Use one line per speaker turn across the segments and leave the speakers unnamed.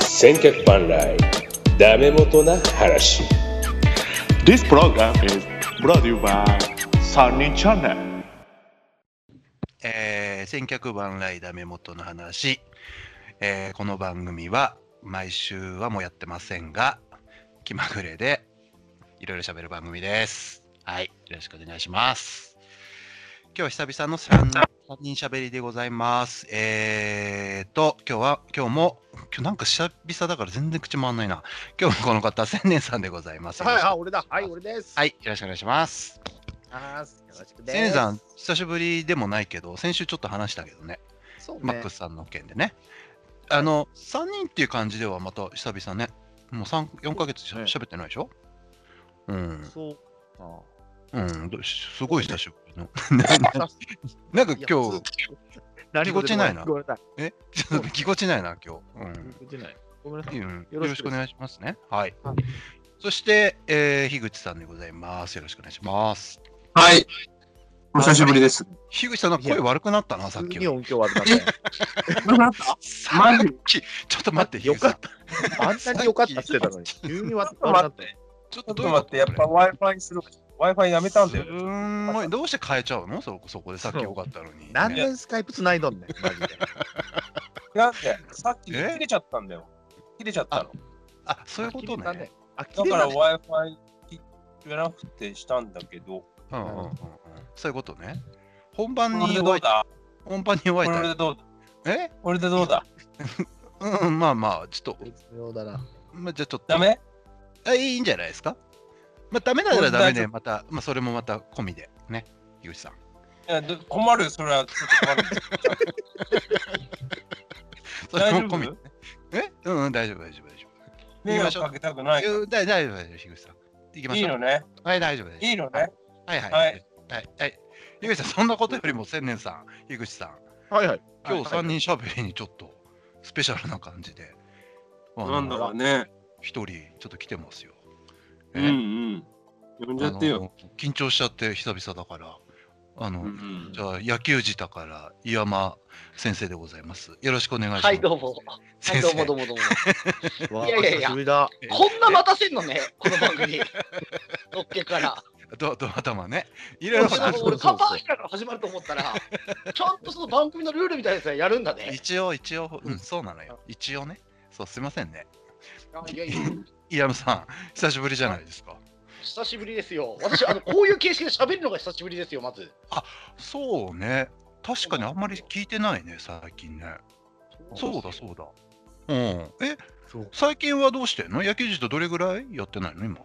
千客万来ダメ元な話
This program is brought to you by Sunny Channel.
えー、千客万来ダメ元の話、えーこの番組は毎週はもうやってませんが気まぐれでいろいろ喋る番組ですはいよろしくお願いします今日は久々の 3, 三人喋りでございますえーと今日は今日も今日なんか久々だから全然口回んないな今日もこの方千年さんでございます
はい、あ、俺だ。はい、俺です。
はいよろしくお願いします
あーよろしくです。
千年さん久しぶりでもないけど先週ちょっと話したけどね
そう
マ
ね
ックスさんの件でね。あの、3人っていう感じではまた久々ね。もう3 4ヶ月しゃ
ね
喋ってないでしょうん。
そうあ
うん。どすごい久しぶり の。ななんか
いや
今日、
何
ぎこちないな
ごめんなさい。
え ちょっとぎこちないな、今日。う
ぎ
ん
こちない。ごめんなさ
う
い。
ん。よ
よ
ろ
ろ
し
し
く
くです
お願いしますね。はい
はい。
そして、えー、樋口さんでございます。よろしくお願いします。
はい。お久しぶりです。
樋口さん、なんか声悪くなったな、さっ
普
き
通
よ
に
り。
音響悪かったね。
さ
マジ
ちょっと待って、
よ
樋口
か
さ
っ
ん。
た。あんなに良かったって言ってたのに。 急に悪くなったね。
ちょっ
ち
とど
ょっと
ういう
待
こ
って、やっぱ Wi-Fi する。Wi-Fi やめたんだよ
す。んごい。どうして変えちゃうのそそこでさっきよかったのに。
何
ね
年スカイプ繋いどんねん。マジで。
なんで、さっき
え
切れちゃったんだよ。切れちゃったの。
あ、そういうこと
だ
ね。。
あ、き
だ
れい
か
だ
ら
ね。
Wi-Fi 切らなくてしたんだけど。
うんうんうんうんそういうことね。本
こ
番
れ
に
で
弱
どう
い。
だ
本番に弱い
こ
タ
れ
イ
でどうだ
プ。え
これでどうだ
うんうん、まあまあ、ちょっと、
絶妙だな。
まあ、じゃあちょっと。
ダメ
あいいんじゃないですかまあ、ダメならダメ
これ大丈
で、
夫
また、まあ、それもまた込みで。ね、ゆうじさん。
いやど困るよ、それはちょっと困る よ。
それも
大丈夫
込みでね。えうんうん、大丈夫、大丈夫、大丈
迷惑かけたくないか
夫うん。大丈夫、大丈夫、ひぐさん。行き
ら。
ま
い
し
い
ょう。
のね。
はい、大丈夫です。
いいのね。
はいはい。は
はいい
はい。ゆうじさん、そんなことよりも、千年さん、樋口さん、
はいはい。
今日
はい
三人しゃべりにちょっとスペシャルな感じで、あの
なんだろうね。
一人ちょっと来てますよ。
う
え
んうん。呼んじゃってよ。
あの緊張しちゃって久々だから。あの、
うんうん
じゃあ野球自体から岩間先生でございます。よろしくお願いします。
はい、どうも。はい、
先
ど
生
うもどうもどうも。
わ
いやいやいや
久しぶりだ。
こんな待たせんのね、この番組。のっけから。
どど頭ね。いろいろ
俺、なん
そ
か
うそう
俺乾杯から始まると思ったら、ちゃんとその番組のルールみたいなやつやるんだね。
一応一応、うん、そうなのよ。一応ね。そうすいませんね。
いやいや、
岩間さん久しぶりじゃないですか。
久しぶりですよ。私、あのこういう形式で喋るのが久しぶりですよ、まず。
そうね。確かにあんまり聞いてないね最近ね。そうだそうだ。うん。え
そう
最近はどうしてんの野球児とどれぐらいやってないの今。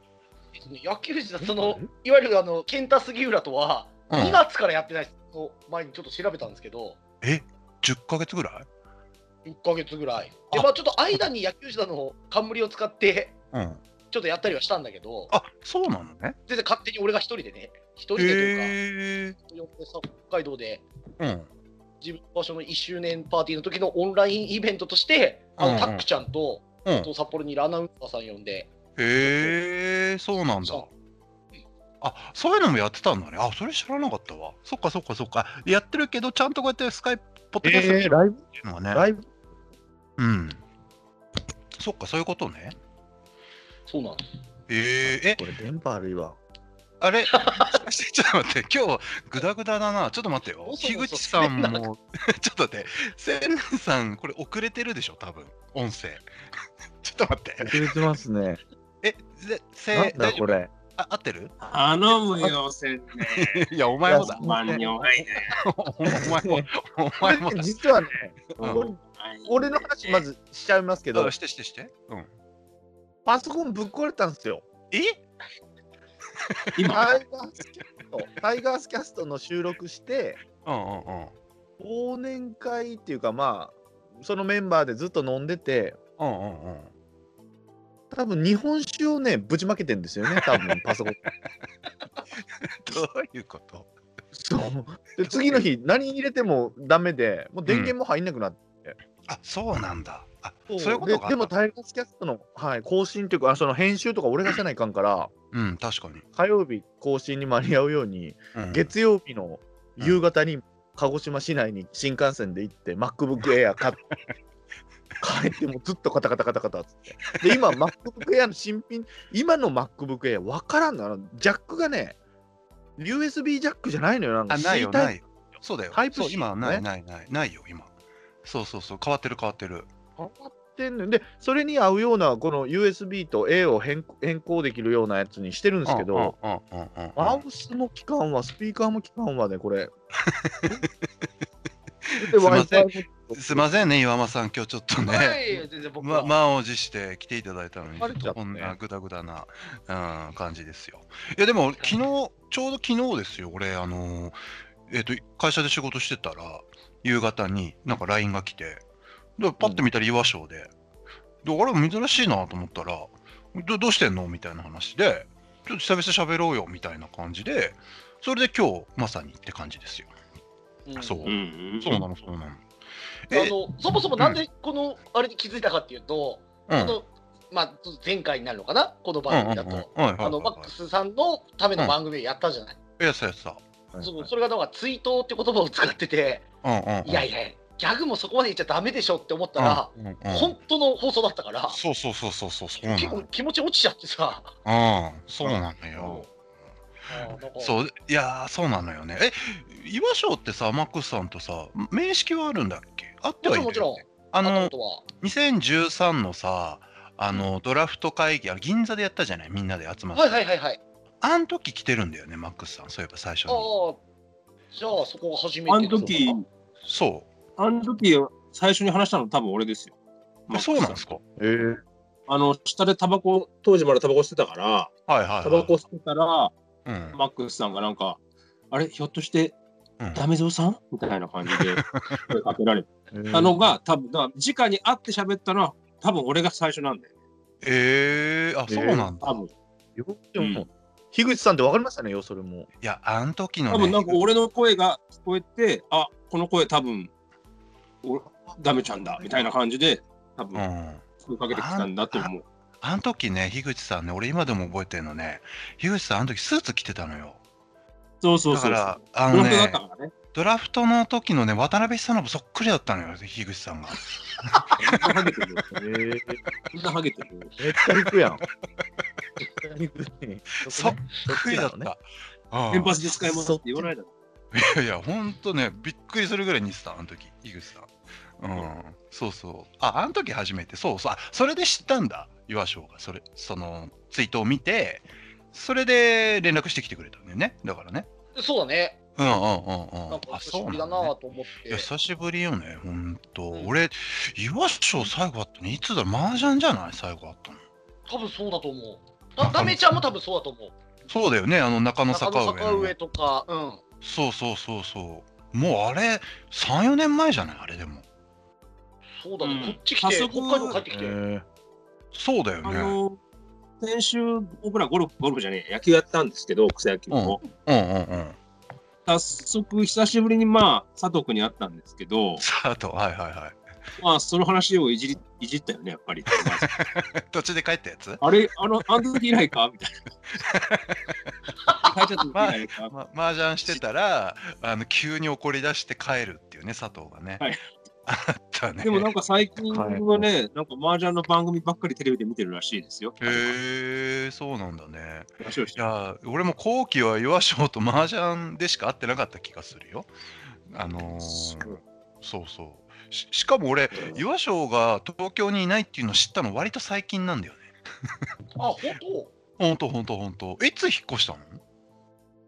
野球時代、その、いわゆるあの、ケンタ杉浦とは、
うん
2月からやってないの前にちょっと調べたんですけど、
10ヶ月ぐらい
1ヶ月ぐらい。で、
あ
まあちょっと間に野球時代の冠を使って、
うん。
ちょっとやったりはしたんだけど、
あそうなのね。
全然勝手に俺が一人でね、一人でというか、
へえ。
呼んでさ北海道で
うん。
自分の場所の1周年パーティーの時のオンラインイベントとして、あ
うんう
の
ん
タックちゃんと、
うん
あと札幌にいるアナウンサーさん呼んで、
へえ、そうなんだ
そ。
あそういうのもやってたんだね。あそれ知らなかったわ。そっかそっかそっか。やってるけど、ちゃんとこうやってスカイプ、ポッドキャストって
えー、ライブ
いうのはね。
ライブ
うん。そっか、そういうことね。
そうなん
へえ、え、
これ電波悪いわ。
あれ ちょっと待って、今日グダグダだな。ちょっと待ってよ。
そうそ
樋
うそう
口さ んも、ちょっと待って、千年さん、これ遅れてるでしょ、多分音声。 ちょっと待って。
遅れてますね。
え、ぜせ
なんだ
大丈夫
これ。
あ合ってる
頼むよ、せんね。
いや、お前もだ。
いや
万人おいね。
お前も、お
こ
前
れ
もだ。
実はね、
うん
これ俺の話まずしちゃいますけど
あ、してしてして。うん、
パソコンぶっ壊れたんですよ。
え
今、
タイガースキャスト、タイガースキャストの収録して、
うんうんうん。
忘年会っていうか、まあ、そのメンバーでずっと飲んでて、
うんうんうん。
多分日本酒をね、ぶちまけてんですよね、多分パソコン。
どういうこと
そうで次の日、何入れてもダメで、もう電源も入んなくなって、
あそうなんだ。あ
で
そういうことがあった
でもタイガースキャストの、はい、更新というか、あその編集とか俺がせないかんから、
うん、確かに。
火曜日更新に間に合うように、
うん
月曜日の夕方に鹿児島市内に新幹線で行って、MacBook Air 買って、帰ってもうずっとカタカタカタカタっつって。で、今、MacBook Air の新品、今の MacBook Air 分からんのあの、ジャックがね、USB ジャックじゃないのよ。なんか
あ、ないよ、
衰退
ないよ。そうだよ。
タイプ
そう
C
今はな
ね
い、ない、ない、ないよ、今。そうそうそう、変わってる、変わってる。
変わってんのよで、それに合うような、この USB と A を変変更できるようなやつにしてるんですけど、
うん、うん、うんうんうん。
マウスも機関は、スピーカーも機関はね、これ。で、
すいません
Wi-Fi も
すいませんね、岩間さん、今日ちょっとね、
はい、全然僕
ま、
は。
満を持して来ていただいたのに、
疲れちゃったね
こんなグダグダな、うん、感じですよ。いや、でも、昨日、ちょうど昨日ですよ、俺、あのー、えっ、と、会社で仕事してたら、夕方になんか LINE が来て、で、パッと見たら岩賞で、で、あれ、珍しいなと思ったら、どどうしてんのみたいな話で、ちょっと久々喋ろうよみたいな感じで、それで今日、まさにって感じですよ。
うん
そう、
ん
そうなの、そうなの。
あのそもそもなんでこのあれに気づいたかっていうと、
う
このまあ、前回になるのかな、この番組だ
うんうん
と。
うんはいはいはいはい
あのマックスさんのための番組をやったじゃない。
やそうやそう。
そうそれがなんか追悼って言葉を使ってて、
うんうんうん。
いやいや、ギャグもそこまで言っちゃダメでしょって思ったら、
うんうんうん、
本当の放送だったから、
そうそうそうそうそうそうな
結構気持ち落ちちゃってさ。
の。うん、そうなのよ。そういやーそうなのよね。え、岩翔ってさ、マックスさんとさ、面識はあるんだっけ？あってはいるよね
もちろんもち
あ
あの
の
ことは。
2013のさ、あのドラフト会議あ銀座でやったじゃない？みんなで集まって。
はいはいはいはい。
あん時来てるんだよね、マックスさん。そういえば最初
あ
に。
あ、じゃあそこが初めて。
あの時、
そ
あの時、最初に話したの多分俺ですよ。
う。そうなんですか。
えー
あの、下でタバコ、当時まだタバコ吸ってたから、
はいはい、はい。
タバコ吸ってたら、
うん。
マックスさんがなんか、あれ、ひょっとして
うん、
ダメぞうさんみたいな感じ で声かけられ
えー
たのが、多分だから直に会って喋ったのは、多分俺が最初なんだよ。
えー、あ、そうなんだ。
多分
よでももう樋口さんって分かりましたねよ、それも。
いや、あん時の、ね。
多分なんか俺の声が聞こえて、あこの声、多分おダメちゃんだみたいな感じで、多
う
分
ん。
声かけてきたんだと思う。
あの時ね、樋口さんね、俺今でも覚えてるのね、樋口さん、あの時スーツ着てたのよ。
そうそう
だ
そ
か
う。
ら、あの
本当だっ
ね
た、からね。
ドラフトの時のね、渡辺久信そっくりだったのよ、樋口さんが。
こんなハゲてる。
えー、
こんなハゲてる。
めっちゃ引くやん。めっちゃ引くね
そっくりだった。ああ
連発で使いますって言わないだろ。
いやいや、ほんとね、びっくりするぐらい似てた、あの時、樋口さん。うん、そうそう。あ、あの時初めて、そうそう。あ、それで知ったんだ、岩翔が、それ、その、ツイートを見て、それで連絡してきてくれたんだよね、だからね。
そうだね。
うんうんうんうん。
なんか
あ
久し
そう
ぶり
な
だ
ん
な
ね
と思って。
いや久しぶりよね、ほんと。
うん
俺、岩賞最後あったの、いつだろう、麻雀じゃない最後あったの。
多分そうだと思う。だダメちゃんも多分そうだと思う。
そうだよね、あの中野
中
坂上
野
の。
坂上とか、うん。
そうそうそうそう。もうあれ、3、4年前じゃないあれでも。
そうだね、
うん
こっち来て、
早
北
速
海道帰ってきて。
え
そうだよ
あ
ね。
の、先週、僕らゴルフ、ゴルフじゃねえ、野球やったんですけど、草野球を。
うんうんうん。
早速、久しぶりにまあ、佐藤君に会ったんですけど、
さあと、はいはいはい。
まあ、その話をいじり、いじったよね、やっぱり。
途中で帰ったやつ
あれ、あの、あの時以来かみたい な。帰っちゃった時以来か
ま、麻雀してたら、あの急に怒り出して帰るっていうね、佐藤がね。
はい
あったね。
でもなんか最近はね、なんか麻雀の番組ばっかりテレビで見てるらしいですよ。
へえ、そうなんだね。
話をし
い
て
やー俺も後期は岩翔と麻雀でしか会ってなかった気がするよ。あのーそうそうし。しかも俺、岩翔が東京にいないっていうの知ったの割と最近なんだよね。
あ、本当
ほんとほんとほんと。いつ引っ越したの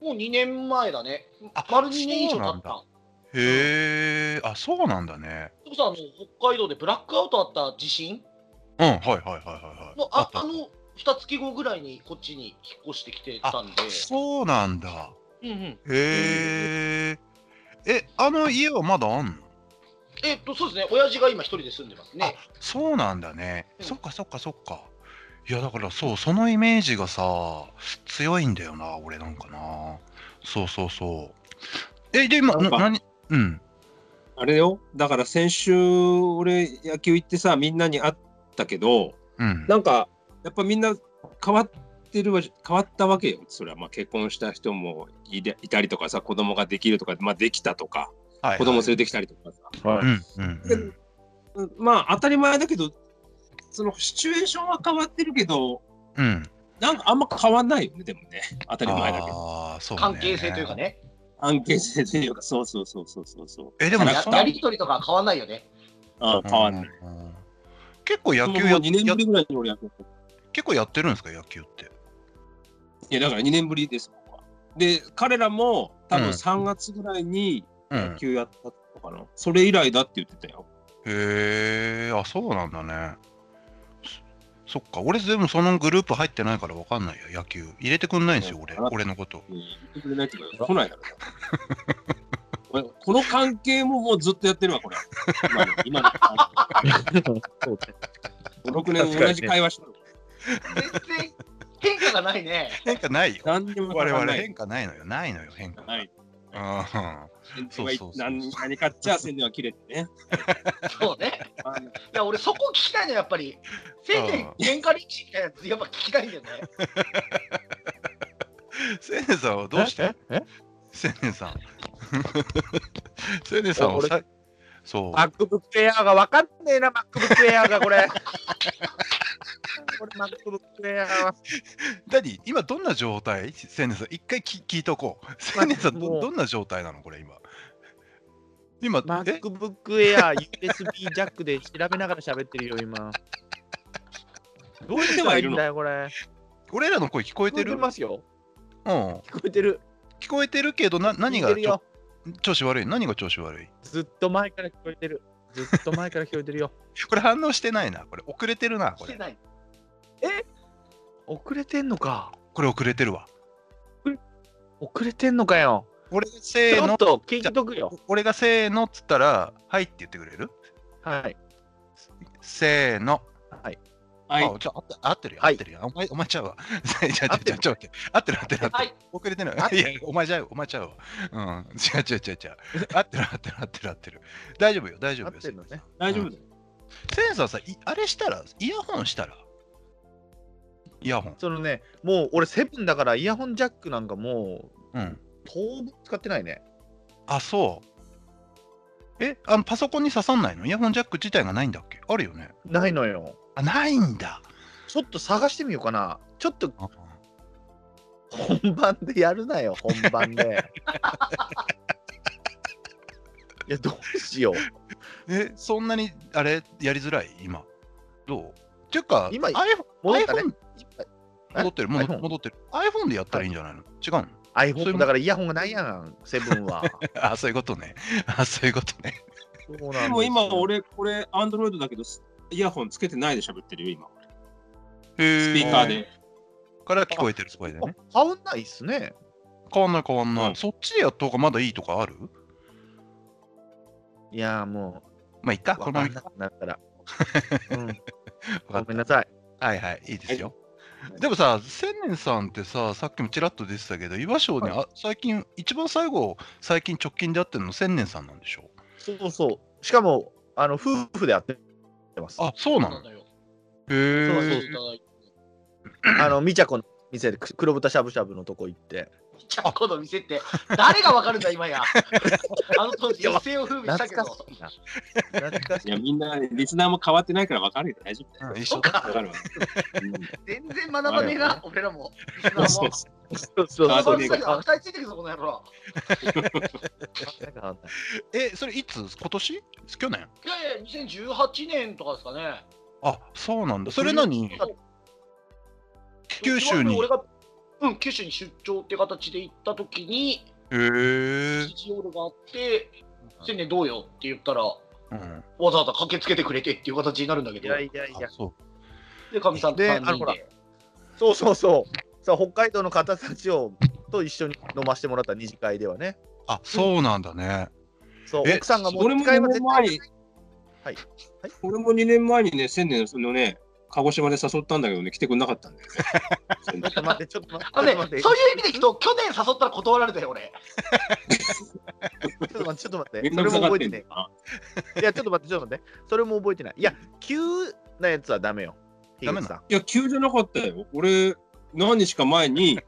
もう2年前だね。
あ
丸2年以
そ
上経
うな
っ
ん
た
だ。へえ、あ、そうなんだね。
それこそあの北海道でブラックアウトあった地震
うん、はいはいはいはいはい。
のあ
った
あの2月後ぐらいにこっちに引っ越してきてたんで。
そうなんだ。
うんうん、
へえ。え、あの家はまだあんの
えっと、そうですね、親父が今一人で住んでますね。
そうなんだね。
うん
そっかそっかそっか。いやだからそうそのイメージがさ強いんだよな俺なんかな。そうそうそう。えで今
なん
な
か
何うん
あれよ、だから先週、俺、野球行ってさ、みんなに会ったけど、
うん。
なんか、やっぱみんな変わってるわ、変わったわけよ。それはまあ結婚した人もいでいたりとかさ、子供ができるとか、まあできたとか、
はいはい
子供連れてきたりとかさ。
ー
う
はい
んうんうん
まあ当たり前だけど、そのシチュエーションは変わってるけど、
うん。
なんかあんま変わんないよね、でもね。当たり前だけど。
ああ、そうね。
関係性というか。ね、
関係性というか、そうそうそうそうそうそう。
え、でも
うん
や
野球、
やりとりとか変わんないよね。
あ変わんない。
うん。うん結構野
野
球
球
や
や
っ
2年ぶ
や
りぐらいに俺やってた。い
結構やってるんですか、野球って。
や、だから2年ぶりです、僕はで、彼らも多
うん
分3月ぐらいに
う
野
ん。
球やったのかな、それ以来だって言ってたよ。
へえ、あ、そうなんだね。そそっか、俺、でもそのグループ入ってないから分かんないよ、野球。入れてくんないんですよ、俺、
うん
俺のこと。
うん、言ってくれないっていうか、来ないだろうな。俺この関係ももうずっとやってるわ、これ。今の、今の。
そう
5、6年同じ会話してる。
全然変化がないね。
変化ないよ。
何にも
我
変わら
々、
ない。
変化ないのよ、ないのよ、変化。
はい。
うんそうそうそう
何何かっちゃ宣伝は切れてね。
そうね。
あ
いや、俺そこ聞きたいの、やっぱり。せいぜい喧嘩歴史みたいなやつ、やっぱ聞きたいんだよね。
せいねさん はどうして
ええ
せいねさん。 せいねさんはさそう。
MacBook Air が分かんねえな、MacBook Air がこれ。これ MacBook Air は。
何今どんな状態せいねさん、一回き聞いとこう。せいねさん
も
ど、
う
どんな状態なのこれ、今。今、え
MacBook Air、USB ジャックで調べながら喋ってるよ、今。どうしてはいるんだよ、これ。
俺らの声聞こえ
聞こ
て
えて
る
ますよ。
うん。
聞こえてる。
聞こえてるけど、な何
聞
が
いて
ち
る
ょ
よ
調子悪い何が調子悪い
ずっと前から聞こえてる。ずっと前から聞こえてるよ。
これ反応してないな。これ遅れてるな。こ
して
れ
ない。
遅れてんのか。
これ遅れてるわ。
遅れてんのかよ。
俺がせ
ち
ー
ょっ
の、
と聞いとくよ。
俺がせーのっつったら、はいって言ってくれる
はい。
せーの。
はい
あ、。じゃあ合って合ってるよ。
は
合
い
ってるよ。お前、お前ちゃうわ。 じゃあじゃあ
合って
じゃあ
る
ちょっと待って。合ってる合ってる合って
は
る
い。
遅れてない
合っ。て
いや、お前ちゃうよ。お前ちゃうわ。うん。違う違う違う違う。合ってる合ってる合ってる合ってる。大丈夫よ。大丈夫よ。
合ってるのね
大丈夫だよ。
センサーさ、いあれしたら、イヤホンしたらイヤホン。
そのね、もう俺セブンだからイヤホンジャックなんかもう
うん。
当分使ってないね。
あ、そう。え、あのパソコンに刺さんないのイヤホンジャック自体がないんだっけあるよね。
ないのよ。
あ、ないんだ。
ちょっと探してみようかな。ちょっと
あ
本番でやるな よ、本番で。いや、どうしよう。
え、そんなに、あれ、やりづらい今。どうっていうか、
今
iPhone、
戻ったね
iPhone 戻ってる、戻っ
iPhone
戻ってる。iPhone でやったらいいんじゃないの、違うのそういう
iPhone
もん
だからイヤホンがないやん、セブンは。
あ、そういうことね。 あ、そういうことね。
そうなんですよ
でも今、俺、これ、アンドロイドだけど、イヤホンつけてないで喋ってるよ、今。ス
ス
ピーカー。で。
から聞こえてる声でね。
あ変わんないっすね。
変わんない変わんない。
うん
そっちでやった方がまだいいとかある
いやー、も
まあ、いっ
う、
か、こ
分
のま
か
ま
んなくなったら。うん、
わか
ご
った
めんなさい。
はいはい、いいですよ。でもさ、千年さんってさ、さっきもちらっと出てたけど、岩章に、あ最近、一番最後、最近直近で会ってるの千年さんなんでしょ
そうそう。しかも、あの夫婦でやってます。
あ、そうなのへ
だよ。
え。
そうそうあの、みちゃこの店でく黒豚しゃぶしゃぶのとこ行って。
じゃあ、この店って、誰がわかるんだ、今や。あの当時、一世を風靡したけど。
懐かしいな。懐かし
い
い
や、。みんな、リスナーも変わってないから分かるよ。大丈夫だよ。
うん一
そ
緒
っ
だ。
分
か、
かるわ。
全然学ばねえな、俺らも。リスナー
そう
も
そ
そうそう
あ
そ
と
の
ね
真っ先に悪態ついてくぞ、この野郎。
え、それいつ今年去年
いやいや、2018年とかですかね。
あ、そうなんだ。それ何九州に。
俺
へ
が、うん、九州に出張って形で行った時に、
え。
日曜があって、千年どうよって言ったら、わ
うん。
ざわざ駆けつけてくれてっていう形になるんだけ
い
ど、
やい
で、
やいや
あ。そう
かみさんと
で
3
あのほ
人
ら
で。
そうそうそう。さあ北海道の方たちをと一緒に飲ませてもらった二次会ではね。
あ、そうなんだね。
そう
え
奥さんがもう
俺も
一回
2
は
年
絶
前
対
に、
はいはい
俺も2年前にね、千年のね、鹿児島で誘ったんだけどね、来てくれなかったんだよね
ちょっ
千年。
と待ってちょっと待って
あのね、
ちょっと待
そうい
って
う意味でいくと、去年誘ったら断られたよ、俺。
ちょっと待ってちょっと待って
連
それ
絡
も
下が
覚
っ
え
て
てな
んだ
い
よな。
いやちょっと待ってちょっと待ってそれも覚えてないいや急なやつはダメよ
ダメなの
樋口さ
いや、急じゃなかったよ。俺、何日か前に
んい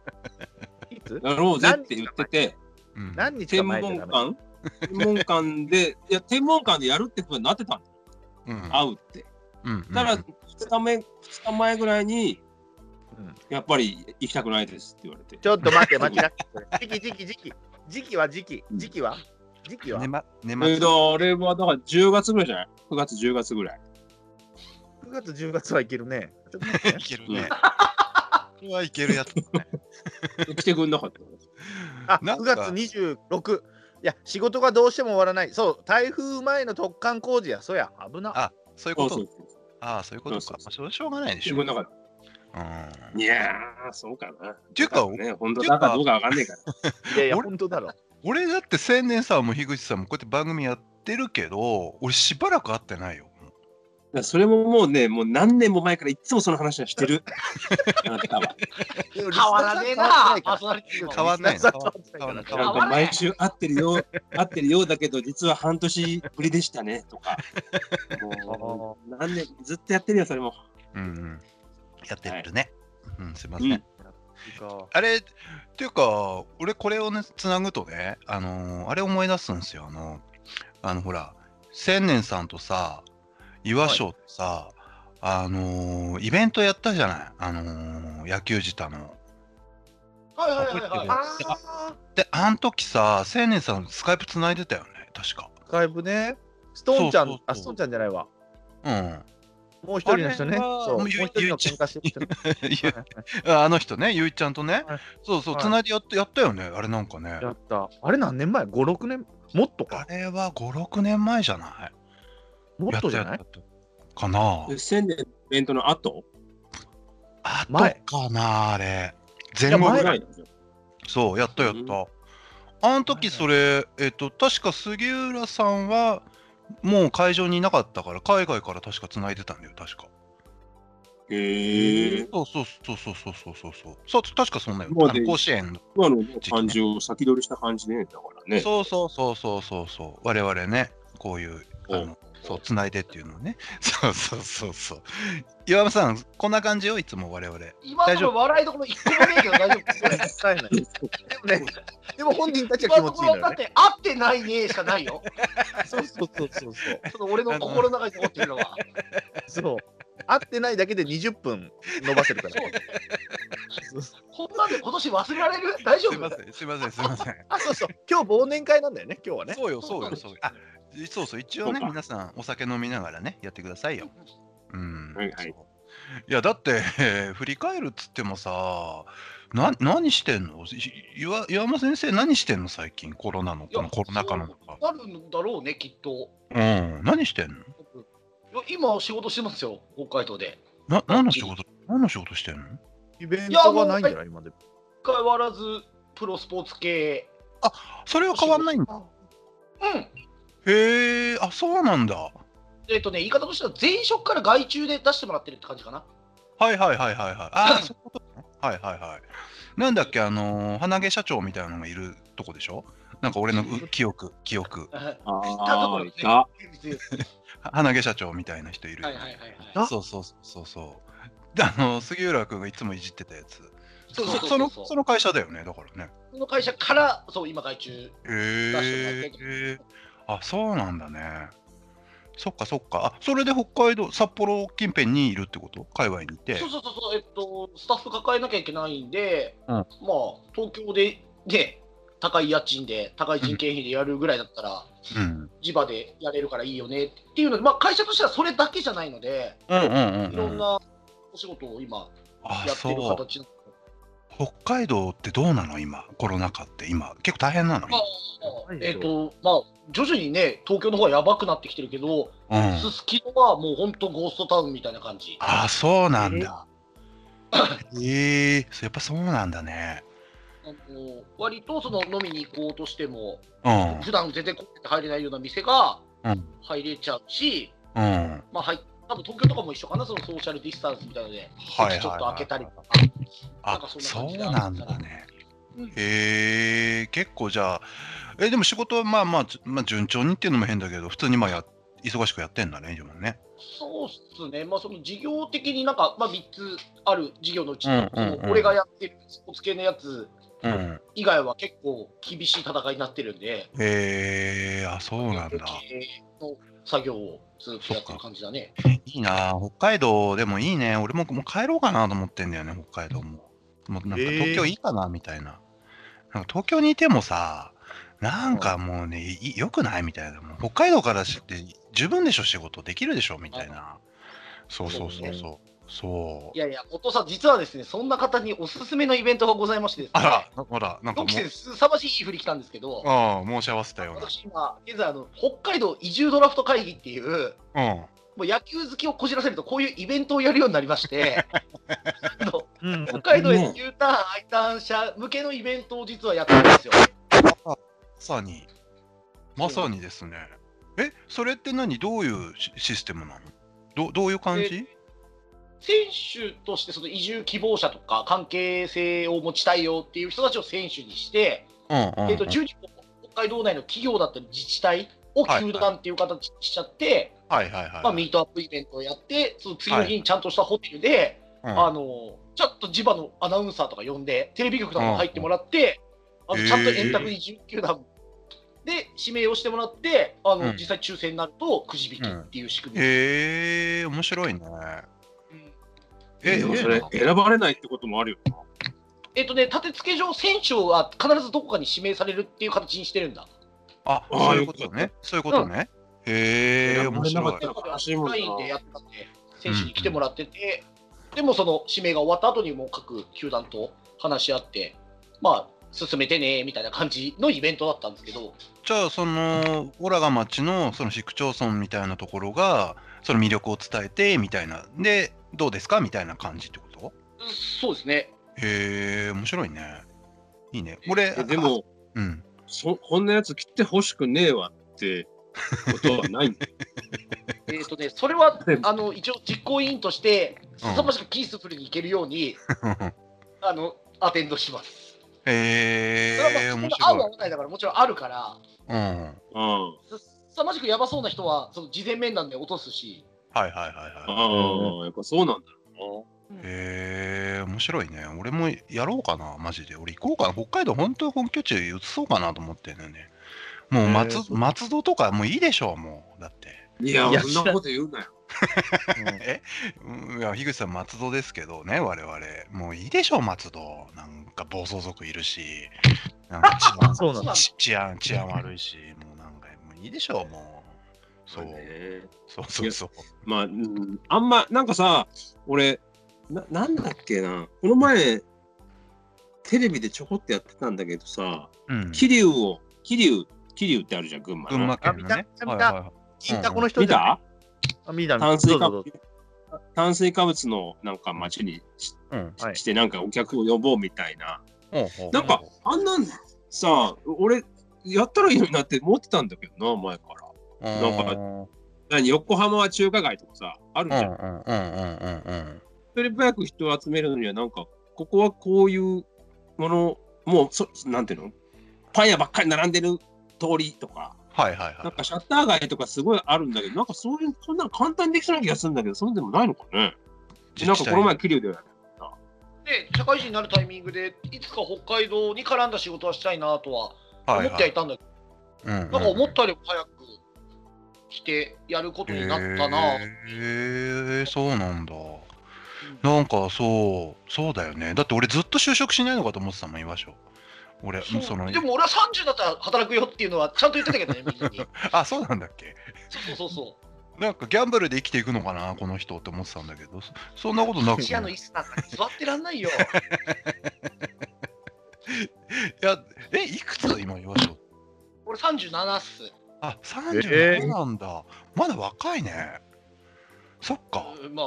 つ
やろうぜって言ってて、
うん
何日か
天
前
文
じゃダメ
館天文館で、いや、天文館でやるってことになってたんだよ。
うん
会うって。
うん
ただ、
うん
2日目、2日前ぐらいに、
うん
やっぱり行きたくないですって言われて。
ちょっと待って、待ちなさい。時期、時期、時期。時期は時期。時期は時期は
ね
9
ま年
え
末
ーと、あれはだから10月ぐらいじゃない ?9 月、10月ぐらい。
月、10月はいけるね。ちょっと待ってね
いけるね。これはいけるやつだね。
で来てくんなかった。
あ、
なん
9
か
月26。いや、仕事がどうしても終わらない。そう、台風前の特貫工事や。そや、危な。
あそういうこ
そう
と。
そうそう
ああ、そういうこと
そ
か。
うそ
ま
う
あ、それはしょうがないで
来
してょ。
く
うん
なかった。
ん。
いやー、そうかな。
ていうか
ね、本当
ていうか
だかどうかわかんねえから。
いやいや、
俺
本当だろ。
俺だって千年さんも樋口さんもこうやって番組やってるけど、俺しばらく会ってないよ。もう
だからそれももうね、もう何年も前からいっつもその話 はしてる。あなたは。
変
変わらねえなパーソナリティも
変わんないの。
変
変
わ
わ
ら
ん
な
ないい。
な
変わ
変
ん
わ
か
んない。
毎週会ってるよ、会ってるようだけど、実は半年ぶりでしたねと か。もう何年、ずっとやってるよ、それも。
うんうん。やってるね。うん、すいませ
うんん。
あれっていうか俺これをねつなぐとねあのーあれ思い出すんですよあのあのほら千年さんとさ岩翔とさ、あのーイベントやったじゃないあのー野球自体の。
はいはいはいはい。
あー
であん時さ千年さんスカイプつないでたよね確か。
スカイプね。ストーンちゃ
そうそう、そ
ん
う
あ、ストーンちゃんじゃないわ。
うん、
もう一人の人ね。
あれは
そう、
も
も
う
う
ゆ
一人の喧嘩してる
い
人。
やあの人ねゆいちゃんとね、
はい
そうそう
はい
つないでやったやったよねあれなんかね
やった。あれ何年前 ?5、6年もっと
あ
か。
れは56年前じゃない
もっとじゃない
やったやったかな
で千年のイベントの後
あと
前
かなあれ前
ぐ
後ぐらい
らいなんですよ。
そうやったやった、あの時それえっと確か杉浦さんはもう会場にいなかったから海外から確か繋いでたんだよ確か
へえ。
そうそうそうそうそうそうそうそうそう確かそんなよ、
もう
あ
ね
の甲子園の
今の感じを先取りした感じね、だからね。
そうそうそうそうそうそう我々ねこういうあ
う
のそう繋いでっていうのをね そうそうそうそう岩間さんこんな感じよいつも我々
今のところ笑いどころ一個もねえけど大丈 夫
一回ないでもね、でも本人たちは
今
気持
のと
ち
こ
いいの
ろ
よ
だっ
ね。
て合ってないねしかないよ。
そうそうそうそうそう。
ちょっと俺の心の中に残ってるの は。
そう。会ってないだけで20分伸ばせるから。そうそう
こんなんで今年忘れられる大丈
すいま
夫
せんすいませんすいません
あ、そうそう。今日忘年会なんだよね、今日 はね。
そうよそうよそうよあそうそう一応ね
そうか
皆さんお酒飲みながらねやってくださいようん、
はいはい
そういやだって、 えー振り返るっつってもさな何してんのい岩岩間先生何してんの最近コロナの
いや
このコロナ禍の中
なるんだろうね、きっと。
うん何してんの
いや今、仕事してますよ、北海道で。
な何の仕事何の仕事してんの
イベントはないんじゃない今でも。
変わらず、プロスポーツ系。
それは変わんないんだ
うん。
へえあそうなんだは
えっ、とね、言い方としては、前職から外注で出してもらってるって感じ かな。
いはいはいはいはいあそういうことねはいはいはいなんだっけあのー花毛社長みたいなのがいるとこでしょなんか俺のう記憶記憶
ああ、い
ね
た。
花毛社長みたいな人いるよ
はいはい
ね、
はいはい。
あ
そうそうそうそう。であの杉浦君がいつもいじってたやつ。
そうそうそうそう
のその会社だよね、だからね。
この会社から、そう、今外注。
へえ。あ、そうなんだね。そっかそっか。あ、それで北海道、札幌近辺にいるってこと界隈にいて
そう。そうそうそう、えっと、スタッフ抱えなきゃいけないんで、
うん
まあ、東京で、ね、高い家賃で、高い人件費でやるぐらいだったら、
うん。
地場でやれるからいいよねっていうので、まあ、会社としてはそれだけじゃないので、
うんうん
い
うん
ろ
うんん。
なお仕事を今、
あ、
やってる
そう。
形なの
北海道ってどうなの今、コロナ禍って今、結構大変なの。
う
えっ、と、まあ、徐々にね、東京の方はやばくなってきてるけど、
うん。
すすきのはもう本当、ゴーストタウンみたいな感じ。
あ、そうなんだ。 ええ、やっぱそうなんだね。
あの割とその飲みに行こうとしても、
うん。
普段全然こうやって入れないような店が
うん。
入れちゃうし、
うん。
まあ、はい、多分東京とかも一緒かな、そのソーシャルディスタンスみたいなので、
はいはいはい
ちょっと開けたりとか、なん
あ
か、そんな
そ
感
う
じだ
なんだね
うん。
へえ、結構じゃあ、え、でも仕事はまあまあ、じゅまあ、順調にっていうのも変だけど、普通にまあや、忙しくやってんだね、でもね。
そうっすね、まあ、その事業的になんか、まあ、3つある事業のう
う
ち、
んうんうん
その俺がやってるスポーツ系のやつ
うん。
以外は結構厳しい戦いになってるんで、
へえ、あ、そうなんだ。
経営の作業をずっとやってる感じだね。
いいなあ北海道でもいいね。俺ももう帰ろうかなと思ってんだよね、北海道も。もうなんか
えー
東京いいかなみたいな。なんか東京にいてもさ、なんかもうね、いい良くないみたいな。もう北海道からして十分でしょ、仕事できるでしょみたいな。そうそうそうそう。そ。
いうやいや、お父さん、実はですね、そんな方におすすめのイベントがございましてです
あ
ね、
ら、ほら、なんか
ド
も
キ先
う、
生、すさまじい振り来たんですけど、
ああ、申し合わせたよう
私今、現在あの、北海道移住ドラフト会議っていう、
な。うん。
もう野球好きをこじらせると、こういうイベントをやるようになり まして、あの
うん
北海道へ U ターン、I ターン者向けのイベントを実はやってるんですよ。
まさに、まさにですね。え、それって何どういうシシステムなのどどういう感じ
選手としてその移住希望者とか関係性を持ちたいよっていう人たちを選手にして、
うんうんうん
えっと12個北海道内の企業だったり自治体を球団っていう形にしちゃって、
はいはいはい。
まあ、ミートアップイベントをやってその次の日にちゃんとしたホテルで、
うん
あのちょっと地場のアナウンサーとか呼んでテレビ局とかも入ってもらって、
ん
あ
へ
の
ー
ちゃんと円卓に19球団で指名をしてもらってあ
う
の、
ん
実際抽選になるとくじ引きっていう仕組み、
へえ、面白いね。
うん
え、
でも
え
それ選ばれないってこともあるよな。
えっとね、立て付け上、選手は必ずどこかに指名されるっていう形にしてるんだ。
あ、
あー
そういうことね。そういうことね。へえ、
選ば
面
れなか
白
っ
い
た。ら悲しいもん
ラインでや
な。
ってたんで、選手に来てもらってて、でもその指名が終わった後にもう各球団と話し合って、まあ、進めてねみたいな感じのイベントだったんですけど、
じゃあ、その、オラが町の、その市区町村みたいなところが、その魅力を伝えて、みたいな。で、どうですかみたいな感じってこと
そうですね、
へえ、面白いね。いいね。俺、
えでも、
うん。
そこんなやつ切ってほしくねえわってことはないん だよ
えっ とねそれは
でも
あの一応、実行委員として、
うん
すさまじくキースプルに行けるように、あのアテンドします。
へ
それ
え、
はま
面
あ、合う合
白い。
わないだから、もちろんあるから、
うん。はい
うん。うん
すさまじくやばそうな人は、その事前面談で落とすし。
はいはいはい。
ああ、やっぱそうなんだろ
へえ、面白いね。俺もやろうかな、マジで。俺行こうかな。北海道、本当本拠地移そうかなと思ってんだよね。もう松,、松戸とかもういいでしょう、もう。だって。
うな。い
い
や、
や
そんなこと言うなよ。
うんいや、樋口さん、松戸ですけどね、我々。もういいでしょう、松戸。なんか暴走族いるし、なんか治安
そうなの
ち治安治安悪いし、もうなんか、もういいでしょう、もう。そう、
ね。
そうそうそう。
まあ、うん、あんま、なんかさ、俺、ななんだっけな、この前、テレビでちょこっとやってたんだけどさ、
うん、
桐生を、桐生、桐生ってあるじゃん、群馬の。
群馬県のね。
あ見た見た
はいはいはい
金太この人
見
じゃない
た
あ見た見た
炭水化
どうぞど
物
うぞ。
炭水化物のなんか町にし
うん
はい
して、なんかお客を呼ぼうみたいな。
ほうほう
なんか、あんなんさ、俺、やったらいいのになって思ってたんだけどな、前から。なんか
うん
何、横浜は中華街とかさ、ある
うん
じ
うん
ゃん。
うんうんうんうん。
それ早く人を集めるのには、なんか、ここはこういうもの、もうそ、なんていうのパン屋ばっかり並んでる通りとか、
はいはい
なん
は
かシャッター街とかすごいあるんだけど、なんかそういう、そんなん簡単にできそうな気がするんだけど、そうでもないのかね。
い。
なんかこの前、桐生で、
で社会人になるタイミングでいつか北海道に絡んだ仕事はしたいなとは
は
思ってはいたんだけど、
なん
なんか思ったよりも早く来てやることになったな、
へえそうなんだ。なんかそう、そうだよね。だって俺ずっと就職しないのかと思ってたもん、居場所。俺、
そう
その、
でも俺は30だったら働くよっていうのはちゃんと言ってたけ どねみんなに
あ、そうなんだっけ。
そうそうそうそ
なんかギャンブルで生きていくのかな、この人って思ってたんだけど、そそんなことな
う
く。
チアの椅子なんかに座ってらんないよ
いや、え、いくつ今、居場所。
俺37っす
あ、
え
37
ー
なんだ。まだ若いね。そっか。
うんまあ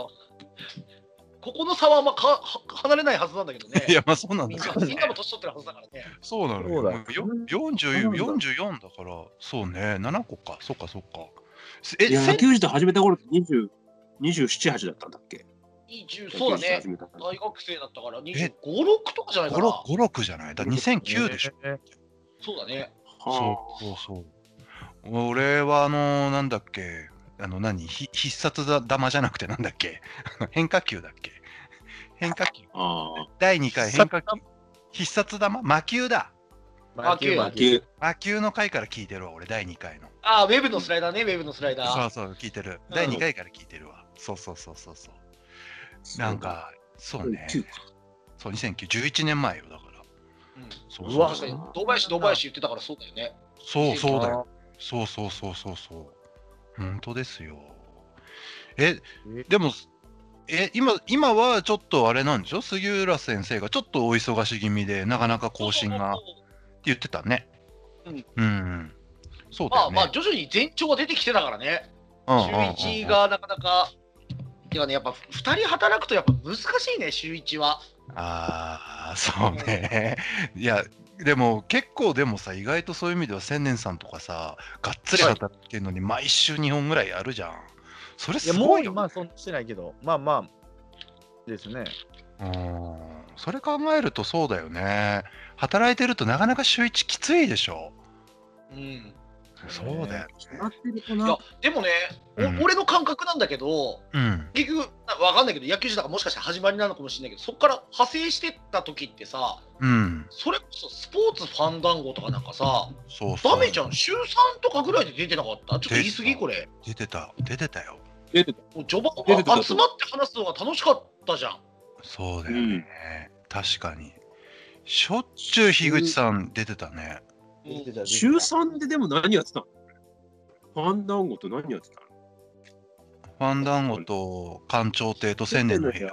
ここの差はあんまか は離れないはずなんだけどね
いや、まあそうなん
みん
だ
な
けどね
みんなも年取ってるはずだからね
そうなの
そ
よ。
うだよ
四十四十四だから、そうね、七個か、そっかそっか。すえ、
いや
せん
野球児と始めた頃って20 27、8だったんだっけ
20そうだ
野球児と
ね
始めた頃
大学生だったから
え
2 5六6とかじゃない
五
かな
六五六じゃない。だ二千九でしょ。
えー
そうだね
は
そうそうそう。俺はあのなんだっけ、あの何ひ必殺だ玉じゃなくてなんだっけ、 あの変化球だっけ。変化球。
あああ
第二回変化球。必殺玉魔球だ。
魔球
魔
魔
野
球。
球。
魔球の回から聞いてるわ、俺、第2回の。
ああ、ウェブのスライダーね、ウェブのスライダー。
そうそう、聞いてる。
うん
第2回から聞いてるわ。そうそうそうそうそう。なんか、そうね。
9
そう、2009、11年前よ、だから。
うん
そう
う
そ
わ
う
確かに、堂林、堂林言ってたからそうだよね。
そうそうだよ。
あ
そうそうそうそうそう。本当ですよ。え
え、
でも、え、今、今はちょっとあれなんでしょ杉浦先生がちょっとお忙し気味で、なかなか更新がって言ってたね。
うん。
うん。そうだ
ま
よ
あ
ね。
まあ、徐々に前兆が出てきてたからね。
うんうんうんうん
週一がなかなか。てかね、やっぱ二人働くとやっぱ難しいね、週一は。
ああ、そうね。 いや、でも結構でもさ、意外とそういう意味では千年さんとかさ、がっつり働いてるのに毎週2本ぐらいやるじゃん。それ
いや、
す
も
ご
う
いよ。
今はそんなしてないけど、まあまあ、ですね。
うん。それ考えるとそうだよね。働いてるとなかなか週1きついでしょ。
うん。
そうだよね。
決まってるか
い
な
や、でもね、お
うん
俺の感覚なんだけど、
うん。
結局、なわかんないけど、野球時代がもしかしたら始まりなのかもしれないけど、そこから派生してった時ってさ、
うん。
それこそスポーツファン団子とかなんかさ、
そうそう。
ダメじゃん、週3とかぐらいで出てなかったちょっと言い過ぎこれ。
出てた、出てたよ。
出てた
もう序盤
出てた
は集まって話すのが楽しかったじゃん。
そうだよね。確かに。しょっちゅう樋口さん出てたね。
週3ででも何やってたのファンダンゴと何やってたの
ファンダンゴと官庁亭と千年の部屋。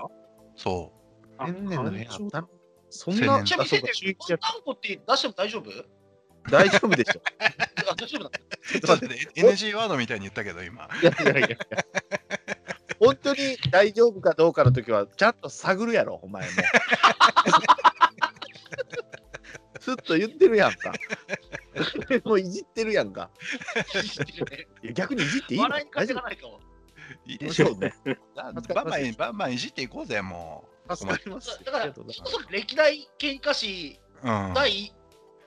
そう。
あ
千年の部屋
館長
だそん
千
な、
年
あ
じゃあ見
そう
せて
か、週
よ、
一やっ
こんって出しても大丈夫
大丈夫でしょ。
あ大丈夫なんだ。
ちょっと待って NG ワードみたいに言ったけど今。
いやいやいやいや。本当に大丈夫かどうかの時は、ちゃんと探るやろ、お前も。すっと言ってるやんか。もういじってるやんか。いや逆にいじっていいの
笑いに
大
稼
丈
がないかも。
いい
夫
でしょ。
そうね。
バンバンバンバンいじっていこうぜも
助かります。
だから、
ありが
そ
とう
ろ
ございます
そろ歴代喧嘩師
う。うん。
第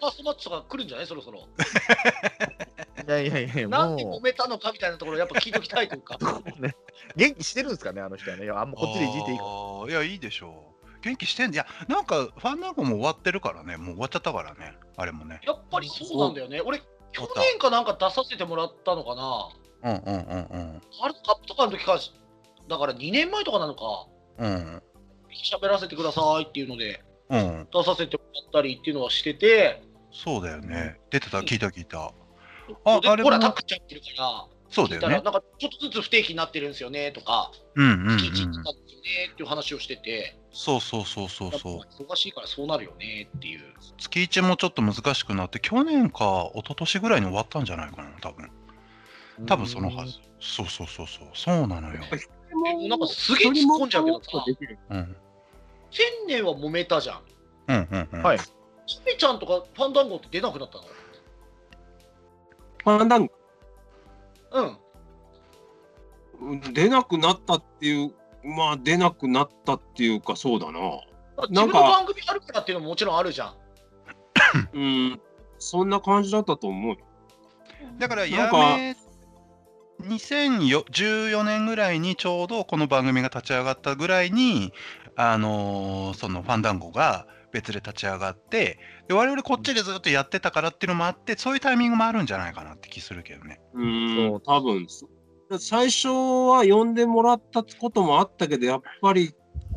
ファーストマッチとか来るんじゃないそろそろ。
いやいやいや、
なん
も
で揉めたのかみたいなところ、やっぱ聞いときたいというか。
う、ね、元気してるんですかね、あの人はね。いやあんまこっちでいじっていいか。
あーいやいいでしょう。元気してんいやなんかファンダンゴも終わってるからねもう終わっちゃったからねあれもね。
やっぱりそうなんだよね。俺、去年かなんか出させてもらったのかな。
うんうんうん
ワールドカップとかの時から、だから2年前とかなのか、
うんうん
喋らせてくださいっていうので、
うん
出させてもらったりっていうのはしてて、
そうだよね出てた聞いた聞いた。あ
あ
あれも
ほら、タックちゃんってるから。
そうだ
聞い
よ
たら、
ね。
なんかちょっとずつ不定期になってるんですよねとか、
うんうんう。
月一になんってるねっていう話をしてて、
そうそうそうそう
やっぱ
そう。
忙しいからそうなるよねっていう。
月一もちょっと難しくなって去年か一昨年ぐらいに終わったんじゃないかな多分多分そのはず。そうそうそうそうそうなのよ。
えなんかすげえ突っ込んじゃうけどさ
うん
千年は揉めたじゃん。
うんうんうん。
はい
チメちゃんとかファンダンゴって出なくなった
ファンダンゴ
のうん。
出なくなったっていう、まあ出なくなったっていうか、そうだな。
自
な
分
んか
の番組あるからっていうのももちろんあるじゃん。
うん、そんな感じだったと思う。
だから
な
や
んか
め2014年ぐらいにちょうどこの番組が立ち上がったぐらいにあのーそのファンダンゴが別で立ち上がってで我々こっちでずっとやってたからっていうのもあってそういうタイミングもあるんじゃないかなって気するけどね。
う
そ
ん
う、
多分そ最初は呼んでもらったこともあったけど、やっぱり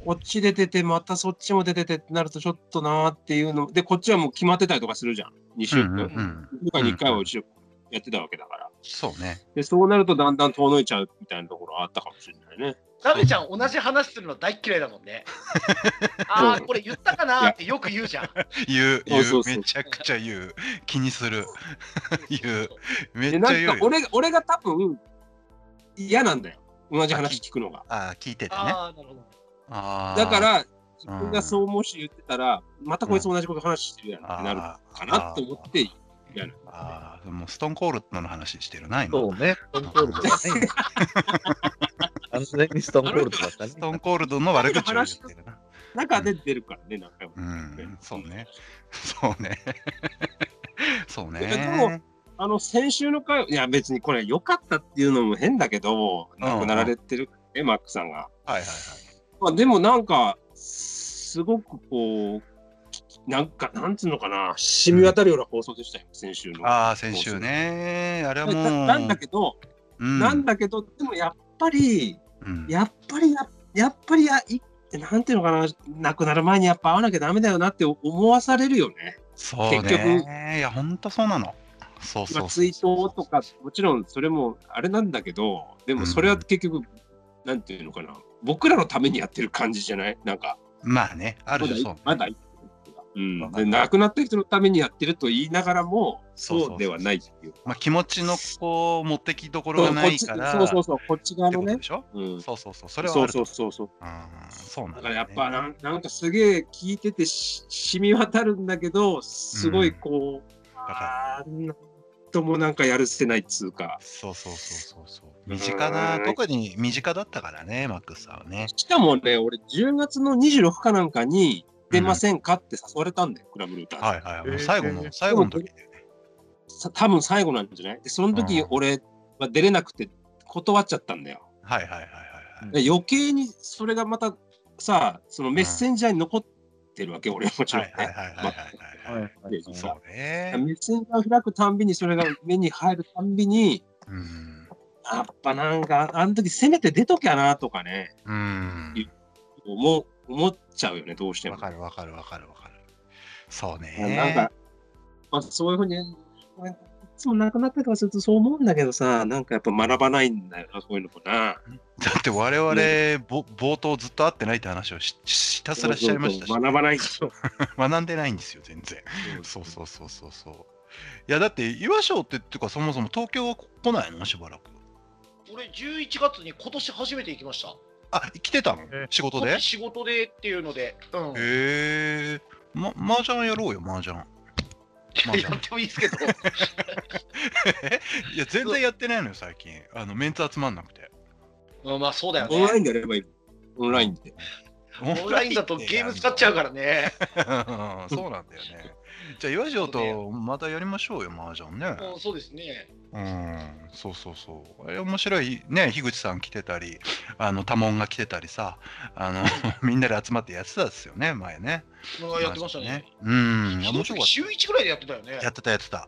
こっちで出てて、またそっちも出ててってなるとちょっとなーっていうの。で、こっちはもう決まってたりとかするじゃん。2週間、
うんうんう
2
ん
週間に1回はうちやってたわけだから。
そうね。
で、そうなるとだんだん遠のいちゃうみたいなところはあったかもしれないね。
ラメちゃん同じ話するの大っ嫌いだもん ね。ああ、これ言ったかなーってよく言うじゃん。
言う言う
そうそうそう
めちゃくちゃ言う気にする言うめっち
で、
ゃ
なん
言う
か
よ。
俺が俺が多分嫌なんだよ。同じ話聞くのが。
ああ聞いててね。
ああ、なるほど。
あー
だから、自分がそうもし言ってたら、またこいつ同じこと話してるやんってなる
あー
かなって思って、嫌な
あーもうストーンコールドの話してるな今。
そうね。ストーンコールドだね。完全にストーンコールドだったね
ス。トーンコールドの悪口を言ってるな。
中で出るからね、何回も。
うん、そうね。そうね。そう
いやで
ね。
あの、先週の回、いや、別にこれ良かったっていうのも変だけど、
うん
亡くなられてるね、マックさんが。
はいはいはい。
まあ、でもなんか、すごくこう、聞きなんか、なんつうのかな、染み渡るような放送でしたよ、先週の。
ああ、先週ね。あれはもう。
ななんだけど、
うん
なんだけど、でもやっぱり、
うん
やっぱりや、やっぱりや、いなんていうのかな、亡くなる前にやっぱ会わなきゃダメだよなって思わされるよね。
そう
結
ね。いや、ほんとそうなの。そうそう
ま
そ
あ、
う。
追悼とか、もちろんそれもあれなんだけど、でもそれは結局、なんていうのかな、僕らのためにやってる感じじゃないなんか、
まあね、ある
まだ
種そう。
まだ生きてる人が、うん、
まだ
で亡くなった人のためにやってると言いながらも、
そうそうそう
そうではないっていう。
まあ、気持ちのこう、持ってきどころが
こ
な
っ
い
ち
から。
そうそう
う
そう、こっち側の
ね
ね。。うん、
そうそうそう。それは
そ
あ
う
る
そうそうそう。
うんそうなん
だ
だ
か
よね
らやっぱなんなんかすげえ聞いててし染み渡るんだけどすごいこう、あーなんともなんかやるせないっつうか
そうそうそうそうそう。身近な、
うん
特に身近だったからね、マックスさんはね。
しかもね俺10月の26かなんかに出ませんかって誘われたんだよ、クラブルーターズ、
はいはい。もう
えー
最後の、最後の時だよね。
さ多分最後なんじゃないでその時
うん
俺は出れなくて断っちゃったんだよ
はいはいはいはいはい。
で余計にそれがまたさそのメッセンジャーに残ってるわけ、俺はもちろん
は
ね
い、はいはいはいはいはい。
でさ
そうね。
メッセンジャー開くたんびにそれが目に入るたんびに
うん。
やっぱなんか、あの時せめて出ときゃなとかね、
うん。
思う思っちゃうよね、どうしても。
わかるわかるわかるわかる。そうね。
なんか、まあ、そういうふうに、いつも亡くなったりとかするとそう思うんだけどさ、なんかやっぱ学ばないんだよな、そういうのもな。
だって我々、ぼ冒頭ずっと会ってないって話をししひたすらしちゃいましたし、
そうそうそう学ばないでしょ。
学んでないんですよ、全然。そうそうそうそうそう。いや、だって、岩翔って、っていうか、そもそも東京は来ないのしばらく。
俺11月に今年初めて行きました
あ、来てたの
え
仕事でへ
仕事でっていうので、うん、
えー。ま、麻雀やろうよ、麻雀。 まあじゃ
や
あ
ってもいいで すけど
いや、全然やってないのよ、最近。あの、メンツ集まんなくて。
うんまあそうだよ
オンライ
ね
ンでやればいい。オンラインで。
オ
オンラインだとゲーム使っちゃう
か
からね
ら。 そうなんだよね。じゃあ、岩翔とまたやりましょうよ、麻雀ね。
うんそうですね
うん、そうそうそう。あれ面白いね、樋口さん来てたり、あの、多門が来てたりさ、あ の、みんなで集まってやってたですよね、前ね。
うんやってましたね。
うん、
そ
面白
の時
かっ
週1ぐらいでやってたよね
た。やってた、やってた。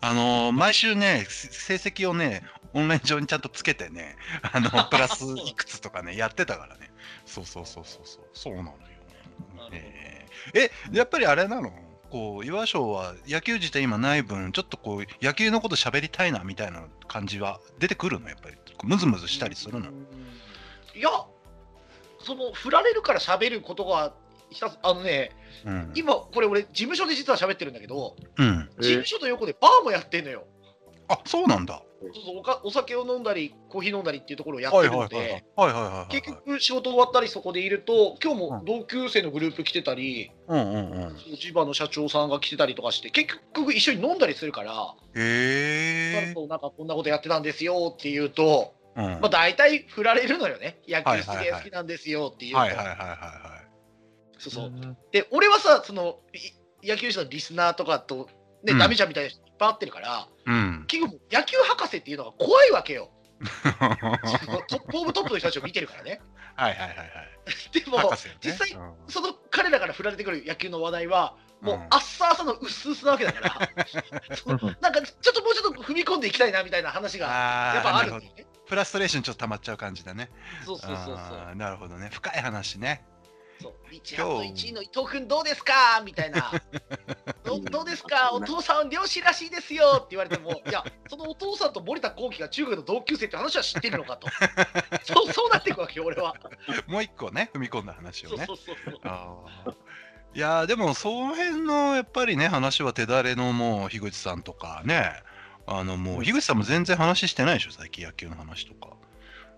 あの、毎週ね、せ成績をね、オンライン上にちゃんとつけてね、あの、 プラスいくつとかね、やってたからね。そうそうそうそうそう、そうなのよ
なるほ。ど
えーえ、やっぱりあれなのこう、岩翔は野球自体今ない分、ちょっとこう、野球のこと喋りたいなみたいな感じは出てくるのやっぱり。ムズムズしたりするの。
いやその振られるから喋ることがひたすあのね
うん。
今これ俺事務所で実は喋ってるんだけど
うん、
事務所の横でバーもやってんのよ
あ、そうなんだ。
そうそうおかお酒を飲んだりコーヒー飲んだりっていうところをやっ
は
て
い
る
はいは
の
いはい
で。
はいはいはいはい。
結局仕事終わったりそこでいると今日
う
も
ん
同級生のグループ来てたり
うんうんうん。
千葉の社長さんが来てたりとかして結局一緒に飲んだりするから
へえ。
そうなんかこんなことやってたんですよって言うと、
うん。はい
まあ、大体振られるのよね野球
は
す
いは
げ
い
え
はい
好きなんですよっていうと
はいはいはいはい。
そうそうで俺はさそのい野球人のリスナーとかと、ね
うん
ダメじゃんみたいな人いっぱい会ってるから
うん。
結局もう野球博士っていうのが怖いわ けよそのトップオブトップの人たちを見てるからね
はいはいはいはい。
でも
博士ね
実際
うん
その彼らから振られてくる野球の話題はも
う
うんあっさあさのうすうすなわけだからそうなんかちょっともうちょっと踏み込んでいきたいなみたいな話が
あー
やっぱあ
な
る
ほ
んだ
ど
よね
フラストレーションちょっと溜まっちゃう感じだね。
そうそうそうそう
あーなるほどね。深い話ね。
そう一
今
番
日
の1位の伊藤君どうですかみたいなどどうですかお父さん漁師らしいですよって言われてもいやそのお父さんと森田幸輝が中学の同級生って話は知ってるのかとそうそうなっていくわけよ俺は
もう一個ね、踏み込んだ話を
そう
ね。
そうそうそう
あーいやーでもその辺のやっぱりね話は手だれのもう樋口さんとかねあのもう樋口さんも全然話してないでしょ最近野球の話とか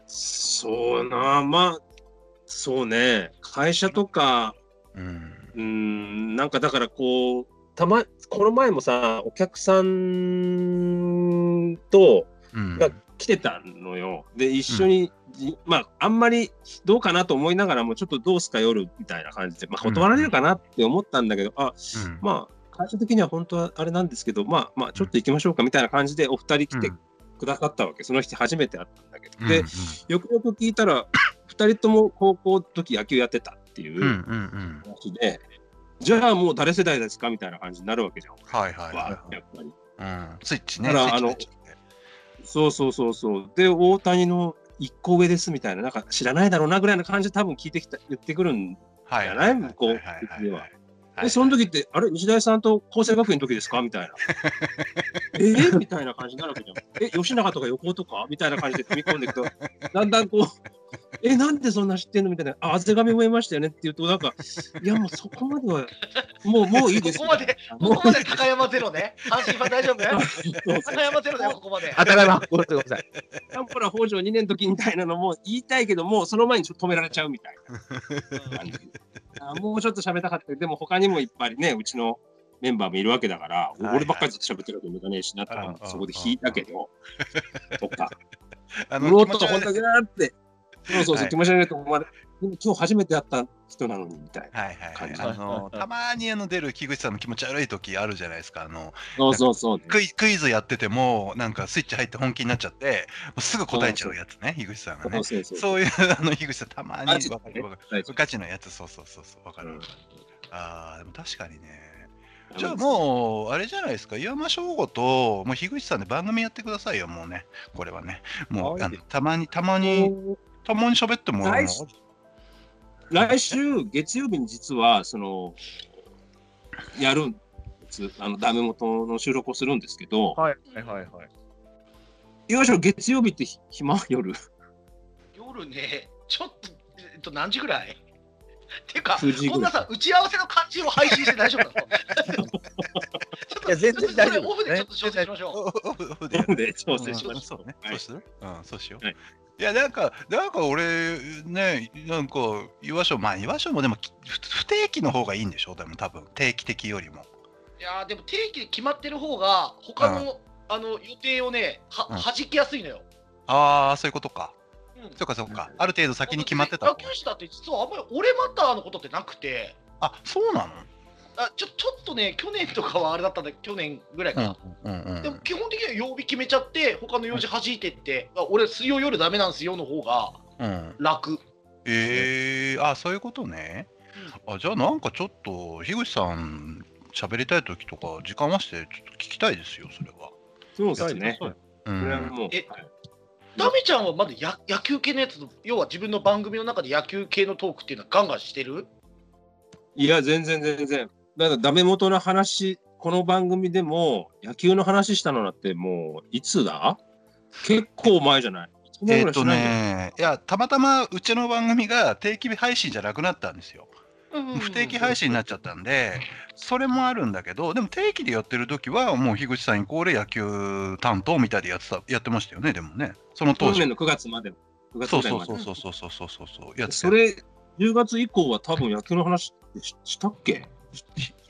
そうな、まあ、そうね、会社とか、
うん
うーん、なんかだからこう、たま、この前もさ、お客さんと、
うん
が来てたのよ。で、一緒に、じまあ、あんまりどうかなと思いながらも、ちょっとどうすか夜みたいな感じで、まあ、
うん
断られるかなって思ったんだけど、あ、
うん
まあ、会社的には本当はあれなんですけど、まあ、まあ、ちょっと行きましょうかみたいな感じで、お二人来てくださったわけ。その人初めて会ったんだけど。で、よくよく聞いたら、二人とも高校の時野球やってたっていううん
うんうん
話で、じゃあもう誰世代ですかみたいな感じになるわけじゃん。
はいはい
わ
は
ーってやっぱり。
い。うん。スイッチね。
だから
スイッチ
あの
入っちゃって
そうそうそうそう。で、大谷の一個上ですみたいな、なんか知らないだろうなぐらいの感じで多分聞いてきた、言ってくるん
はい
じゃない向こう
はいはいいい
的には
はい
で、その時って、あれ、日大さんと厚生学院の時です かみたいな。えー、みたいな感じになるわけじゃん。え、吉永とか横尾とかみたいな感じで踏み込んでいくと、だんだんこう、え、なんでそんな知ってんのみたいな、あ、汗がみもいましたよねって言うと、なんか、いや、もうそこまでは、もう、もういい です。
ここまで
あの
ここまで高山ゼロね。阪神ファン 大丈夫
あそうそう
高山ゼロだよ、ここまで。
あ、高山、ごめんなさい。
タンポラ北条2年の時みたいなのも言いたいけども、その前にちょっと止められちゃうみたいな感じ。あもうちょっと喋りたかったけどでも他にもいっぱいね、うちのメンバーもいるわけだから、
いはい
俺ばっかりずっと喋ってるわけにもいかねえしなとか
うん、
そこで引いたけど、とか、
あ
うお
の
っ
気持
と、
ち
ほ
悪い
んと
です
ぐらーって、そうそう
は
そう、
い
気持ち悪いとこまで、でも今日初めて会った人なのにみたいな。
はいはいはい
感じ
あのたまにあの出る木口さんの気持ち悪い時あるじゃないですかあの
そうそうそう。
クイクイズやっててもなんかスイッチ入って本気になっちゃってもうすぐ答えちゃうやつね樋口さんがね
そうそうそう。
そういうあの樋口さんたまに
ガチだ
わか
ね
るわか
大丈
るガチのやつそうそうそうそうわかる、
うん
あーでも確かにね
夫
じゃあもうあれじゃないですか岩間翔吾ともう樋口さんで番組やってくださいよもうねこれはねもうあのたまにたまにたまに喋ってもらう
来週来週月曜日に実はそのやるんですあのダメ元の収録をするんですけど、
はいはいはいはい。
よいしょ月曜日ってひ暇夜
夜ね、ちょっと、えっと、何時ぐらいていうか
9時、
こ
ぐ
ん
ら
ないさ、打ち合わせの感じを配信して大丈夫な のちょっと
いや全然大丈夫
それオフでちょっと調整しましょう。
オフオフでやる
で調整しま
うん
しょ
そうね、
はい
そうするうん、そうしよう。
はい
い、や、なんか、なんか俺、ね、なんか、岩所、まあ、岩所もでも、き不不定期の方がいいんでしょ、でも多分、定期的よりも。
いやーでも定期で決まってる方が他の、あの予定をねは、
うん
弾きやすいのよ。
ああ、そういうことか。
うん
そうか、そうか。ある程度先に決まってた
野
方
球
が。
したって実はあんまり俺バッターのことってなくて
あ、そうなの
あちょちょっとね去年とかはあれだったんだけど去年ぐらいかな、
うんうんう
でも
ん。
基本的には曜日決めちゃって他の用事弾いてって、あ俺水曜夜ダメなんすよの方が
うん、
楽
ええー、あそういうことね。あじゃあ、なんかちょっと、樋口さん、喋りたい時とか、時間合わせて、ちょっと聞きたいですよ、それは。
うそうですね
そう
う
これは
ん、
もう
え
はい
ダメちゃんはまだや野球系のやつの要は自分の番組の中で野球系のトークっていうのはガンガンしてる
いや全然全然だからダメ元の話この番組でも野球の話したのだってもういつ だ結構前じゃない一
え
年
ーっ
ぐらいし
と
ないんじゃない
ね、いや、たまたまうちの番組が定期配信じゃなくなったんですよ。不定期配信になっちゃったんで、それもあるんだけど、でも定期でやってる時は、もう樋口さんイコール野球担当みたいでやってたやってましたよね、でもね、その当
去
時。
年の9月まで9月
そう
ぐらい
そ
ま
う
で
そうそうそうそうそうそうそう。やってた
それ、10月以降は多分野球の話ってししたっけ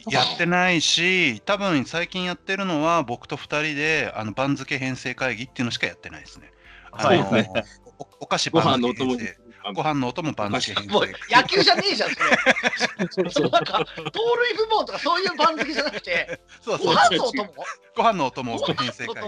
やってないし、多分最近やってるのは、僕と2人であの番付編成会議っていうのしかやってないですね。あの
そうです
おお菓子
ご
番
飯のお
付
供
編
に
成。。ご飯のお供番付編
もう
成。
野球じゃねえじゃん、それ。そのなんか、盗塁部門とかそういう番付じゃな くて、
そうそ
ご
う。
飯のお供
ご飯のお供
ご
編
飯
成
のお
会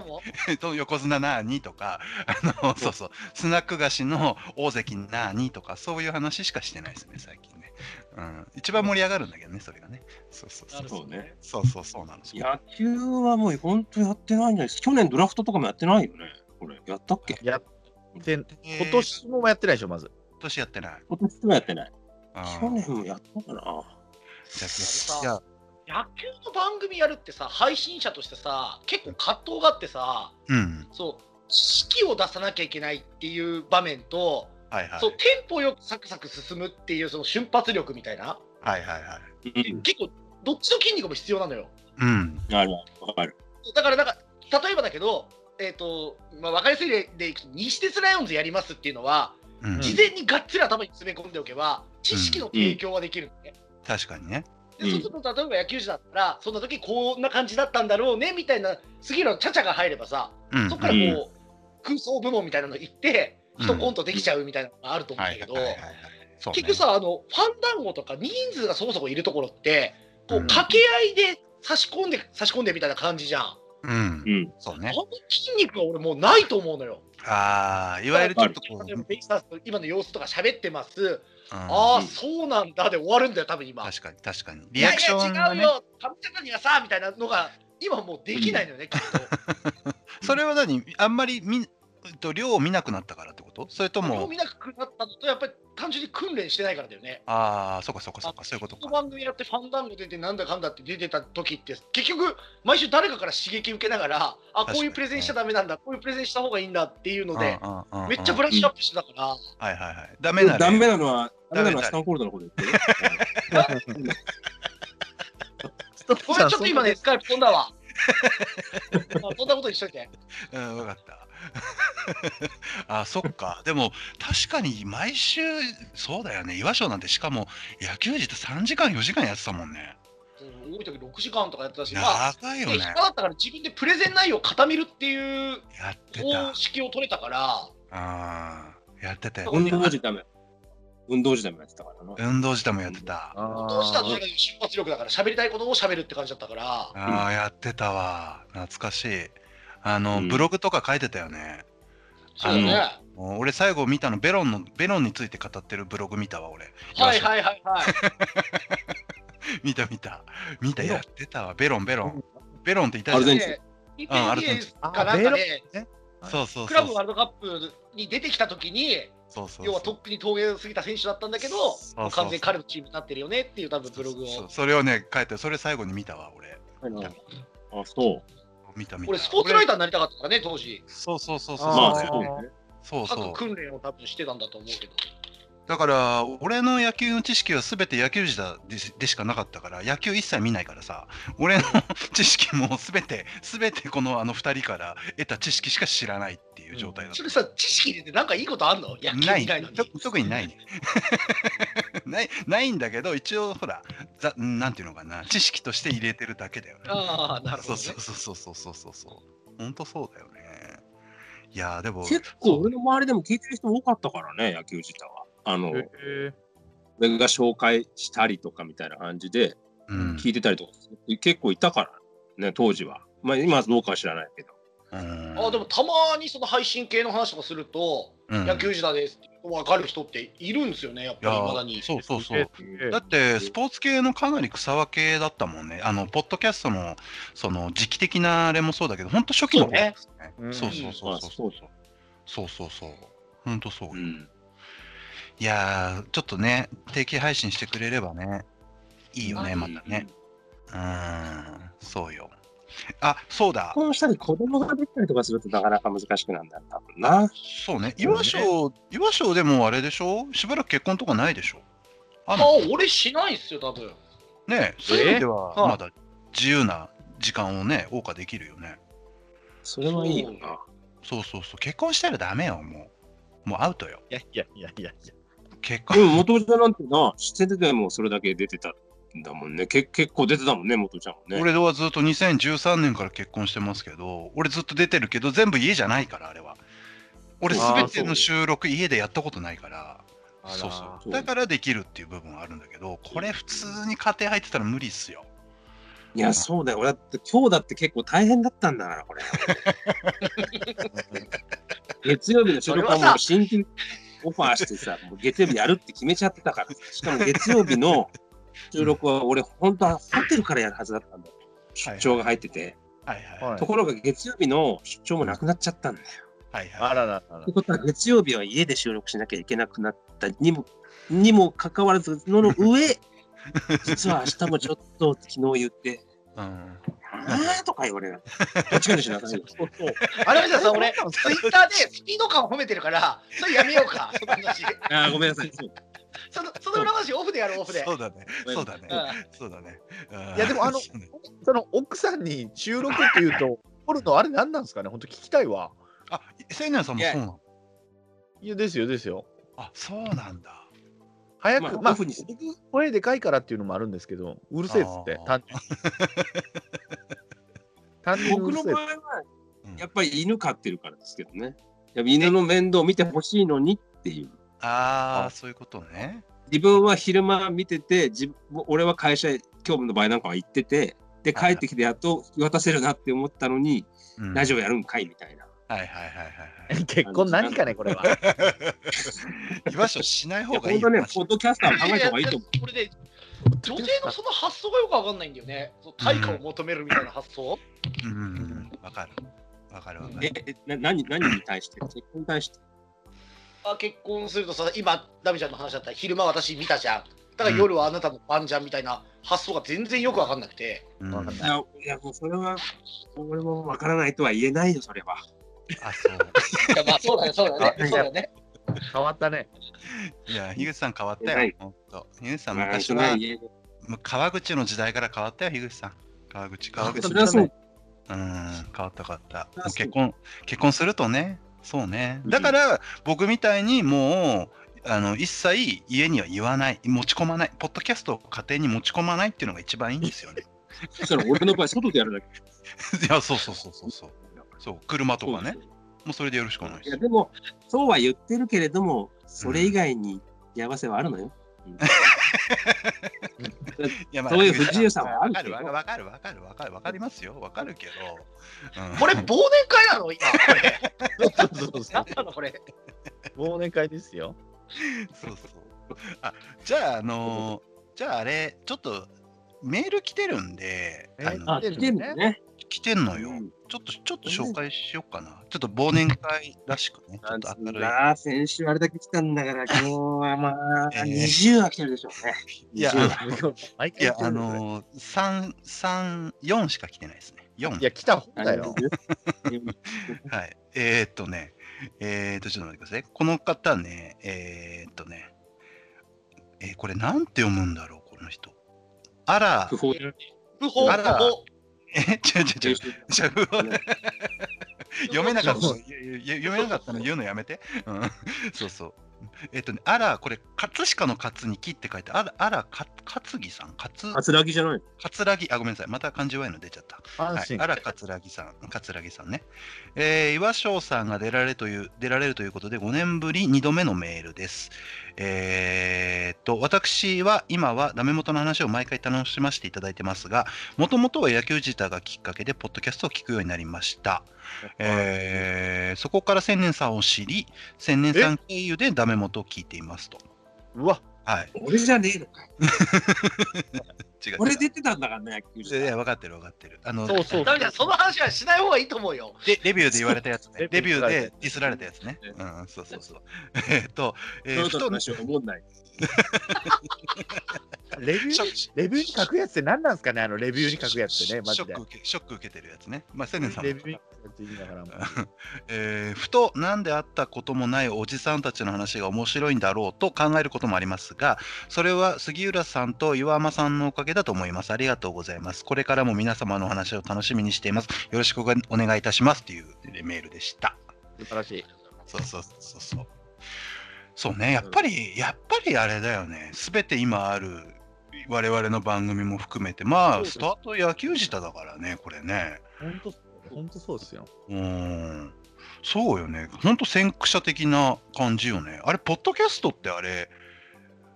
議。
供
と横綱なーにとかあのそうそうスナック菓子の大関なーにとかそういう話しかしてないですね最近ね、うん、一番盛り上がるんだけどねそれがねそうそうそう
そうね。
そうそうそうなんですよ
野球はもう本当やってないんじゃないです去年ドラフトとかもやってないよね。これ、やったっけ
やってん、
えー
今年もやってないでしょ、まず。
今年やってない
今年もやってない。
あー
去年もやったかな。
いや
野球の番組やるってさ、配信者としてさ、結構葛藤があってさ、
うん
そう、指揮を出さなきゃいけないっていう場面と、
はいはい
そうテンポよくサクサク進むっていうその瞬発力みたいな、
はいはいはい
うん。
結構、どっちの筋肉も必要なのよ。
うん
あるわかる。
だからなんか例えばだけど、えっとまあ、分かりやすい例でいくと西鉄ライオンズやりますっていうのは、
うん、
事前にがっつり頭に詰め込んでおけば知識の提供はできるんだね。
確かにね
うん
でそうすると例えば野球児だったらそんな時こんな感じだったんだろうねみたいな次のちゃちゃが入ればさ
うん
そこからこう、空想部門みたいなの行って
うん
一コントできちゃうみたいなのがあると思うん
は
だ
い
け
はい
ど
はいはいそうね
結局さあのファン団子とか人数がそこそこいるところってこう
うん
掛け合いで差し込んで差し込んでみたいな感じじゃん。
うん
う。ん。
そう
あ
ね。
の筋肉は俺もうないと思うのよ。
ああ、いわゆるちょっとこう、
でもベイスターズの今の様子とか喋ってます。
あ
ああ、そうなんだで終わるんだよ、多分今。
確かに確かに。リアクション
いやいや
が
違う
ね。
よ、神様にはさ、みたいなのが今もうできないのよね、きっと。
それは何あんまりみと量を見なくなったからってことそれと
もう
も
見、なくなったのと、やっぱり単純に訓練してないからだよね。
ああ、そうかそうかそうか、そういうこと
この
か。
番組やってファンダンゴ出てなんだかんだって出てた時って結局毎週誰かから刺激受けながらあこういうプレゼンしちゃダメなんだこういうプレゼンした方がいいんだっていうので
うんうんうんうん
めっちゃブラッシュアップして たから
はいはいはい。ダメな
ダ
例
メなのは、ダ
ダメだね
メなのはスタンコールドのこと言ってる。
ごめんちょっと今ねスカイプ飛んだわ あ飛んだことにしといて
うん、分かった。 あ、そっか。でも、確かに毎週、そうだよね。岩章なんて、しかも野球時って3時間、4時間やってたもんね。
うん多い時6時間とかやってたしまあ
長いよ
で
ね
暇。だったから自分でプレゼン内容を固めるっていう
やって
方式を取れたから
た。あーやってた よ
運動時ダメ。運動時ダメやってたからな。
運動時でもやってた。
あ
どうしたとにかく出発力だから喋りたいことを喋るって感じだったから
ああ、やってたわ。懐かしい。あの、
うん
ブログとか書いてたよね。
そうだね
もう俺最後見たのベロンのベロンについて語ってるブログ見たわ俺。
はいはいはいはい
見た見た見たやってたわベロンベロンベロンっていた
アル
じゃ
ゼ
ん
ン。チン。
2
うんあ
0
れ
0かなんかで、
そうそう
ク
そ
ラ
う
ブワールドカップに出てきたときに、
そうそうそう。
要はとっくに峠を過ぎた選手だったんだけど、
そうそうそう
もう完全に彼のチームになってるよねっていう、多分ブログを。
そうそうそれをね書いてそれ最後に見たわ俺。
あ、そう。
見た見た。
俺、スポーツライ
ター。
ターになりたかったからね、当時。
そうそうそうそう。
まあ、
そうだ
そ
よ
うね。
そうそう
各訓練を多分してたんだと思うけど。
だから俺の野球の知識は全て野球児だでしでしかなかったから野球一切見ないからさ俺の知識も全て全てこのあの2人から得た知識しか知らないっていう状態だった
それさ、知識入れてなんかいいことあんの野球
ない
以外のに
と特にないね ないないんだけど一応ほらざなんていうのかな知識として入れてるだけだよね
ああ、なるほど、ね。
そうそうそうそうそうそうそう本当そうだよねいやーでも
結構、俺の周りでも聞いてる人多かったからね、野球自体は。あの、俺が紹介したりとかみたいな感じで
うん
聞
う
いてたりとか、結構いたからね、当時は。まあ、今はどうかは知らないけど。
ん
ああでもたまにその配信系の話とかすると、
うん
野球児だですって分かる人っているんですよね、やっ
いや
ぱり
ー
まだに。
そうそうそ
え
うだってスポーツ系のかなり草分けだったもんねあのポッドキャストのその時期的なあれもそうだけど本当初期の頃ですね
そうね
そうそうそうそう
そうそう。
そうそうそう本当そう、
う
い
ん。
やーちょっとね定期配信してくれればねいいよね
うん
またねうんそうよあそうだ
この下に子供ができたりとかするとなかなか難しくなんだよ、多分な。
そうね岩章岩章でもあれでしょしばらく結婚とかないでしょあ
あ
の
ー俺しないっすよ、多分。
ねそういう意味ではまだ自由な時間をね謳歌できるよね
それはいいよな。
そうそうそう、結婚したらダメよ、もう。もうアウトよ。
いやいやいやいやいや。
結
でも
婚。
元ちゃんなんてな、しててでもそれだけ出てたんだもんね。け結構出てたもんね、元ちゃんもね。
俺はずっと2013年から結婚してますけど、俺ずっと出てるけど、全部家じゃないから、あれは。俺、す
あー
べての収録、家でやったことないから、そうそう。
そう
だからできるっていう部分はあるんだけど、これ、普通に家庭入ってたら無理っすよ。
いや、そうだよ。俺だって今日だって結構大変だったんだから、 これ。月曜日の収録はもう新規オファーしてさ、もう月曜日やるって決めちゃってたから。しかも月曜日の収録は俺、本当はホテルからやるはずだったんだよ。出張が入ってて。
はいは
はい
ところが月曜日の出張もなくなっちゃったんだよ。
い。はいは
あ
い。
ららら
ってことは月曜日は家で収録しなきゃいけなくなったにもにもかかわらずのの 上実は明日もちょっと昨日言って
うん。
「ああ」とか言われるどっちかにしなさいよ
あれじゃさん、俺、ツイッターでスピード感を褒めてるから、それやめようか、その 話。
ああごめんなさいそう
そのその裏話、オフでやろう、オフで。
そうだね。そうだね
う。ん
そうだね。
いやでもあ の
そうね
その奥さんに収録っていうと、撮るのあれ何なんですかね本当聞きたいわ。
あ、せいなさんもそうなの
いや、ですよ、ですよ。
あ、そうなんだ。
早
まあ
く、まあ、
オフにする
僕、声でかいからっていうのもあるんですけど、うるせえっつって
あー、
単純に。単純にう
僕
る
の
せえ
場合
っつっ
は
うん
やっぱり犬飼ってるからですけどねやっぱ犬の面倒を見てほしいのにっていう
ああ、そういうことね。
自分は昼間見てて自分俺は会社業務の場合なんかは行っててで帰ってきてやっと引き渡せるなって思ったのに、
うん
ラジオやるんかいみたいな。
はいはいはいはい
結婚何かね、これ は。
はい。居場所しない方がい
本
いよ。
当ね
マ、ジ
ポ
で
ッドキャスターは考えた方がいい と思う。
これで女性のその発想がよくわかんないんだよね。その対価を求めるみたいな発想。
うんうんうんわかる。わかるわか
え
る。、
えな何何に対して結婚に対して
あ結婚するとさ、今、ダミちゃんの話だったら昼間私見たじゃん。だから夜はあなたの番じゃんみたいな発想が全然よくわかんなくて。
うん
わかん
いや、いやもうそれは、俺もわからないとは言えないよ、それは。
あ、そう。
いやまあそうだね、そうだね。そうだね。
変わったね。
い や、樋口さん変わった
は
よ
い。
ほんと。樋口さん
まあ
昔
それは
は、
言えない
もう川口の時代から変わったよ、樋口さん。川口、川口。
そうれはそう。
ん、変わった変わった。
そう
もう結婚、結婚するとね、そうね。だから、僕みたいにもう、あの一切家には言わない、持ち込まない、ポッドキャストを家庭に持ち込まないっていうのが一番いいんです よね。
そしたら俺の場合、外でやるだけ。
いや、そうそうそうそうそう。そう、車とかね。もうそれでよろしくお願い
い
しま
や、
す。
でも、そうは言ってるけれども、それ以外に幸せはあるのよ。
いやま
そういう不自由さはあ
わ
るけ
かる
ど
わかるわかるわかるわかりますよ。わかるけど。うん
これ忘年会なの今、これ。
そうそうそう
何なのこれ。
忘年会ですよ。
そうそう。あじゃあ、あのーじゃああれ、ちょっとメール来てるんで、
えー
あの
あ、来てるのね。
来てんのよ。
うん
ちょっと、ちょっと紹介しようかな。ちょっと忘年会らしくね。ちょっと明るい。
なあ、先週あれだけ来たんだから、今日はまあ、
えー
20は来てるでしょうね。
いや、
20
あ
は
毎
い
回
や
来、て
あ
るね
のー、3、三4しか来てないですね。4。
いや、来た方だよ。
はい。えー、っとね、えー、っと、ちょっと待ってください。この方ね、えー、っとね、えーこれなんて読むんだろう、この人。あら
不、法だよ
不法
あ
不
ら
法。
え、違う違う違う。じゃあ読めなかった
そ
の読めなかったの言うのやめて。うん、そうそう。えっとね、あら、これ、葛飾の勝に木って書いて、あら、あら、か勝木さん、勝、
あつらぎじゃない。
桂木、あ、ごめんなさい、また漢字弱いの出ちゃった。
阪
は
神
い、あら、桂木さん、桂木さんね。えー岩翔さんが出られるという、出られるということで、5年ぶり2度目のメールです。えーっと、私は今はダメ元の話を毎回楽しませていただいてますが、もともとは野球自体がきっかけで、ポッドキャストを聞くようになりました。えーそこから千年さんを知り、千年さん経由でダメ元を聞いていますと。
うわ、
はい。
俺じゃねえのか。
違う違う
俺出てたんだからね、野球
いやいや、分かってる分かってる。あの、
そうそう
ダメちゃん、その話はしない方がいいと思うよ。
でレビューで言われたやつね。レ
レ
ビ
ビ
ュ
ュ
ー
ー
でディスられたやつね。うん、そうそうそう。えーっと、えー
トヨ
ふ
タの
と
話は思んない。
レビュ
ショッ
ー、
ク
レビューに書くやつって何なんですかね、あのレビューに書くやつってね、マ
シ
ジ
ョッ
で
ク。受けショック受けてるやつね。まあ、千年さんも
レビューに書くやついいんだから、もう
えーふと何であったこともないおじさんたちの話が面白いんだろうと考えることもありますがそれは杉浦さんと岩間さんのおかげだと思いますありがとうございますこれからも皆様のお話を楽しみにしていますよろしくお願いいたしますというメールでした
素晴らしい。
そうそうそうそうそうねやっぱりやっぱりあれだよね全て今ある我々の番組も含めてまあスタート野球舌だからねこれね
本当、本当そうですよ。
うーんそうよね。ほんと先駆者的な感じよね。あれ、ポッドキャストってあれ、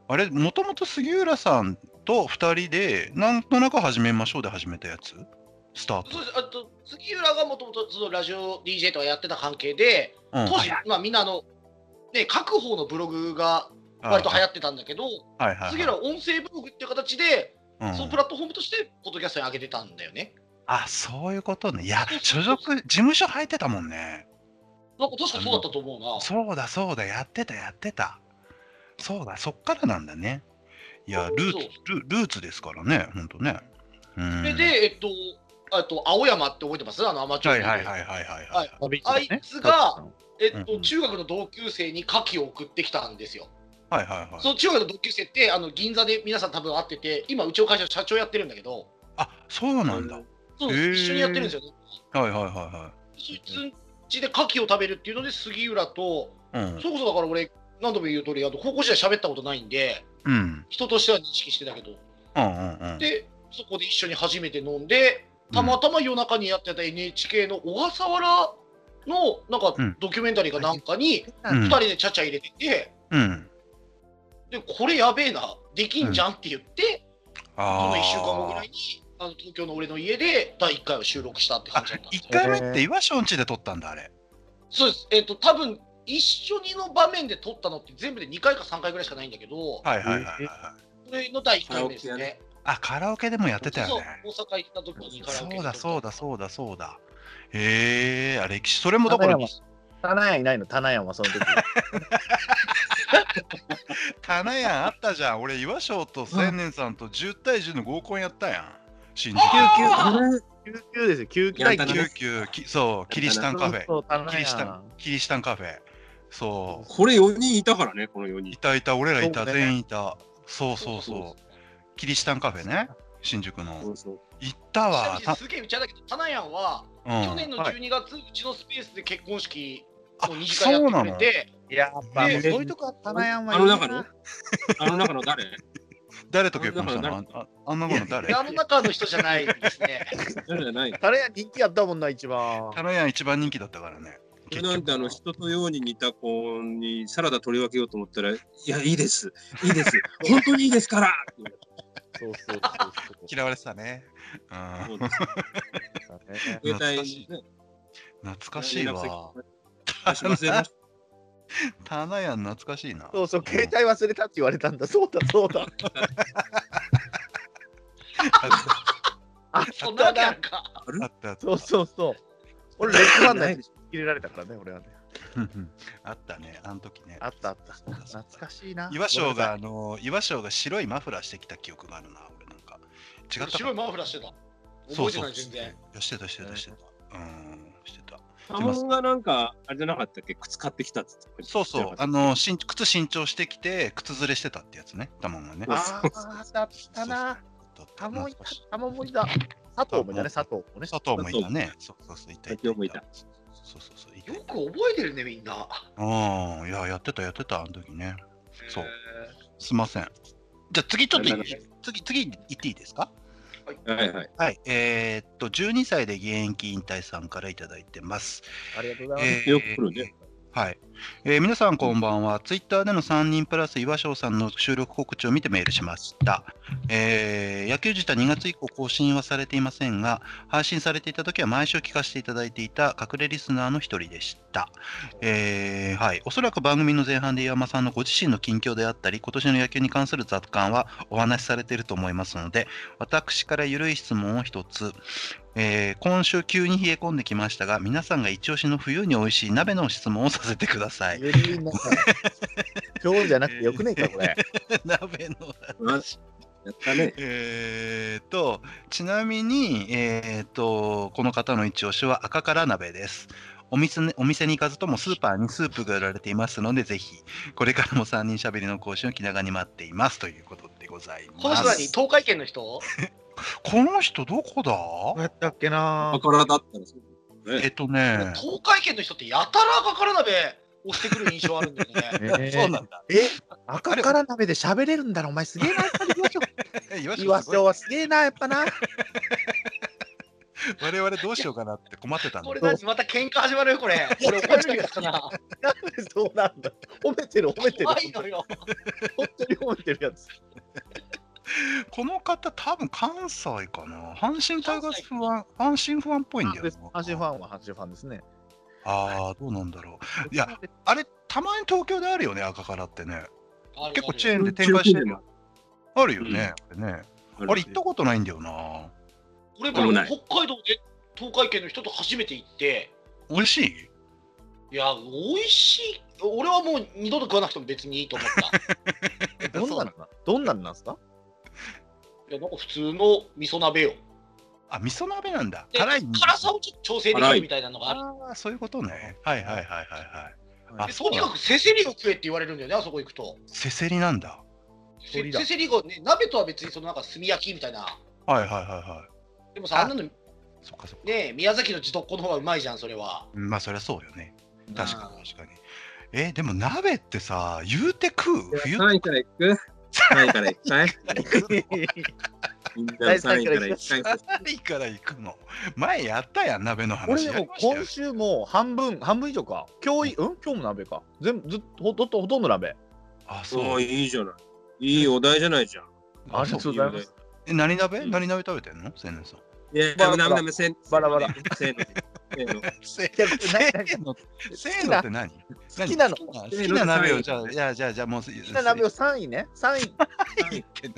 あれ、もともと杉浦さんと2人で、なんとなく始めましょうで始めたやつスタート
そう。ですあと杉浦がもともとそのラジオ DJ とかやってた関係で、
うん
当時、まあ、みんなあの、ね、各方のブログが割と流行ってたんだけど、
はいはいはい
杉浦は音声ブログっていう形で、
うん
そのプラットフォームとして、ポッドキャストに上げてたんだよね。
あ、そういうことね。いや、所属、事務所入ってたもんね。
なんか確かそうだったと思うな。
そうだ、そうだ、やってた、やってた。そうだ、そっからなんだね。いや、ルーツ
そう、
ルルーツですからね、ほんとね。うん。
それで、えっと、あと青山って覚えてますあのアマチュア
は
の
いはいはいはいはいはい。
旅
あいつが、えっと
うんうん
中学の同級生に牡蠣を送ってきたんですよ。
はいはいはい
そ。の中学の同級生ってあの銀座で皆さん多分会ってて今うちの会社の社長やってるんだけど
あそうなんだ。は
そう
へー
一緒にやってるんですよね。
いはいは
そいつんちで牡蠣を食べるっていうので杉浦と
いはい。
それこそだから俺何度も言う通りあの高校時代喋ったことないんで
うん。うん。
人としては認識してたけど
うんうんうん。
でそこで一緒に初めて飲んでたまたま夜中にやってた NHK の小笠原のなんか
うん
ドキュメンタリーかなんかに
うん
2人でちゃちゃ入れてて、
うん。
でこれやべえなできんじゃんって言って、
あ
そ
あ。
の1週間後ぐらいにあの東京の俺の家で第1回を収録したって感じだったんです
1
よ。
回目って岩松んちで撮ったんだあれ
そうです。えっ、と、多分一緒にの場面で撮ったのって全部で2回か3回ぐらいしかないんだけど、
はいはいはいはいはい
それの第1回目です
カラオケや
ね。
あカラオケでもやってたよね
そう大阪行った時にカラオケ
そうだそうだそうだそうだへえあ歴史それもだから
カメラ棚屋いないの、棚屋はその時。
棚屋あったじゃん俺岩松と千年さんと10対10の合コンやったやん新宿
救急ですよ、救急
や
隊
ったね
救急きそうキリシタンカフェ
そう、棚
キリシタ
屋
ン。キリシタンカフェそ
これ4人いたからね、この4
うい
人。
たいた俺らいた、
そうね
全員いたそうそうそうキリシタンカフェね新宿
そ
の
うそう
行ったわ
ちなみ
た
にすげえうちゃだけど、タナヤンは、
うん
去年の
はい
12月、うちのスペースで結婚式
あ
の二次会や
そうな
ってくれ
の
て、
やっぱ、
で
そういうとこは棚屋はいいな
あの中のあの中の誰
誰と結婚したの
あ
あああんなこと誰
であの中の人じゃないで すね。
誰じゃない
棚屋人気やったもんな、一番。
タナヤン一番人気だったからね
俺なんてあの人とように似た子にサラダ取り分けようと思ったら、いや、いいです、いいです、本当にいいですからって
そ
言
うそうそうそう
嫌われてたねうん
われた
そうだ
懐
ね。
携
か
帯
しい
にね
懐かしい
連
わ
絡先出し忘れました
タナヤン懐かしいな
そうそう、携帯忘れたって言われたんだ。そうだ、そうだ。あ
そん
っ
な
た
わけなん
な。
か。
あったあった
そうそうそう。俺、レッドバンダ
な
イ
いでしょ
入れられたからね、俺はね。
うんあったねあの時ね
あったあった。
そうだそうだ
懐かしいな。
岩翔が、あの、岩翔が白いマフラーしてきた記憶があるな、俺なんか。違ったか
白いマフラーしてた。覚えてない、全
い
然。
や、してた、してた、してた。うん、してた。
家紋がなんか、あれじゃなかったっけ、靴買ってきたっつって。
そうそう、あの、しん靴新調してきて、靴ずれしてたってやつね、タモンがね。
ごめんなさいあー、だったな。
そうそう、
タモンい
懐
た
かしい、
タモンもいた。佐藤もいたね、佐藤もね。
佐藤もいたね。そうそうそう、いた。
佐藤もいた。
そうそうそう、いた
よ
い
く
た。
覚えてるね、みんな。
うん、いや、やってた、やってた、あの時ね。そうすいません。じゃあ次ちょっといい
なんだろ
次、次行っていいですか
はいはい。
はい。えーっと、12歳で現役引退さんからいただいてます。
ありがとうございます。
えー
よく来るね。
はい、えー皆さんこんばんは。ツイッターでの3人プラス岩翔さんの収録告知を見てメールしました。えー野球自体2月以降更新はされていませんが、配信されていた時は毎週聞かせていただいていた隠れリスナーの一人でした。えーはい、おそらく番組の前半で岩間さんのご自身の近況であったり、今年の野球に関する雑感はお話しされていると思いますので、私からゆるい質問を一つ。えー今週急に冷え込んできましたが、皆さんが一押しの冬に美味しい鍋の質問をさせてください。
ゆるいな。今日じゃなくてよくねえか、これ。
鍋の、
あやったね。
えーと、ちなみに、えーと、この方の一押しは赤から鍋です。お店ねお店に行かずともスーパーにスープが売られていますので、ぜひ、これからも3人しゃべりの更新を気長に待っていますということでござい
この
ま
人
す。
何東海圏の人
この人どこだ
どうやったっけな
だ。からだったらそう、
え
ね
っ。とね、
東海圏の人ってやたらかから鍋押してくる印象あるん だよね。
え
そうなん だ。
え、赤から鍋で喋れるんだろ、お前 すげえな、やっぱり岩城
岩城
岩
すごい
城はすげえな、やっぱな。
我々どうしようかなって困ってたんだ
こ
け
れ
ど
何また喧嘩始まる よこれ。これおかしいやつかな。
なんで そうなんだ。褒めてる、褒めてる。
怖いのよ。
本当に褒めてるやつ。
この方多分関西かな阪神タイガースファン阪神ファンっぽいんだよな
阪神ファンは阪神ファンですね。
ああどうなんだろういやあれたまに東京であるよね赤からってね結構チェーンで展開してるあるよね、あれねあれ行ったことないんだよな
俺
俺も
も
ない
北海道で東海圏の人と初めて行って、
美味しい
いや美味しい。俺はもう二度と食わなくても別にいいと思 った。
どんなんなんどんなんなんです か
いやなんか普通の味噌鍋よ。
あ味噌鍋なんだ
で
辛いんだ
辛さをちょっと調整できるみたいなのがある。
ああそういうことねはいはいはいはいはいあ
でとにかくせせりを食えって言われるんだよねあそこ行くと。
せせりなんだ
せ
鳥だ
せせりがね鍋とは別にそのなんか炭焼きみたいな。
はいはいはいはい
でもさ
あ
あんなのね
そっかそっか
え宮崎の地どっこの方がうまいじゃんそれは。
まあそりゃそうよね確かに確かにえでも鍋ってさ言うて食う冬
3位から行く ?3 位から行くかいみんな3位から行くかい
ないから行くの前やったやん鍋の
俺
話
で
や
も
りましたよ
今週も半分、半分以上か。今日い、うん今日も鍋か。全部、ずっと、ほとんどほとんど鍋。
あそ
そ、
うう
いいじゃない。いいお題じゃないじゃん。
ありがとうございます。
え何鍋、何鍋食べてんの青年さん。
いや、
バラ
ダメ
バラ
ダメダメ、せん。
バラバラ
せん。せんの。
せ
じゃ
ーのせーのって何
好きなの
好きな好きな鍋をじゃあ、じゃあ、じゃあ、じゃあもう好き
好きな鍋を3位ね。3位、
いって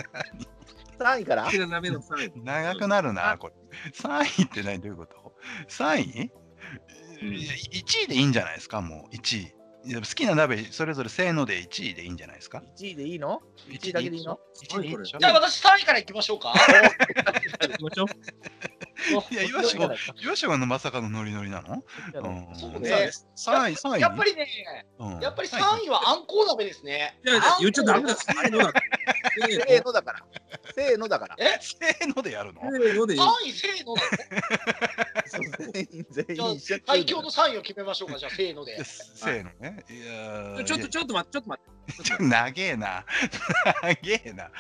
3位から
好きな鍋の3位。
な長くなるな、これ。3位って何どういうこと ?3 位、いや ?1 位でいいんじゃないですか、もう1位。いや好きな鍋、それぞれせーので1位でいいんじゃないですか
1位でいいの ?1 位だけでいいの
すごいこれ。
じゃあ私3位からいきましょ うか。
行きましょう。
いや、岩
そう
城、岩城がまさかのノリノリなのん
そう
ね
ね。
3位、3位。
やっぱりね、
うん、
やっぱり3位はあんこう鍋ですね。
いやいや
あんこう
言っちゃダメだ。せーの だ。
せーのだから。せーのだから。
せーのでやるの
せーのでいい。
3位せーのだ。
そう全員全員一緒ってい
最
うの
強の3位を決めましょうか、じゃあせーの で。
せーのね。いやー
ちょっと、
い
ちょっと待って、ちょっと待ってちょっと待
や 長えな。長えな。
は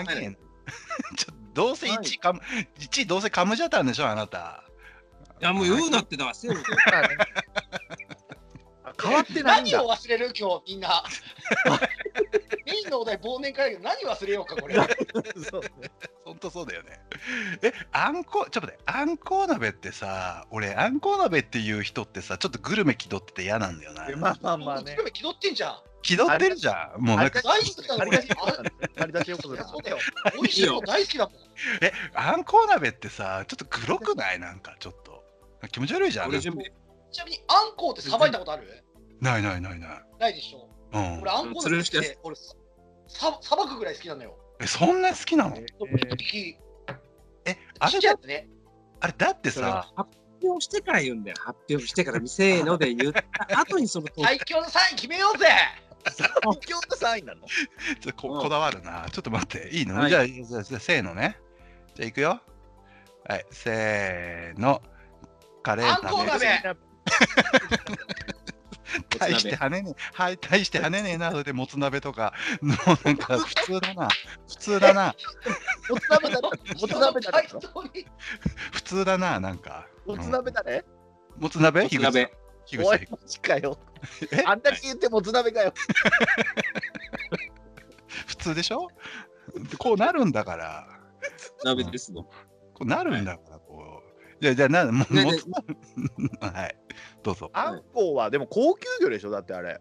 い
長えな。 ちょっとどうせ1位かむ、1位どうせカムジャタンでしょ、あなた。
って。いや、もう言うなってだわ、せーので。
まあねあ変わってないん
何
だ
を。忘れる今日み んな。メインのお題忘年会だけど何忘れようかこれ。
そうね
ほんとそうだよね。え、あんこ、ちょっと待って、あんこう鍋ってさ、俺、あんこう鍋っていう人ってさ、ちょっとグルメ気取ってて嫌なんだよな。
まあまあまあ
もう
ね。
全部気取ってんじゃん。
気取ってるじゃん。もうなんか、
大好きだ
あ
もん
りが
俺。
ちよく
あ
ありがちよ
そ
く
りゃ
だ
そうだよ。美味しいの大好きだもん。
え、あんこう鍋ってさ、ちょっと黒くないなんか、ちょっと。気持ち悪いじゃん。
俺準備。
ちなみにあんこうってさばいたことある
ないないないない。
ないでしょ。
うん
俺、あんこうなん
吊るして
て、俺さ、ささばくぐらい好きなのよ。
え、そんな好きなの
一匹。
え、あ
ちっ
れ
ちゃ
だ
いやつね。
あれだって
それは
さ、
発表してから言うんだよ。発表してから、せーので言った後にそのトー
最強の3位決めようぜ
最強の3位なの
ちょっとこ
うん
こだわるな。ちょっと待って、いいの、
はい
じゃあ、じゃあじゃあせーのね。じゃあ、いくよ。はい、せーの。カレー
あんこう
食べ
鍋
ク
大して跳ねねえ、はい、大して跳ねねえな、それでもつ鍋とか、 もうなんか普通だな、普通だな、
もつ鍋だった もつ鍋だった
人の回答に
普通だな、なんか。
もつ鍋だね
うんもつ鍋
もつ鍋
樋口
お
さん
い
樋口
マジかよ
え
あんだけ言ってもつ鍋かよ
さん普通でしょこうなるんだから、
鍋ですの。
こうなるんだから、こう。じゃあ、じゃあ、なも
ね
もつ鍋。 はい、どうぞ。
あんこうはでも高級魚でしょだってあれ
いや、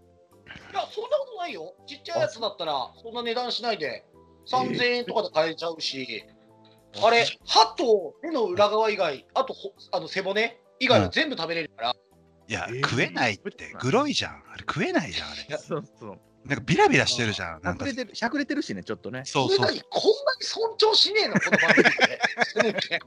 そんなことないよ。ちっちゃいやつだったら、そんな値段しないで、3000円とかで買えちゃうし、あれ、歯と手の裏側以外、あとほあの背骨以外は全部食べれるから、
いや、
えー
食えないって、グロいじゃん。あれ食えないじゃん、あれ。
そうそう
なんかビラビラしてるじゃん。なん
百
か
れてる百れてるしねちょっとね
そう
それ
そ
な
う。
にこんなに尊重しねえの、この番組で。それって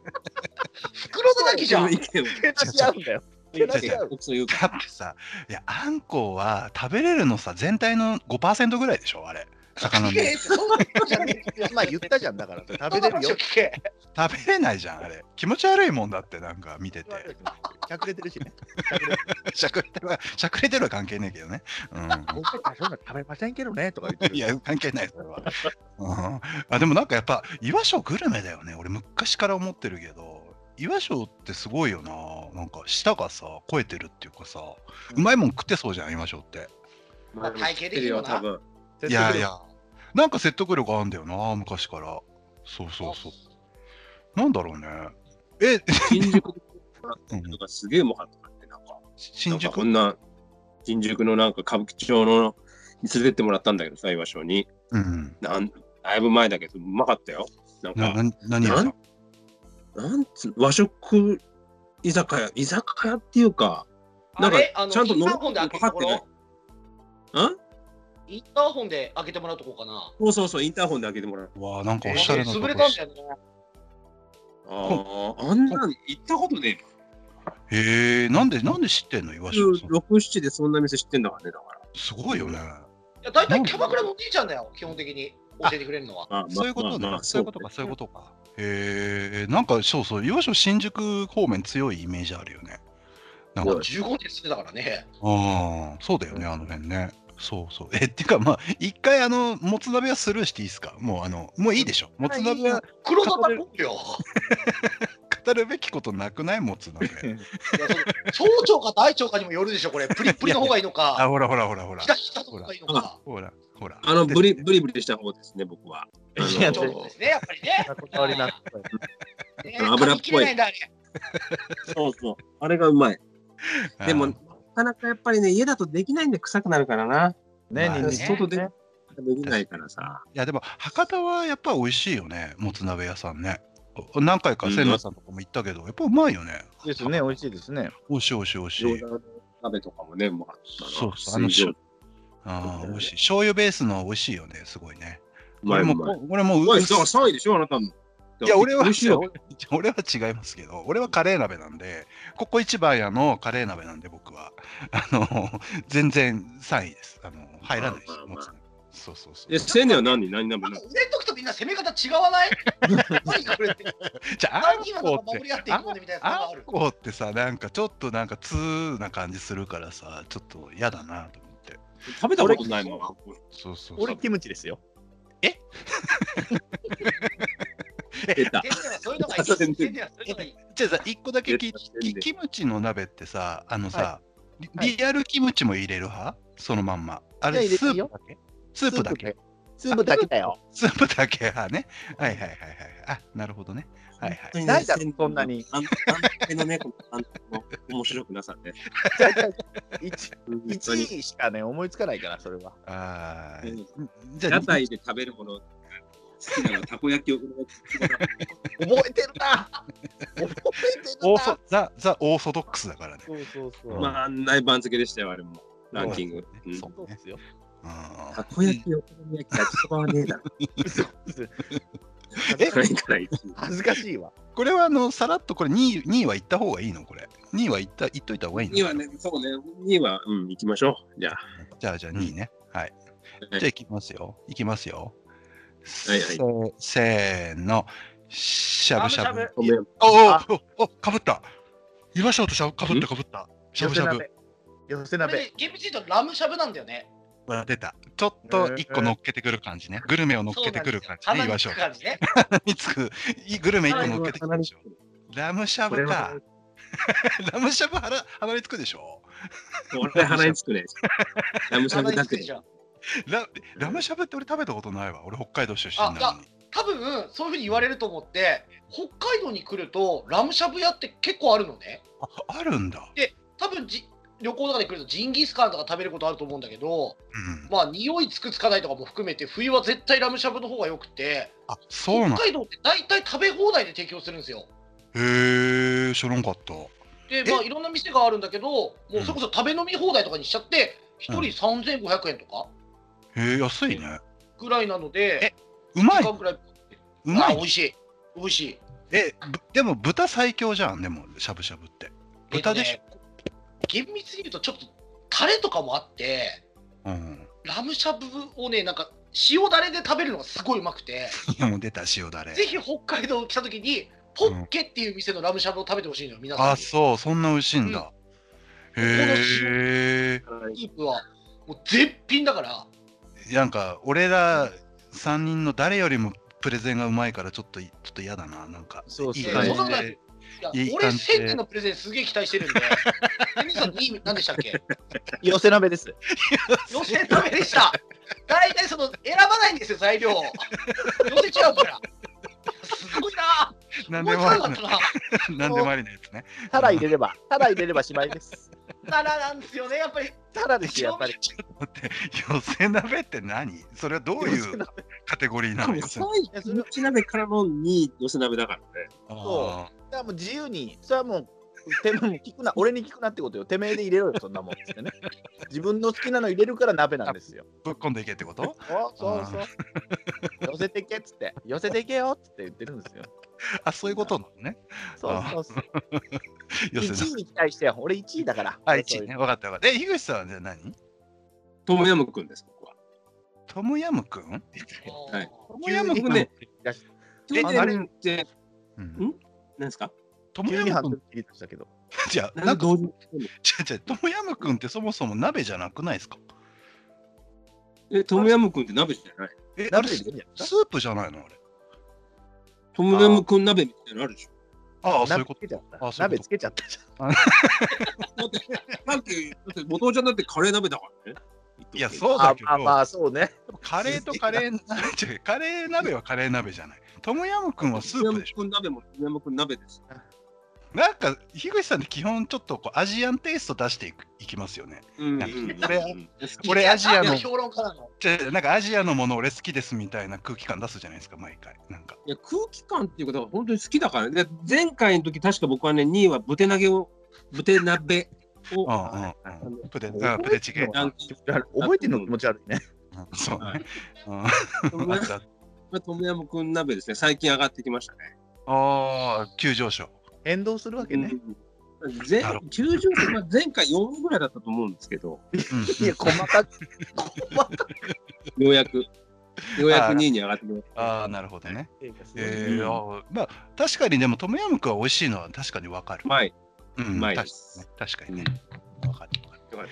袋叩きじゃん。
意見を。
けなし合うんだよけなし合う
僕そう言うか
だってさ、いや、あんこうは食べれるのさ、全体の5%ぐらいでしょ、あれ。魚の
聞。けそんなことじゃねえよ
今言ったじゃんだから食
そん
べれ
な
る
話を
よ
聞け。
食べれないじゃん、あれ。気持ち悪いもんだって、なんか見てて。
百れてるしね
しゃくれてるは、しゃくれてるは関係ねえけどね。 う
僕はそんな食べませんけどねとか言って
ん。
る
いや、関係ない、それは。うん、あでもなんかやっぱ、岩礁グルメだよね。俺、昔から思ってるけど、岩礁ってすごいよな。なんか、舌がさ、超えてるっていうかさ、うまいもん食ってそうじゃん、岩礁って。
ら。
体型でいいよな
多分。
説得
い
力
やいや、なんか説得力あるんだよな、昔から。そうそうそう。なんだろうね。え、
新宿とかすげえうまかったって、なんか。
新
なんか
宿
こんな、新宿のなんか歌舞伎町の、に連れてってもらったんだけどさ、居場所に。
うん。
なんだいぶ前だけど、うまかったよ。なん
な、
か、
な、何屋さん
なんつう和食居酒屋、居酒屋っていうか、な
あ
んか
れ、あの、
ちゃんと
イン
の
ターホンで開けてもらうとこ
ん
インターホンで開けてもらうとこかな。
そうそうそう、インターホンで開けてもらう。
わあ、なんかおしゃれなとこ
潰れたんだよね。
ああ、あんなん行ったことね
へえ、なんで、なんで知ってんの、岩
え。
城さん。
6、7でそんな店知ってんだからね、だから。
すごいよね。
いや、大体キャバクラのおじいちゃんだよ、基本的に教えてくれるのは。
まあまあ
そういうこと
まあま
ね
あ。
そういうことか、そういうことか。へえ、なんか、そうそう、岩城新宿方面強いイメージあるよね。なんか
もう、15年住んでたからね。
ああ、そうだよね、あの辺ね。そうそう。え、っていうか、まあ、一回、あの、もつ鍋はスルーしていいですかもう、あの、もういいでしょ。もつ鍋は
黒田だよ。
語るべきことなくないもつなこれ
いやその小腸か大腸かにもよるでしょ、これ。プリップリの方がいいの
あ
か、
ほらほらほらほら
ひたひたの方がいいのか。
ほらほら
あのブリブリブリした方ですね、僕は。あ
い
小
や
の
腸ですね、やっぱりね。
こだわりなくて
ね
油っぽい
噛み切れないんだあれ
そうそう。あれがうまい。
あー
でも、なかなかやっぱりね、家だとできないんで臭くなるからな。
ね、
まあ
ニンニク
外で
ね
できないからさ。
いやでも博多はやっぱ美味しいよねもつ鍋屋さんねお何回か千奈さんとかも行ったけど、やっぱうまいよね
ですね、美味しいですね。
美味しい美味しい美味し
餃
い
子の鍋とかもね、うまかったな。
そうそうあ
あ
の
の、
しょ
う
あー美味しい醤油ベースの美味しいよねすごいね
まいう
俺
まい。
も俺も
う
う
まいだから3位でしょ、あなたも。
いや俺は
美味しいよ。
俺は違いますけど、俺はカレー鍋なんで、ここ一番屋のカレー鍋なんで、僕は。あの、全然3位です。あの、入らないです
まあ。まあまあ
もつ鍋そうそうそう。
え、千年は何何鍋な
な
んの
か売れとくとみんな攻め方違わない何かこれって。
じゃあ、あん
何今なん
こ
か
っ
守
て、
り合ってい
あん
こうねみたいなのが
あ
あ
ん
る。
こってさ、なんかちょっとなんか通な感じするからさ、ちょっと嫌だなと思って。
食べたことないもん。
そうそうそ
俺
う。
キムチですよ。
出た。
全然そういうのがいい。全然そういうのがいい。
じゃあさ、一個だけ聞い
出た出
て、
た
キムチの鍋ってさ、あのさ、リ
はい
リアルキムチも入れる派そのまんま。あれ、
いや
ス
入れる
ー
よ
プだけスープだけ。
スープだけだ よ。
スープだけはね。はいはいはいはい。あ、なるほどね。はいはい。
ないだろそんなに。
あんあんのね、このあんの面白くなさね。
1
本当に
位しかね、思いつかないから、それは。
ああ、
う
じゃあ
屋、台で食べるもの、好きなのたこ焼きを。
覚えてるな覚えてる
オー
な
ソザ・ザ・オーソドックスだからね。
そうそうそう。
まあ、あんない番付でしたよ、あれも。ランキング。うん
そう
そう
ね
ですよ。
うん
たこ焼き、お好み焼き、焼きそばはねえだろ。
え
高いからいい
恥ずかしいわ。
これはあの、さらっとこれ2位、2位は行った方がいいのこれ。2位は行った、行っといた方がいいの
2はね、そうね、2は、うん、行きましょう。じゃあ。
じゃあ、じゃあ2位ね。はい。じゃあ行きますよ。行きますよ。
はい
せせーの。しゃぶしゃぶ。
ごめん。
おおおおかぶった。岩下としゃぶかぶったかぶった。しゃぶしゃぶ。。
寄せ
これ
鍋。
ねゲームチートラムしゃぶなんだよね。
わ出た。ちょっと一個乗っけてくる感じね。グルメを乗っけてくる感じね。
そう
言い
なん
ま
で
し
す
ょ
よ
う。
鼻につく感じね。
につく。いグルメ一個乗っけてくるでしょ。ラムしゃ
こ
ぶ
れ
か
は。、
ラムしゃぶ鼻鼻につくでしょ。
これ鼻につくね。ラムしゃぶだ
鼻につ
け
くでしょ
ララムしゃぶって俺食べたことないわ。俺北海道出身な
あ
のに。
多分そういうふうに言われると思って北海道に来るとラムしゃぶ屋って結構あるのね
ああるんだ。
多分じ旅行とかで来るとジンギスカンとか食べることあると思うんだけど
うん。
まあ匂いつくつかないとかも含めて冬は絶対ラムしゃぶの方がよくて
あそうなん
北
へ
海道って大体食べ放題で提供するんですよ
え、知らんかった。
で
え
まあいろんな店があるんだけどもうそれこそ食べ飲み放題とかにしちゃって
うん
1人3500円とか
へえ、安いね。
ぐらいなので
うまい。
時間ぐらいう
ま
あ美
い。
味しい美味しい
え、ぶでも豚最強じゃん。でも、しゃぶしゃぶって。豚でしょ
えっとね厳密に言うとちょっとタレとかもあって
うん。
ラムしゃぶをねなんか塩だれで食べるのがすごいうまくて
いやもう出た塩だれ。
ぜひ北海道来た時にポッケっていう店のラムしゃぶを食べてほしいのよ皆さん
あ
に
そうそんな美味しいんだ、へ
スープはもう絶品だから
えなんか俺ら3人の誰よりもプレゼンがうまいからちょっといちょっと嫌だななんか
そう
いい
そう
感
いやそ
じ
んなことない
で
いや
いい
俺
感じで
1000年のプレゼンすげえ期待してる んで千年さん2位何でしたっけ
寄せ鍋です。
予選ダメでした大体その選ばないんですよ材料を寄せちゃうからすごいな
何
思
で
いつ
もあ
か
り
なかった
な
な
何でもありのやつね
タラ入れれば、タラ入れればしまいです。
タラなんですよねやっぱり
タラですよ、やっぱり。
だって寄せ鍋って何それはどうい
寄せ
う
鍋
カテゴリーなの
3
寄せ鍋
位、キムチ鍋からの2位、寄せ鍋だからね。
あ
だからもう自由に、それはもう、てめえも聞くな、俺に聞くなってことよ。てめえで入れろよ、そんなもんっつってね。自分の好きなの入れるから鍋なんですよ。
ーぶっこんでいけってこと
おそうそう。寄せてけっつって、寄せてけよっつって言ってるんですよ。
あそういうことなのね
そうそうそう。
寄せ
1
鍋
位に期待してよ。俺1位だから。
あ1位ね分かった分かったえ樋口さんはじゃあ何
トムヤムくんです、僕は。
トムヤムくん
はい
トムヤムく
僕
ん、
ね、
え
去年って、
うん、
何ですか
トム
急
ヤ
に
ム
反
くん
復切り出したけど。
じゃあな
なんん
か
か同時
違
に
う違うトムヤムくんってそもそも鍋じゃなくないですか
え、トムヤムくんって鍋じゃない
えあれ
鍋でい
ス
いんじゃないですか
スープじゃないのあれ
トムヤムくん鍋みたいなのあるでしょ
ああ、そうい
鍋
うこ
つけちゃっ
と。ああ、
た。
そういう
鍋
こ
つけちゃったじ
さっき、だって、後藤ちゃんだってカレー鍋だからね。
と。いや、そう
ゃん。あ
だけど、
まあまあ、そうね。
カレーとカレー 鍋、違うカレー鍋はカレー鍋じゃない。トムヤムくんはスープでしょ。
ょ。鍋も、山くん鍋です。
なんか、樋口さんって基本ちょっとこうアジアンテイスト出していくいきますよね。
うん
なん
うん
かこれ
これ
俺アジアの
評論家なの。
じゃあなんかアジアのもの俺好きですみたいな空気感出すじゃないですか、毎回。なんか。
いや空気感っていうことが本当に好きだからね。で前回の時確か僕はね、2位はぶて投げを、ぶて鍋を
うんうんうん。プデ、うん、プデチゲ。
ランキング
覚えてるの気持ち悪いね。
うんそう
は
ね。うん
トムヤムトムヤムくん鍋ですね。最近上がってきましたね。
ああ、急上昇。
変動するわけね。
うん前
なるほ
90まあ前回4ぐらいだったと思うんですけど、
うん
いや、細かく、細かく。
ようやく、ようやく2位に上がってきました。
ああ、なるほどね。え
う
ー、
ん
あーまあ確かにでもトムヤムクンは美味しいのは確かにわかる。
うまい。
うん
うまいで
確か
す
にね確か
う
にね
ん。
わかるわかる。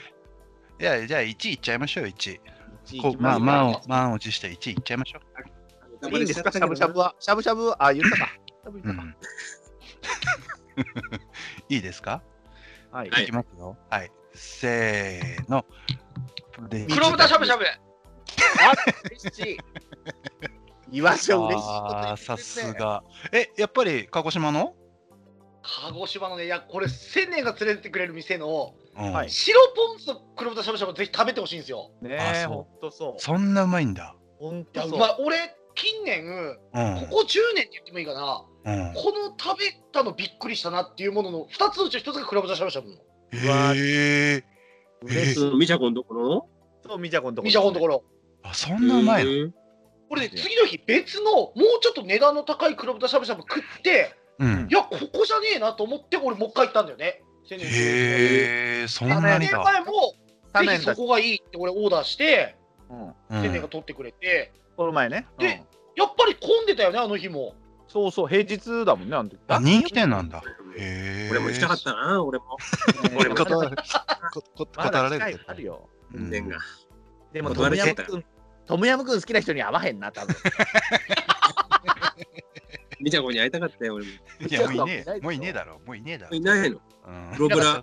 いやじゃあ1位いっちゃいましょうよ1位。こ
行
う
きま
まあ
す
満を満を持して1位いっちゃいましょ
いいんですか、しゃぶしゃぶは。しゃぶしゃぶは、あ、言ったか。しゃぶ
う。う
言ったか
ん、 いいですか？
はい。
はい
いきますよ。はい。せーの。で
黒豚しゃぶしゃぶ。嬉しい。
言わせ嬉しい。
あーさすが。えやっぱり鹿児島の？
鹿児島のね、いや、これ、千年が連れてってくれる店の
うん
はい
白ポン酢と黒豚しゃぶしゃぶ、ぜひ食べてほしいんですよ。
ねえ、
あそう
ほんとそう。
そんなうまいんだ。
ほん
いや、
と
う
そう。
まい俺、近年、
うん。
ここ10年って言ってもいいかな、
うん。
この食べたのびっくりしたなっていうものの、2つのうち1つが黒豚しゃぶしゃぶの。
わ
へえ。
嬉しい。
うんミシャコのところの
そう、みちゃこんとこ。
ミシャコのところ。
あそんなうまいの。
うん
俺ね、次の日、別の、もうちょっと値段の高い黒豚しゃぶしゃぶ食って、
うん
い。や、ここじゃねえなと思って、俺、もう一回行ったんだよね。千年
へえ、そんな
7
に
年
だ。
前も、
タ
ぜ
ネ
ひ
ン
そ
たち。
こがいいって俺オーダーして、
うん
うん
千年が取ってくれて、
この前ね。うん
でやっぱり混んでたよね、あの日も。
そうそう、平日だもんね、あの時。
あ人気店なんだ。へえ。
俺も行きたかったな、俺も。
俺も
ことここ語
ま
ら
だ
れ
機
るけど
会あるよ。
うん
運転が。
でも、
まあ
トムヤム
トムヤム
くん、トムヤムくん好きな人に合わへんな、 多分。
ミシャコに会いたかったよ、俺も。
いや、もういねえ。もういねえだろ。もういねえだろ。
いないの
うん
黒ブラ、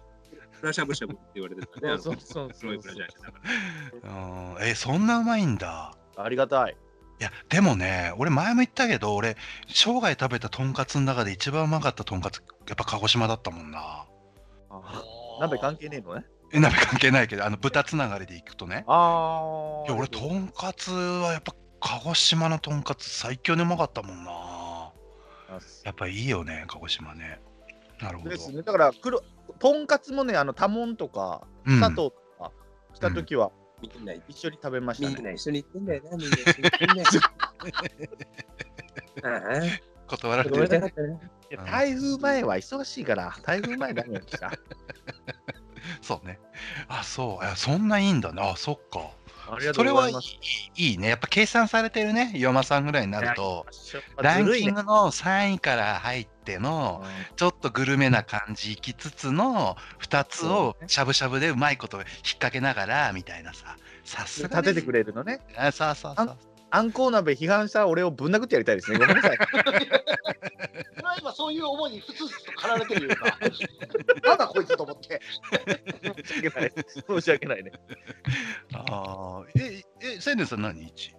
ブラしゃぶしゃぶって言われてたね。
そうそう
す
そ
ごいう
そ
ブラ
う
ジャーじゃなかっ
うんえ、そんなうまいんだ。
ありがたい。
いや、でもね、俺前も言ったけど、俺、生涯食べたとんかつの中で一番うまかったとんかつ、やっぱ鹿児島だったもんな。
あ鍋関係ねえのね。
え、鍋関係ないけど、あの、豚つながりでいくとね。
あ
いや、俺、とんかつはやっぱ鹿児島のとんかつ最強にうまかったもんな。やっぱいいよね、鹿児島ね。なるほど。
ですね。だから、黒、とんかつもね、あの、多門とか、
うん
佐藤とか、した時は、
らみんな、
一緒に食べまし
み
た
ん
ね。
な一緒に行ってんだよな、みんな一緒に行ってんだよな。ああ
断られ
ちょっと
てる。
俺痛かったね
いや台風前は忙しいから、台風前だめでした。
そうね。あ、そう。あそんないいんだね。あ、そっか。
あ
それはいいいいいいね。やっぱ計算されてるね。岩間さんぐらいになると。ランキングの3位から入っての、ちょっとグルメな感じ行きつつの、2つをしゃぶしゃぶでうまいこと引っ掛けながら、みたいなさ。さすが
立ててくれるのね。
れ。あそうそうそう。
あんこう鍋批判した俺をぶん殴ってやりたいですね。ごめんな さい。
俺は今そういう思いにふつふつと駆られてるよ今 なんだこいつと思って
申し訳ない。申し訳ないね。
あーえ、え、千年さん何 ?1 位。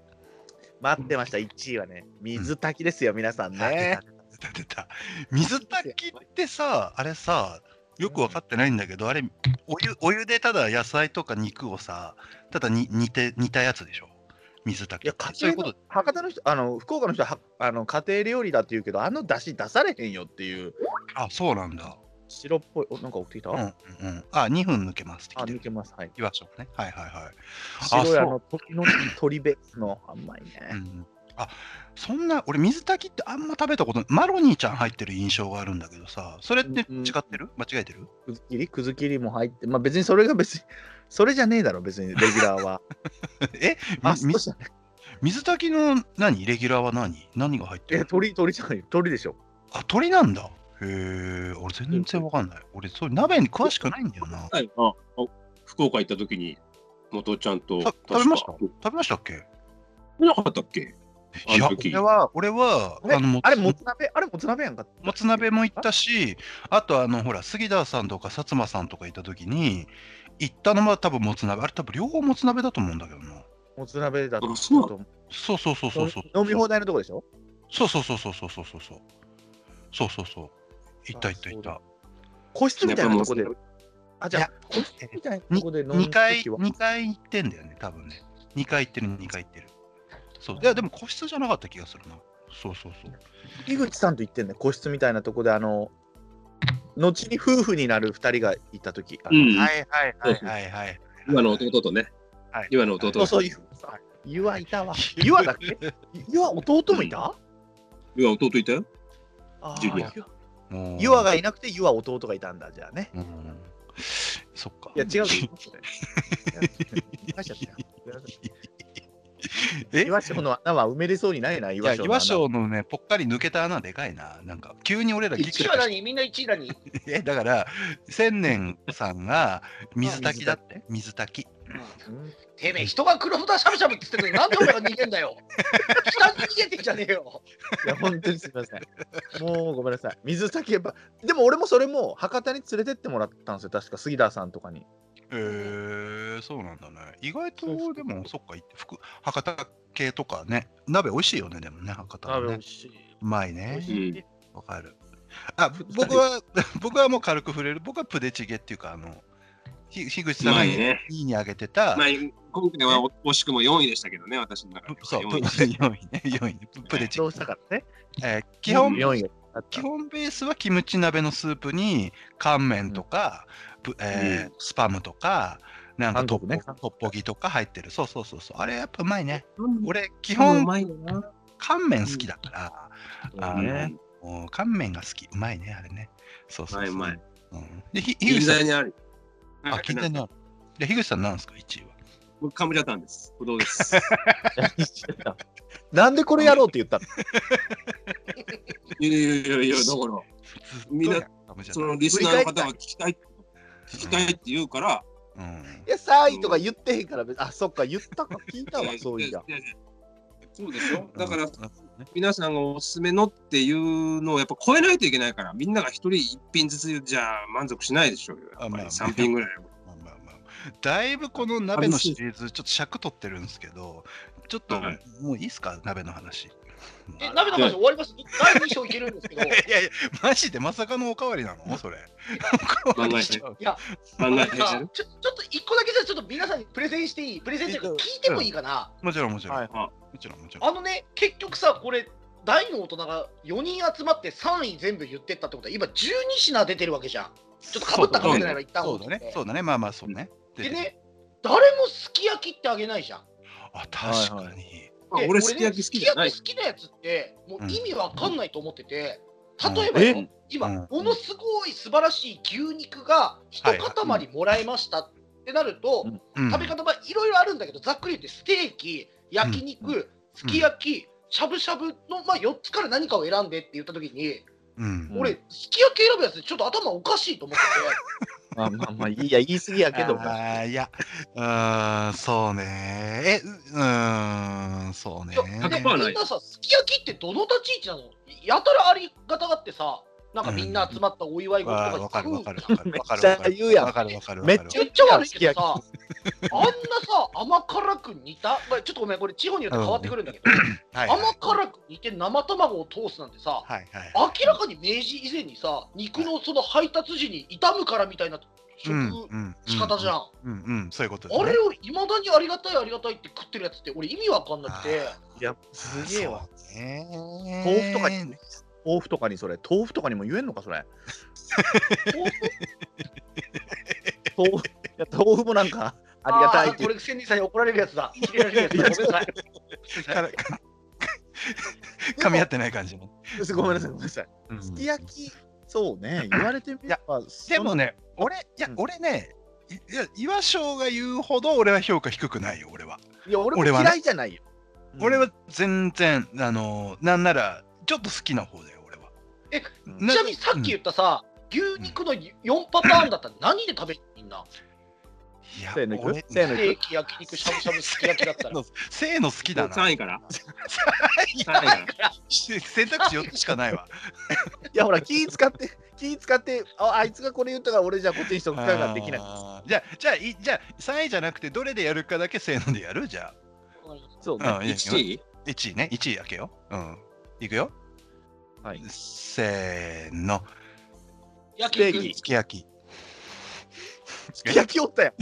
待ってました、1位はね。水炊きですよ、皆さんね。
出た出た。水炊きってさ、あれさ、よく分かってないんだけど、あれ、お湯お湯でただ野菜とか肉をさ、ただに煮て煮たやつでしょ。水
い
炊
や、
きって。
家
そういう
庭
こ
の
と。
博多の人、あの福岡の人はあの家庭料理だって言うけど、あの出汁出されへんよっていう、
あ、そうなんだ。
白っぽい、おなんか起きてきた、
うんうんうん。あ、2分抜けますって
あ、
来て
抜
る。
けます。はい。
言わしょうね。はいはいはい。あ
白いあ
そ
の鳥の鳥ベースの甘いね。
うん、あそんな、俺、水炊きってあんま食べたことない。マロニーちゃん入ってる印象があるんだけどさ、それって違
うんうん
ってる間違えてる
くずきりくずきりも入って、まあ別にそれが別に、それじゃねえだろ、別にレギュラーは。
え
あ、
み
そうじゃない。
水炊きの何レギュラーは何何が入って
え、
る
鳥、鳥じゃない、鳥でしょ。
あ、鳥なんだ。へえ、俺全然わかんない。俺、そう鍋に詳しくないんだよな。
はいああ福岡行った時に、元ちゃんと
た
確か
食べました食べましたっけ
見なかったっけ
いや
あの時
俺は俺は
ね
あのも
あれ、もつ鍋、あれ、もつ鍋やんか。
もつ鍋も行ったしあとあのほら杉田さんとか薩摩さんとかいた時に行ったのは多分もつ鍋あれ多分両方もつ鍋だと思うんだけどな
もつ鍋だと
あそう
思う
そうそうそうそうそう
飲み放題のとこでしょ
そうそうそうそうそうそうそうそうそうそうそう行った行った行った
個室みたいなとこで
やっ。
あ、じゃ
い
あ
や、
個室みたいなとこで飲む
2回
時は
二回行ってんだよね多分ね2回行ってる2回行ってるそういやでも個室じゃなかった気がするなそうそうそう
井口さんと言ってんね個室みたいなとこであの後に夫婦になる二人がいた時あの
うん
はいはい はいはいはい。
今の弟とね。
はい
今の弟
そうそう
い
いうあ湯はいたわ湯はだっけ湯は弟もいた、
や、弟いたよ。
あ
ジュニ
ー
ア
湯
もう
湯はがいなくて湯は弟がいたんだじゃあね
うん。そっか。
いや違うけどそれいや言わしちゃったよ言わしちゃっ
え
た岩章の穴は埋めれそうにないな岩
いや
章の
岩
穴
章のね、ぽっかり抜けた穴でかいな。なんか、急に俺らギク
1
シ
位
ャ
は
クし
何みんな1位何
て、 えだから、千年さんが水炊きだって、水炊き。
うん
てめえ、人が黒豚しゃぶしゃぶって言ってるのに、なんで俺が逃げん だよ。下に逃げてんじゃねえよ。
いや本当にすみませんもうごめんなさい水先やっぱでも俺もそれも博多に連れてってもらったんですよ確か杉田さんとかに
えー、そうなんだね。意外と、でも、そっか、い福博多系とかね、鍋美味しいよね、でもね、博多はね。
しいう
まいね。
い
わかる。あ、僕は、 僕はもう軽く触れる。僕はプデチゲっていうか、あの、ひ樋口さんが
うまいね
2位に挙げてた、
まあ、今回は惜しくも4位でしたけどね、私の中では。
そう、
4
プ
位
4位ね、4位ね、ププデチ
どうしたからね
えー基本、
4位があった
基本ベースはキムチ鍋のスープに、乾麺とか、ぶえースパムとか、なんかトッポ,、
韓国ね
トッポギとか入ってる。そうそうそうそう。あれやっぱうまいね。
俺、
俺、基
基本う
本、
まいよな。
乾麺好きだから、あの
ね
もう乾麺が好き。うまいね、あれね。そうそうそう。
うまい
うんで、ひ樋
銀
口さん
座にある。
あ、近代にある。で、樋口さんなんですか、1位は。
僕、カムジャタンです。ぶどうです。
なんでこれやろうって言 ったの
いやいやいやいや、だから、みんな、そのリスナーの方は聞きたい、聞きたいって言うから、
うん
い、や、3位とか言ってへんから、別にあ、そっか、言ったか、聞い たわ、そういや。
やいやそうでしょだから
うん、
皆さんがおすすめのっていうのをやっぱ超えないといけないからみんなが一人一品ずつじゃ満足しないでしょうよや
あ
っぱ
まあ
り3品ぐらいは
まあまあまあだいぶこの鍋のシリーズ、ちょっと尺取ってるんですけど、ちょっと
はい
もういいですか、鍋の話。
え、鍋の話終わります。第2章いけるんですけ ど。
いやいや、マジでまさかのおかわりなの それ。おかわりしちゃう。
真ん
なん
中にして
か
る
ちょちょっと1個だけじゃちょっと皆さんにプレゼンしていいプレゼンというか聞いてもいいかな、
もちろんもちろん。
はい
は
もちろんもちろん。
あのね結局さこれ大の大人が4人集まって3位全部言ってったってことは今12品出てるわけじゃんちょっとかぶったかぶってないから一旦
そうだね。そうだね。まあまあそうね。
でね誰もすき焼きってあげないじゃん
あ、確かに。
まあ
で
俺すき焼き好きじゃない
俺ねすき焼き好きなやつってもう意味わかんないと思ってて、
うん
例えばよ
うん
今、
うん
ものすごい素晴らしい牛肉が一塊もらいましたってなると、
うん
食べ方はいろいろあるんだけどざっくり言ってステーキ焼肉、すき焼きしゃぶしゃぶの、まあ、4つから何かを選んでって言った時に、
うん。
うん
俺すき焼き選ぶやつちょっと頭おかしいと思って
まあまあまあ、いいや、言い過ぎやけども。
あーいや、うーん、そうね。え、ううーん、そうね
て。いや
な
で
んか
みんなさすき焼きってどの立ち位置なのやたらありがたがってさなんかみんな集まったお祝い事
わ
と
わ
か
か
に
るわか
食う
るわかる
めっ
わかる
ちゃ言うやん
わかるわかるわかる
めっち
言っちゃ悪いけどさ、あんなさ、甘辛く煮た、まあちょっとごめん、これ、地方によって変わってくるんだけど、
はいはい
甘辛く煮て生卵を通すなんてさ、
はいはい
明らかに明治以前にさ、肉のその配達時に傷むからみたいな食仕方じゃん。
うんうんうんそういうこと
あれをいまだにありがたい、ありがたいって食ってるやつって、俺、意味わかんなくて、
いや、すげえわ。
豆
豆腐とかに、豆腐とかにそれ、豆腐とかにも言えんのか、 それ。
豆腐
豆腐い や豆腐もなんか、ありがたい
あ
っ
ー
て
こ。れ、千里さんに怒られるやつだ。切れられるやつだ。ごめんなさい。
から か噛み合ってない感じも
ごめんなさい、ごめんなさい。
うん
すき焼き、そうね、言われてみれば、
でもね俺いや
うん
俺ねいいや岩翔が言うほど俺は評価低くないよ俺は
その、いや、
俺
俺
は
も
ね
嫌いじゃないよ。うん
俺、は全然あのなんならちょっと好きな方だよ俺は
え
な
ちなみにさっき言ったさ、牛肉の4パターンだったら何で食べるみんな。
いや
せーのいく
俺
せーの
ス
いく
テーキ、焼肉、しゃぶしゃぶ、すき焼き だったら。
せーの好きだな。
3位から。
い
3位から。
選択肢4つしかない わ。
いやほら気使って 気使ってああいつがこれ言ったから俺じゃあこっちにしとくかができない
あーじゃあ、じゃあ、いじゃあ3位じゃなくて、どれでやるかだけせーのでやるじゃ
そうね
あ。うん、 いいよ
1位
1位ね、1位開けよう。うん。いくよ。
はい
せーの。
焼
ステー
肉
キ、
すき焼き。
すき焼きおったやん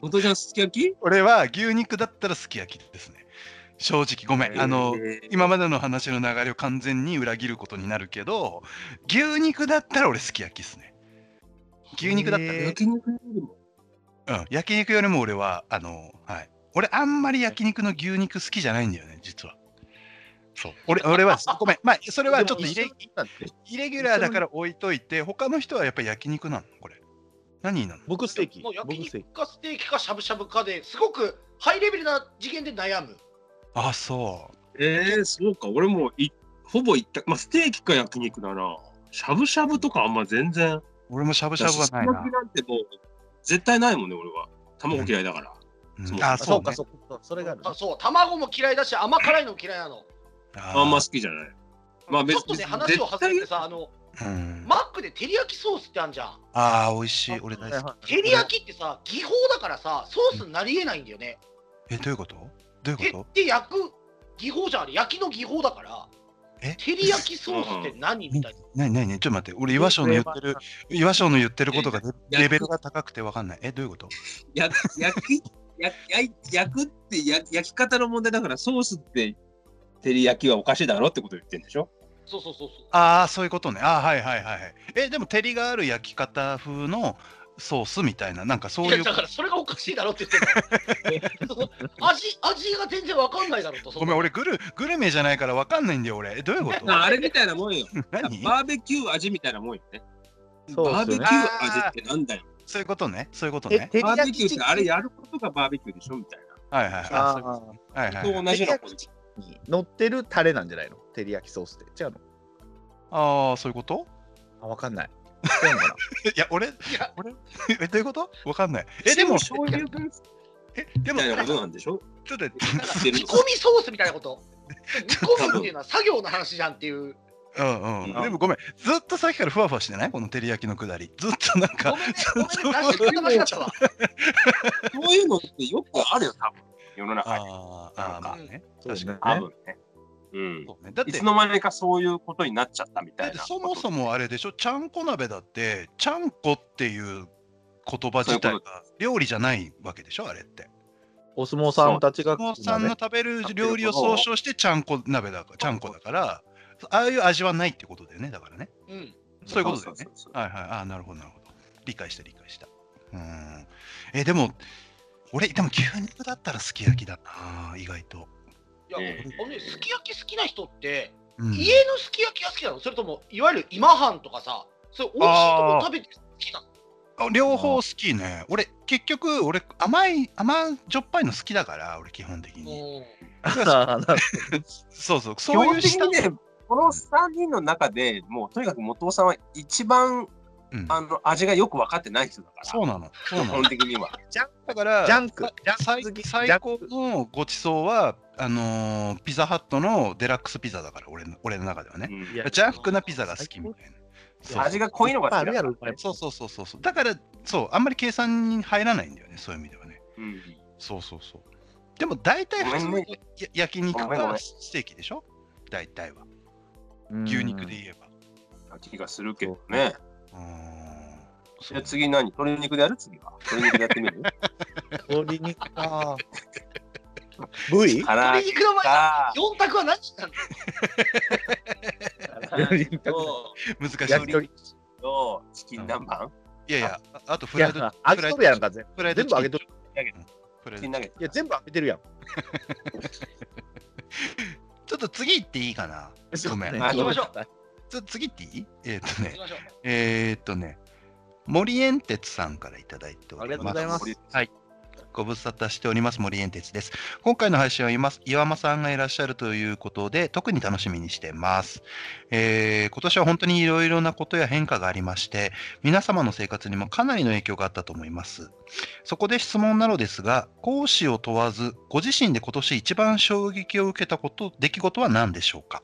後藤ちゃん、すき焼き
俺は牛肉だったらすき焼きですね。正直、ごめん。あの、
えー
今までの話の流れを完全に裏切ることになるけど、牛肉だったら俺すき焼きですね。牛肉だったら、
へ
焼肉よりも
うん、焼肉よりも俺は、あの、はい。俺、あんまり焼肉の牛肉好きじゃないんだよね、実は。そう。俺、俺は、ごめん。まあ、それはちょっとイレ
でも一緒なんで
イレギュラーだから置いといて、他の人はやっぱり焼肉なのこれ。何なの
僕ステーキ
もう焼
僕ステー
肉
キ
かステーキかしゃぶしゃぶかですごくハイレベルな次元で悩む。
あ、そう。
えー、そうか、俺もいほぼ一った、まあ、ステーキか焼肉だな。しゃぶしゃぶとかあんま全然。
俺もしゃぶしゃぶはない
だし
な
すき焼き。なんてもう、絶対ないもんね、俺は。卵嫌いだから。
うんあ、
あそ
そう
うか
ね。
そうかそれがある
あそう卵も嫌いだし甘辛いのも嫌いなの。
あんま
あ
好きじゃない。まあ
ち
別
ょっとね話を外れてさあの
ーうん
マックで照り焼きソースってあるじゃん。
あー、美味しい。俺大好き。
照り焼きってさ技法だからさソースになりえないんだよね。
え、どういうことどうい
手
うこ
って焼く技法じゃんあれ焼きの技法だから。
え
照り焼きソースって何みたいな。
となになになにちょっと待って。俺、岩章の言ってる、岩章の言ってることがレ
え
レベルが高くてわかんない。え、どういうこと
焼き焼き焼き焼くって焼き焼き方の問題だからソースって照り焼きはおかしいだろってこと言ってんでしょ
そうそうそうそう。
ああ、そういうことね。ああ、はいはいはいはい。え、でも、照りがある焼き方風のソースみたいな、なんかそう
い
い
や
う
だ。からそれがおかしいだろって 言ってんの味味が全然わかんないだろと。
ごめん、俺グル、グルメじゃないからわかんないんだよ、俺。えどういうこと
あれみたい なもんよ。
何
バーベキュー味みたいなもんよね。
そう
バ
っ
ー
す
ベ
よ
キュ
ね
ー味ってなんだよ。
そういうことね。そういうこと
え
ね。
照り
バー
焼
ベキ
き
ューってあれやることがバーベキューでしょみたいな。
はいはい。あ
あ
はいはいはい。
と同じようなこと。
ーに乗ってるタレなんじゃないの照り焼きソースって違うの
ああ、そういうこと
あわかんない違うのかない
や、俺、
や
俺、え、どういうことわかんない。え、でも、
醤油ベース
え、で
み
も、
た
ちょっ
いなこ
と
となんでしょ
待って、
なんか煮込みソースみたいなこと。 煮込むっていうのは作業の話じゃんっていう。
うんうん。でもごめん、ずっとさっきからふわふわしてないこの照り焼きのくだり。ずっとなん
ご
か、
めんね、ごめんね、出し方間違ったわ。
そういうのってよくあるよ、多分。世の中に。
あーあー、まあね。
そう
確か
多
ね
分ね。うん。
そうね。だっ
い
て
つ、の間にかそういうことになっちゃったみた
だっ
い
て
な。
そもそもあれでしょ、ちゃんこ鍋だって、ちゃんこっていう言葉自体
そういうこ
が料理じゃないわけでしょ、あれって。
お相撲さんたちが
お父さんの食べる料理を
そう
総称してちゃんこ鍋だから、ちゃんこだから、ああいう味はないってことだよね、だからね。
うん。
そういうことだよね
そう。そうそう
はいはい、ああ、なるほど、なるほど。理解した、理解した。うーん。え、でも、俺、でも牛肉だったらすき焼きだな、意外と。
いや、
え
あのね、すき焼き好きな人って、
うん、
家のすき焼きが好きなのそれとも、いわゆる今半とかさ、そういう美味しいとこ食べて好きなの
あ両方好きね。俺、結局、俺、甘い、甘じょっぱいの好きだから、俺、基本的に。
あーなる
そうそう、そ
基
うい
本
う
的にね、この3人の中でもうとにかく元尾さんは一番
うん
あの味がよく分かってない人だから、
そうなの。そうな
基
の
本。的には。
だから、
ジャンク
さ
ジャンク
最
好き
最高のごちそうは、あのーピザハットのデラックスピザだから、俺の俺の中ではね。
うん
いや
ジャンクなピザが好きみたいな。そう
味が濃いのが
あ
好き
る
だ
や
から
ろこれ
そうそうそうそうそう。だから、そう、あんまり計算に入らないんだよね、そういう意味ではね。
うん
そうそうそう。でも大体普通
ごめん
にや焼肉
ごめんご
か
めん
ステーキでしょ大体は。
うん
牛肉で言えば。
な気がするけどね。
うーん。
じ
そ
ゃあ
う
次何鶏肉でやる次は。鶏肉でやってみ る
鶏肉か V?
唐揚
鶏
げ
肉の前
か。
四択は何なの
と
難しい。
焼き鳥
とチキン南蛮
いやいや、ああとフ
い
ライ
や
ド
あげとるやんか全部
フライド
全部あげと
る。
る
フライドチ
チキン
キ
ナ
ン
ゲット
いや全部あげてるやん
ちょっと次行っていいかなごめん。
はい
行きましょ
ちょっと次行っていいえっ、ー、と
行き
ね、
ましょう
えー、っとね、森エンテツさんからいただいております。
ありがとうございます
森
はい。ご無沙汰しております森エンテツです。今回の配信は今岩間さんがいらっしゃるということで特に楽しみにしてます。えー今年は本当にいろいろなことや変化がありまして皆様の生活にもかなりの影響があったと思います。そこで質問なのですが講師を問わずご自身で今年一番衝撃を受けたこと出来事は何でしょうか、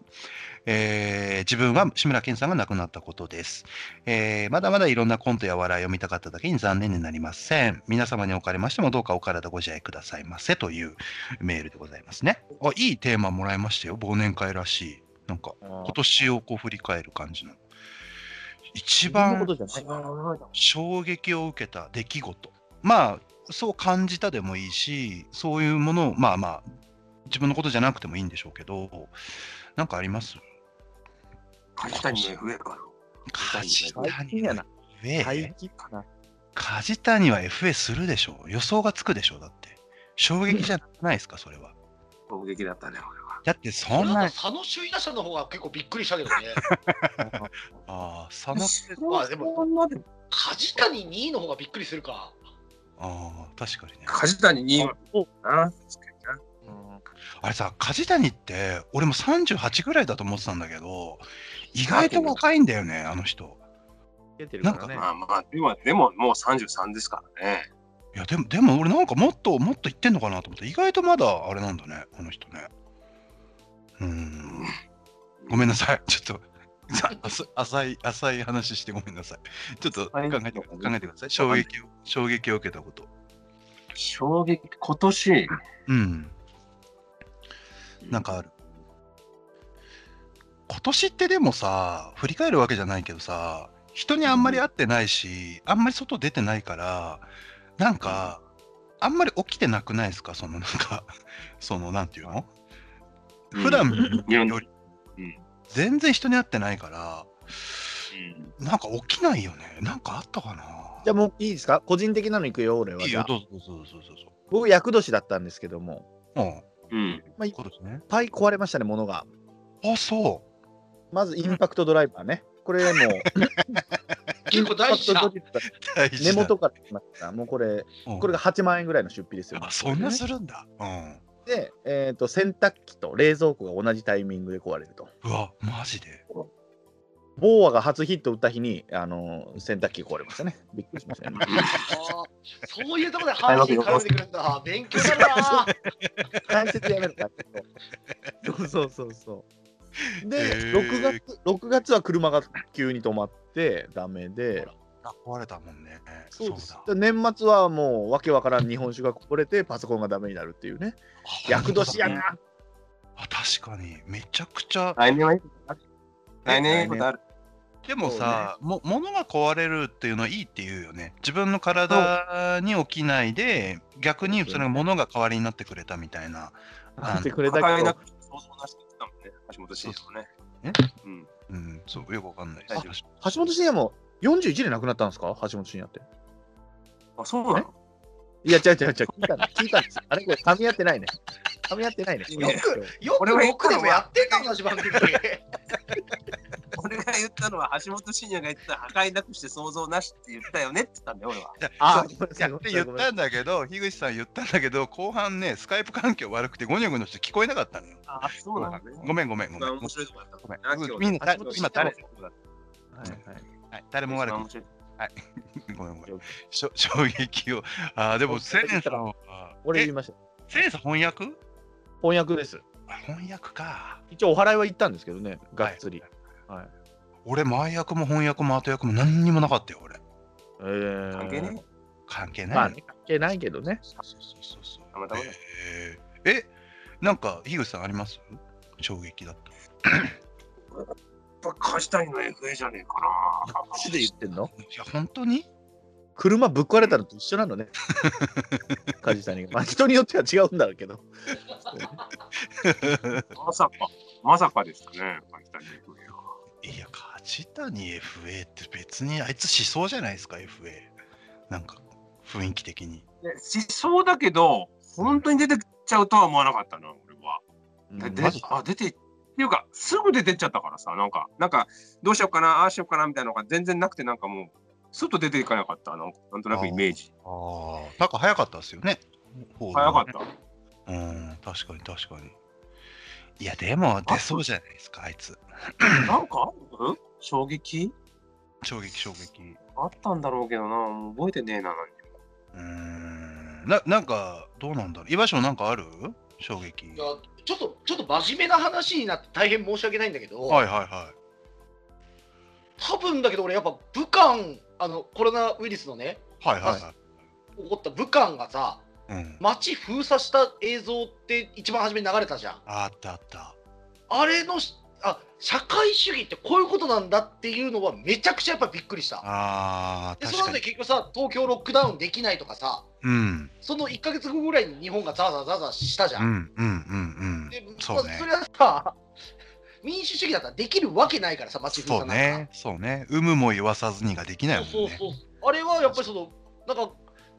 えー自分は志村けんさんが亡くなったことです。えーまだまだいろんなコントや笑いを見たかっただけに残念になりません。皆様におかれましてもどうかお体ご自愛くださいませというメールでございますね。あ、いいテーマもらいましたよ。忘年会らしい。なんか今年をこう振り返る感じの。一番衝撃を受けた出来事。まあ、そう感じたでもいいし、そういうものを、まあまあ、自分のことじゃなくてもいいんでしょうけど、なんかあります
梶谷の FA か
梶谷
最近やな
は FA、
最近かな。
梶谷は FA するでしょう。予想がつくでしょう。だって。衝撃じゃないですか、それは。
攻撃だったね俺は
だってそ
俺
ん
なんか
な。
佐野首位打者の方が結構びっくりしたけどね。
ああ、佐野って。
まあでも
そんなでも
梶谷2位の方がびっくりするか。
ああ、確かにね。
梶谷にな
あれさ、梶谷って、俺も38ぐらいだと思ってたんだけど、意外と若いんだよね、あの人。
出てるからね。
まあまあでもでももう33ですからね
いや、でも、でも俺なんかもっと、もっといってんのかなと思って、意外とまだあれなんだね、あの人ね。うーん。ごめんなさい。ちょっと。さ浅浅い浅い話してごめんなさい。ちょっと考えて考えてください。衝撃を衝撃を受けたこと。
衝撃今年
うん。なんかある。今年ってでもさ、振り返るわけじゃないけどさ、人にあんまり会ってないし、あんまり外出てないから、なんか、あんまり起きてなくないですかそのなんか、そのなんていうの普段 より
うん、
全然人に会ってないから、なんか起きないよね。なんかあったかな
じゃあもういいですか個人的なのいくよ、俺は。
いいよ、
じゃあ
どうぞどうぞどうぞどうぞ。
僕、厄年だったんですけども、
うん、
うん
今年ね。
パイ壊れましたね、ものが。
あ、そ
まずインパクトドライバーね。これもう、
結構大 事だ。
インパクトドライ
う。大
バー
事
根
だ
元から来ました。もうこれ、
うん
これが8万円ぐらいの出費ですよ。
あそんなするんだ。うん。
で、えっ、と、洗濯機と冷蔵庫が同じタイミングで壊れると。
うわ、マジで。
ボーアが初ヒット打った日に、あのー洗濯機壊れましたね。びっくりしましたね。
あーそういうところで阪神絡んでくるんだ。勉強になるな。
解説やめるから。そうそうそうそう。で、
へー
6月、6月は車が急に止まって、ダメで、
あ壊れたもんね。
そうです
だ。
で年末はもう、わけわからん日本酒がこぼれて、パソコンがダメになるっていうね。
あ
厄年や
本当だ
な。
あ確かに、めちゃくちゃ。
来年はいいことある来年いいことある
でもさ、も物が壊れるっていうのはいいって言うよね。自分の体に起きないで、逆にそれが物が代わりになってくれたみたいな。
な
あ
んて
の
くれた
抱
け
えな
ど
く、て想像なしってたもんね橋本慎也もね
え
うん
うん、そうよくわかんないです。
橋本真也も41で亡くなったんですか橋本真也って。
あそうなの
いや、違う違う違う。聞いたの聞いたんです。あれ、これ、噛み合ってないね。噛み合ってないね。
いや
よく
俺は一個
僕
だ
でもやってんだ同じ番組。
俺が言ったのは橋本慎也が言った破壊なくして想像なしって言ったよねって言ったんだよ俺は
あ
そ
ごめ
うい
んなさ
や
い
って言っ
ごめんなさいごめんなさ
たんだけど、樋口さん言ったんだけど、後半ね、スカイプ環境悪くて、ゴニョゴニョして聞こえなかったのよ。
あそうなのね
ごめん、ごめん、ご
一
め
番
ん。
面白いとこだった
ごめん
な今日
みんな
橋本
今誰
慎也の
いはいはい
はい、誰も悪く
一番面白い
ごめんごめ
了
ん。しょ 衝撃を。ああ、でも、セレンさんは。
俺言
え
いました。
セレンさん翻訳
翻訳です。
あ翻訳か。
一応、お祓いは行ったんですけどね、がっつり。
はい
はい。
俺、前役も翻訳も後役も何にもなかったよ、俺。
えー
関係ね
関係ない。
まあね、関係ないけどね。
そうそうそうそう
たまたまだ
えーえ、なんか、樋口さんあります衝撃だった。
やっぱ梶谷の FA じゃねえか
こっちで言ってんの
いや、本当に
車ぶっ壊れたのと一緒なのね。梶谷が。まあ、人によっては違うんだろうけど。
な。まさか、まさかでしたね、梶谷の FA は。
いや、梶谷 FA って別にあいつしそうじゃないですか、FA。なんか、雰囲気的に。
でしそうだけど、本当に出てっちゃうとは思わなかったな、俺は。
う
で
ん
で
マジ
あ出てっていうか、すぐ出てっちゃったからさ、なんか、なんかどうしようかな、ああしようかなみたいなのが全然なくて、なんかもう、外出ていかなかった、なんかなんとなくイメージ。
ああ、なんか早かったですよね。フォード
早か
は
っ
ね
た。
うん、確かに確かに。いや、でも出そうじゃないですか、あいつ。
なんかある衝撃
衝撃、衝撃。
あったんだろうけどな、もう覚えてねえな。
うーん、ななんか、どうなんだろう。居場所なんかある衝撃。
や
はい
ちょっとちょっと真面目な話になって大変申し訳ないんだけど、
はいは
多分だけど俺やっぱ武漢あのコロナウイルスのね
い。はいはいは
起こった武漢がさ
い。うん。
街封鎖した映像って一番初めに流れたじゃん
あったあった。
あれのしあ社会主義ってこういうことなんだっていうのはめちゃくちゃやっぱびっくりした
ああ、
でそ
確か
の後で
に。
結局さ東京ロックダウンできないとかさ
うん。
その1か月後ぐらいに日本がザーザーザーザーしたじゃ、
うんんうんうん
で
うん。
ま
そ
あ
うね
そ。れはさ民主主義だったらできるわけないからさ街封
そう
鎖なんか
ね。そうね。有無も言わさずにができないもん
そう
ね。
そうそうあれはやっぱりそのなんか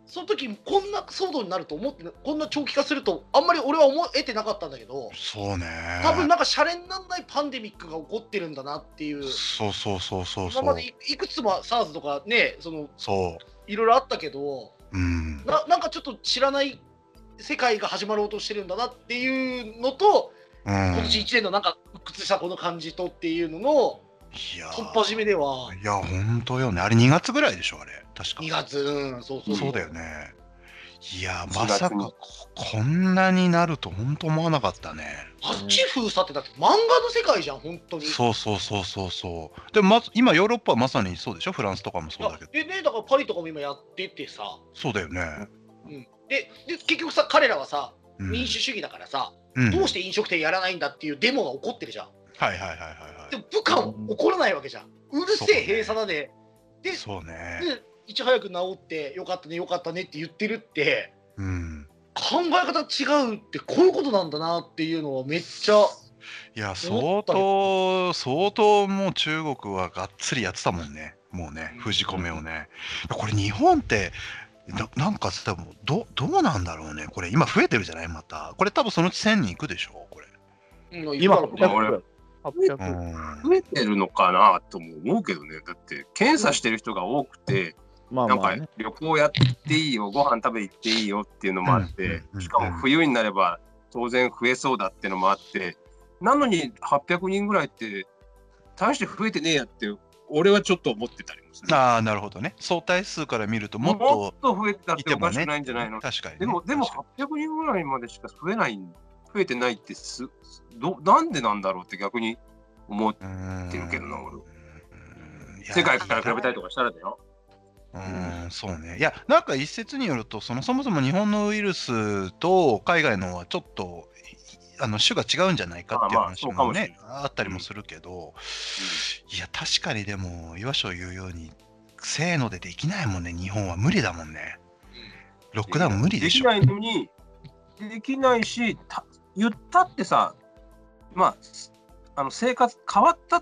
その時こんな騒動になると思ってこんな長期化するとあんまり俺は思えてなかったんだけど
そうね。
多分なんかシャレにならないパンデミックが起こってるんだなっていう
そうそうそうそうそ
今ま
う
で。いいくつも SARS とかねその
そ
いろいろあったけど
う。うん。
ななんかちょっと知らない世界が始まろうとしてるんだなっていうのと
うん、
今年1年のなんか鬱屈したこの感じとっていうのの
いやー
突破締めではい
や、本当よね。あれ2月ぐらいでしょ、あれ。確か。
2月うんそうそう
そうだよね。いや、ま
4月
さか
に
ここんなになると本当思わなかったね。
街封鎖ってだって漫画の世界じゃん本当に
そうそうそうそうそう。でも、まず、今ヨーロッパはまさにそうでしょフランスとかもそうだけど。
でねだからパリとかも今やっててさ
そうだよね。
でで結局さ彼らはさ
うん
民主主義だからさ、
うん
どうして飲食店やらないんだっていうデモが起こってるじゃん
はいはいはいはい
で
は
も武漢は起こらないわけじゃんうる
そう
せ
ね
え閉鎖だねで
い。そうね。
でいち早く治ってよかったねよかったねって言ってるって
うん。
考え方違うってこういうことなんだなっていうのはめっちゃ
いや、
思
相
った
当、相当もう中国はがっつりやってたもんね。もうね、封じ込めをね。これ日本って、ななんかさ、もうどどうなんだろうね。これ今増えてるじゃないまた。これ多分そのうち1000人いくでしょこれ。
うん
今
だろうね
だから
800 800
増えてるのかなとも思うけどね、だって検査してる人が多くて、
まあ
なん
ま
か
あね
旅行やっていいよ、ご飯食べ行っていいよっていうのもあっ
うんうん
て
う、ん
しかも冬になれば当然増えそうだっていうのもあって、なのに800人ぐらいって、大して増えてねえやって、俺はちょっと思ってたりもする。
ああ、なるほどね。相対数から見るともっ
もっ
と
と増えてたっ
い
て
て
お
も
かし
ね。
くないんじゃないの
確かにね、
でも、でも
確か
800人ぐらいまでしか増えない、増えてないってすど、なんでなんだろうって逆に思う。
にうーん
っていうけどな俺
うんいや
世界から比べたりとかしたらだよ。
うーんそうねいやなんか一説によるとそのそもそも日本のウイルスと海外のはちょっといあの種が違うんじゃないかっていう
まあまあ
話
そうか
も
もしれ
ねあったりもするけど、いや確かにでも岩所言うようにせーのでできないもんね日本は無理だもんねロックダウン無理でしょ
できないのに、できないし、た言ったってさ、まあす、あの生活変わった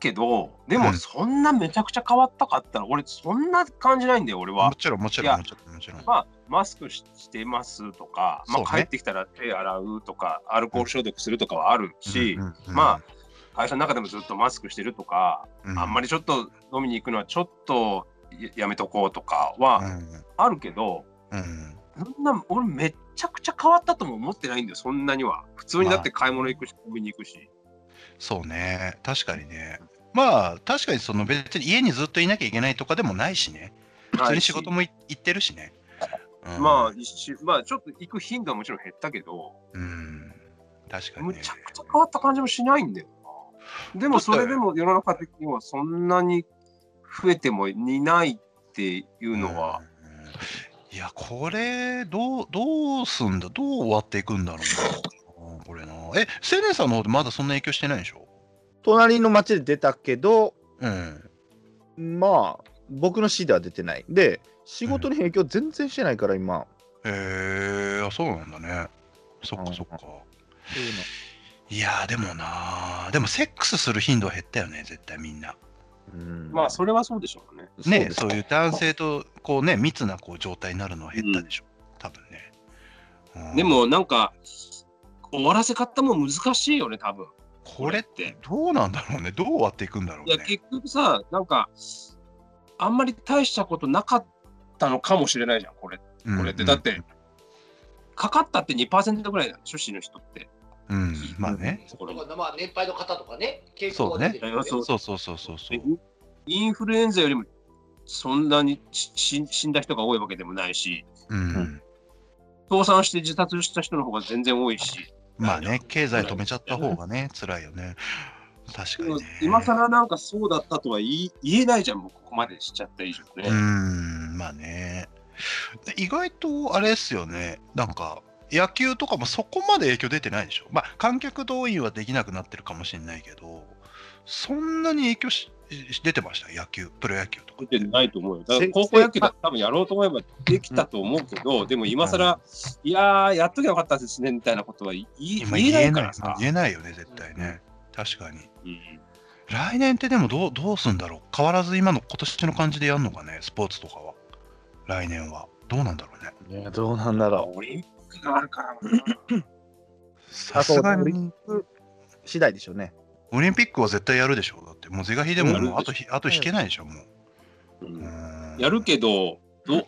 けど、で
う
も
ん
そんなめちゃくちゃ変わったかったら、俺、そんな感じないんだよ、俺は
も。ちろんもち
い
ろん
や
もちろんもちろん
まあ、マスクししてますとか、ま
そうね
あ、帰ってきたら手洗うとか、アルコール消毒するとかはあるし、
うんうんうん
まあ、会社の中でもずっとマスクしてるとか、
うん
あんまりちょっと飲みに行くのはちょっとややめとこうとか
う
は
ん
あるけど、
うん
そんな俺めっちゃくちゃ変わったとも思ってないんだよそんなには普通にだって買い物行くしコンビニ行くし、
そうね確かにねまあ確かにその別に家にずっといなきゃいけないとかでもないしね普通に仕事もい行ってるしね。うん
まあ、一周まあちょっと行く頻度はもちろん減ったけど
うん、確かに、
む
ね
ちゃくちゃ変わった感じもしないんだよなでもそれでも世の中的にはそんなに増えてもいないっていうのは、
うんいや、これ、どう、どうすんだ、どう終わっていくんだろうな。うん これな。え、青年さんの方でまだそんな影響してないでしょ
隣の町で出たけど
うん。
まあ僕の市では出てないで仕事に影響全然してないから今、
へえあ、そうなんだね。そっかそっか。いやー、でもなー、でもセックスする頻度は減ったよね、絶対みんな。
うん
まあそれはそうでしょうね
ね、
です
そういう男性と、こうね、密なこう状態になるのは減ったでしょ、多分ね。うん
で、もなんか終わらせ方も難しいよね多分
これってどうなんだろうね、どう終わっていくんだろう
いや
ね。
結局さなんかあんまり大したことなかったのかもしれないじゃん、これ。これって、だって、かかったって2%ぐらいだよ、初心の人って。
うん、うんまあね。
ところが
だからまあ年配の方とかね、傾
そ
向
うね
が出てるよ
そ
そうそうそうそうそう。
インフルエンザよりもそんなにしし死んだ人が多いわけでもないし、
うん。
倒産して自殺した人の方が全然多いし、
まあね、経済止めちゃった方がね、辛いよね。確かに、ね。
今更なんかそうだったとは言い言えないじゃん、もうここまでしちゃった以上ね。
うーん、まあね。で意外とあれですよね、なんか野球とかもそこまで影響出てないでしょ。まあ、観客動員はできなくなってるかもしれないけど、そんなに影響しし出てました、野球、プロ野球とか。
出てないと思うよ。だから
せ
高校野球だって多分やろうと思えばできたと思うけど、でも今更、いやー、やっときゃよかったですねみたいなことは言い
今
言えないか
言
ら
え
さ。
言えないよね、絶対ね。確かに。
うん
来年ってでもどうどうすんだろう変わらず今の今年の感じでやるのかね、スポーツとかは。来年は。どうなんだろうね。
ねどうなんだろ
オリンピックがあるから
さすがに。
う次第でしょうね
オリンピックは絶対やるでしょう。だって、もう是が非でも
やるでし
も
ょ
うあとひあと引けないでしょ、もう。う
な。
ーん
やるけど、ど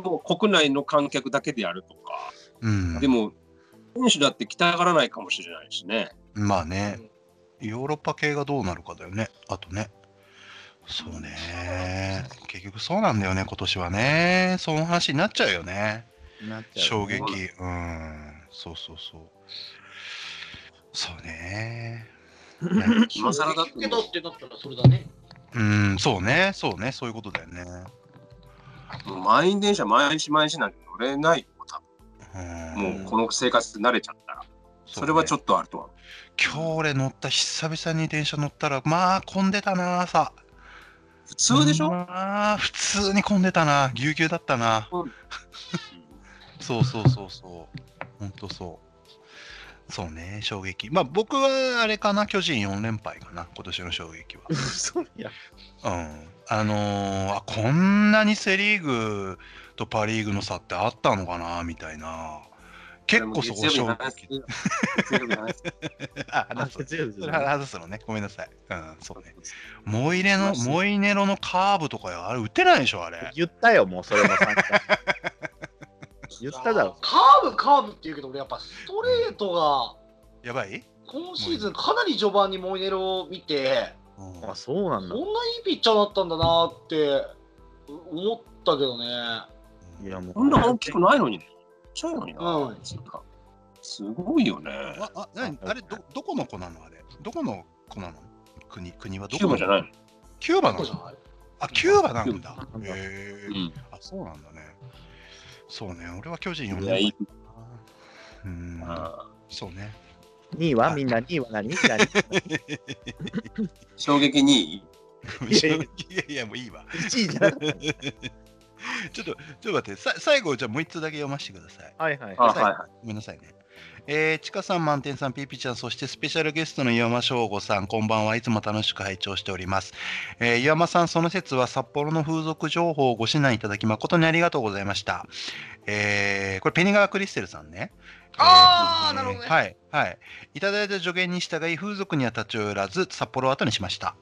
もう国内の観客だけでやるとか、
うん、
でも、選手だって来たがらないかもしれないしね。
まあね、ヨーロッパ系がどうなるかだよね、あとね。そうね、結局そうなんだよね、今年はね、その話になっちゃうよね、
なっちゃう
衝撃、うん、そうそうそう。そうね、
今更だっ
聞
て
くけどってなったらそれだね。
うん、そうね、そうね、そういうことだよね。
もう満員電車、毎日毎日なんて乗れないよ、多
うん
分もうこの生活慣れちゃったら。それはちょ
っと。
っとあるとは思う。
今日俺乗った、久々に電車乗ったら、まあ混んでたな、朝。
普通でしょ
まあ、普通に混んでたな、ぎゅうぎゅうだったな。 そうそうそうそう。ほんとそう。そうね、衝撃。まあ僕はあれかな、巨人4連敗かな、今年の衝 撃は。
嘘や
うん。あのーあ、こんなにセ・リーグとパ・リーグの差ってあったのかな、みたいな。結構そこ
月曜日
衝
の話
撃。
月曜日の話
あ、
あ
話す。
月曜日じ
そ
ゃ
れ
ない
は外すのね。ごめんなさい。うん、そうね。モイネの、モイネロのカーブとかよ、あれ打てないでしょ、あれ。
言ったよもうそれもさ言った だろ
カーブ、カーブって言うけど、俺やっぱストレートが、
やばい
今シーズンかなり序盤にモイネロを見て、
うん
あそうな
こん
ん
な
だ
いいピッチャーだったんだなって思ったけどね。
いやもう
こんな大きくないのにね。ちっちゃいのにな。
うん
すごいよね。
あ、あ、なに、あれ、ど、どこの子なの、あれ、どこの子なの。国、国はど
キュ
この
ーバじゃないの。
キューバな
そうじゃ
の。
ない
あ、キューバなんだ
キュー。バ
へ
う
え。
ん
あ、そうなんだね。そうね、俺は巨人四
い
年
やいい
前うーん。
な
そうね。
2位はみんな2位は何何
衝撃に
いやいやいや、もういいわ。
1位じゃなかっ
ちょっと、ちょっと待って、さ、最後、じゃ、もう一つだけ読ませてください。
たはいはい
あはいは
ごめんなさいね。えー、ちかさん、満点さん、ピーピーちゃん、そしてスペシャルゲストの岩間翔吾さん、こんばんはいつも楽しく拝聴しております。えー岩間さん、その説は札幌の風俗情報をご指南いただき誠にありがとうございました。えーこれ、ペニガー・クリステルさんね。
あー
え
なるほどね
はい、はい。いただいた助言に従い、風俗には立ち寄らず、札幌を後にしました。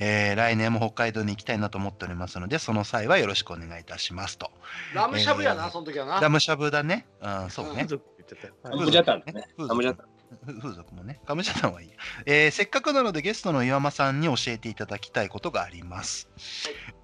えー来年も北海道に行きたいなと思っておりますので、その際はよろしくお願いいたしますと。
ラムシャブや
えー
な、その時はな。
ラムシャブだね。うん、そうね
満。足言っちゃったよ
い。
は
カ
い
ムジャタンね。
風俗
カムジャタン。
ふ風俗もね、カムジャタンはいいや、えーせっかくなのでゲストの岩間さんに教えていただきたいことがあります。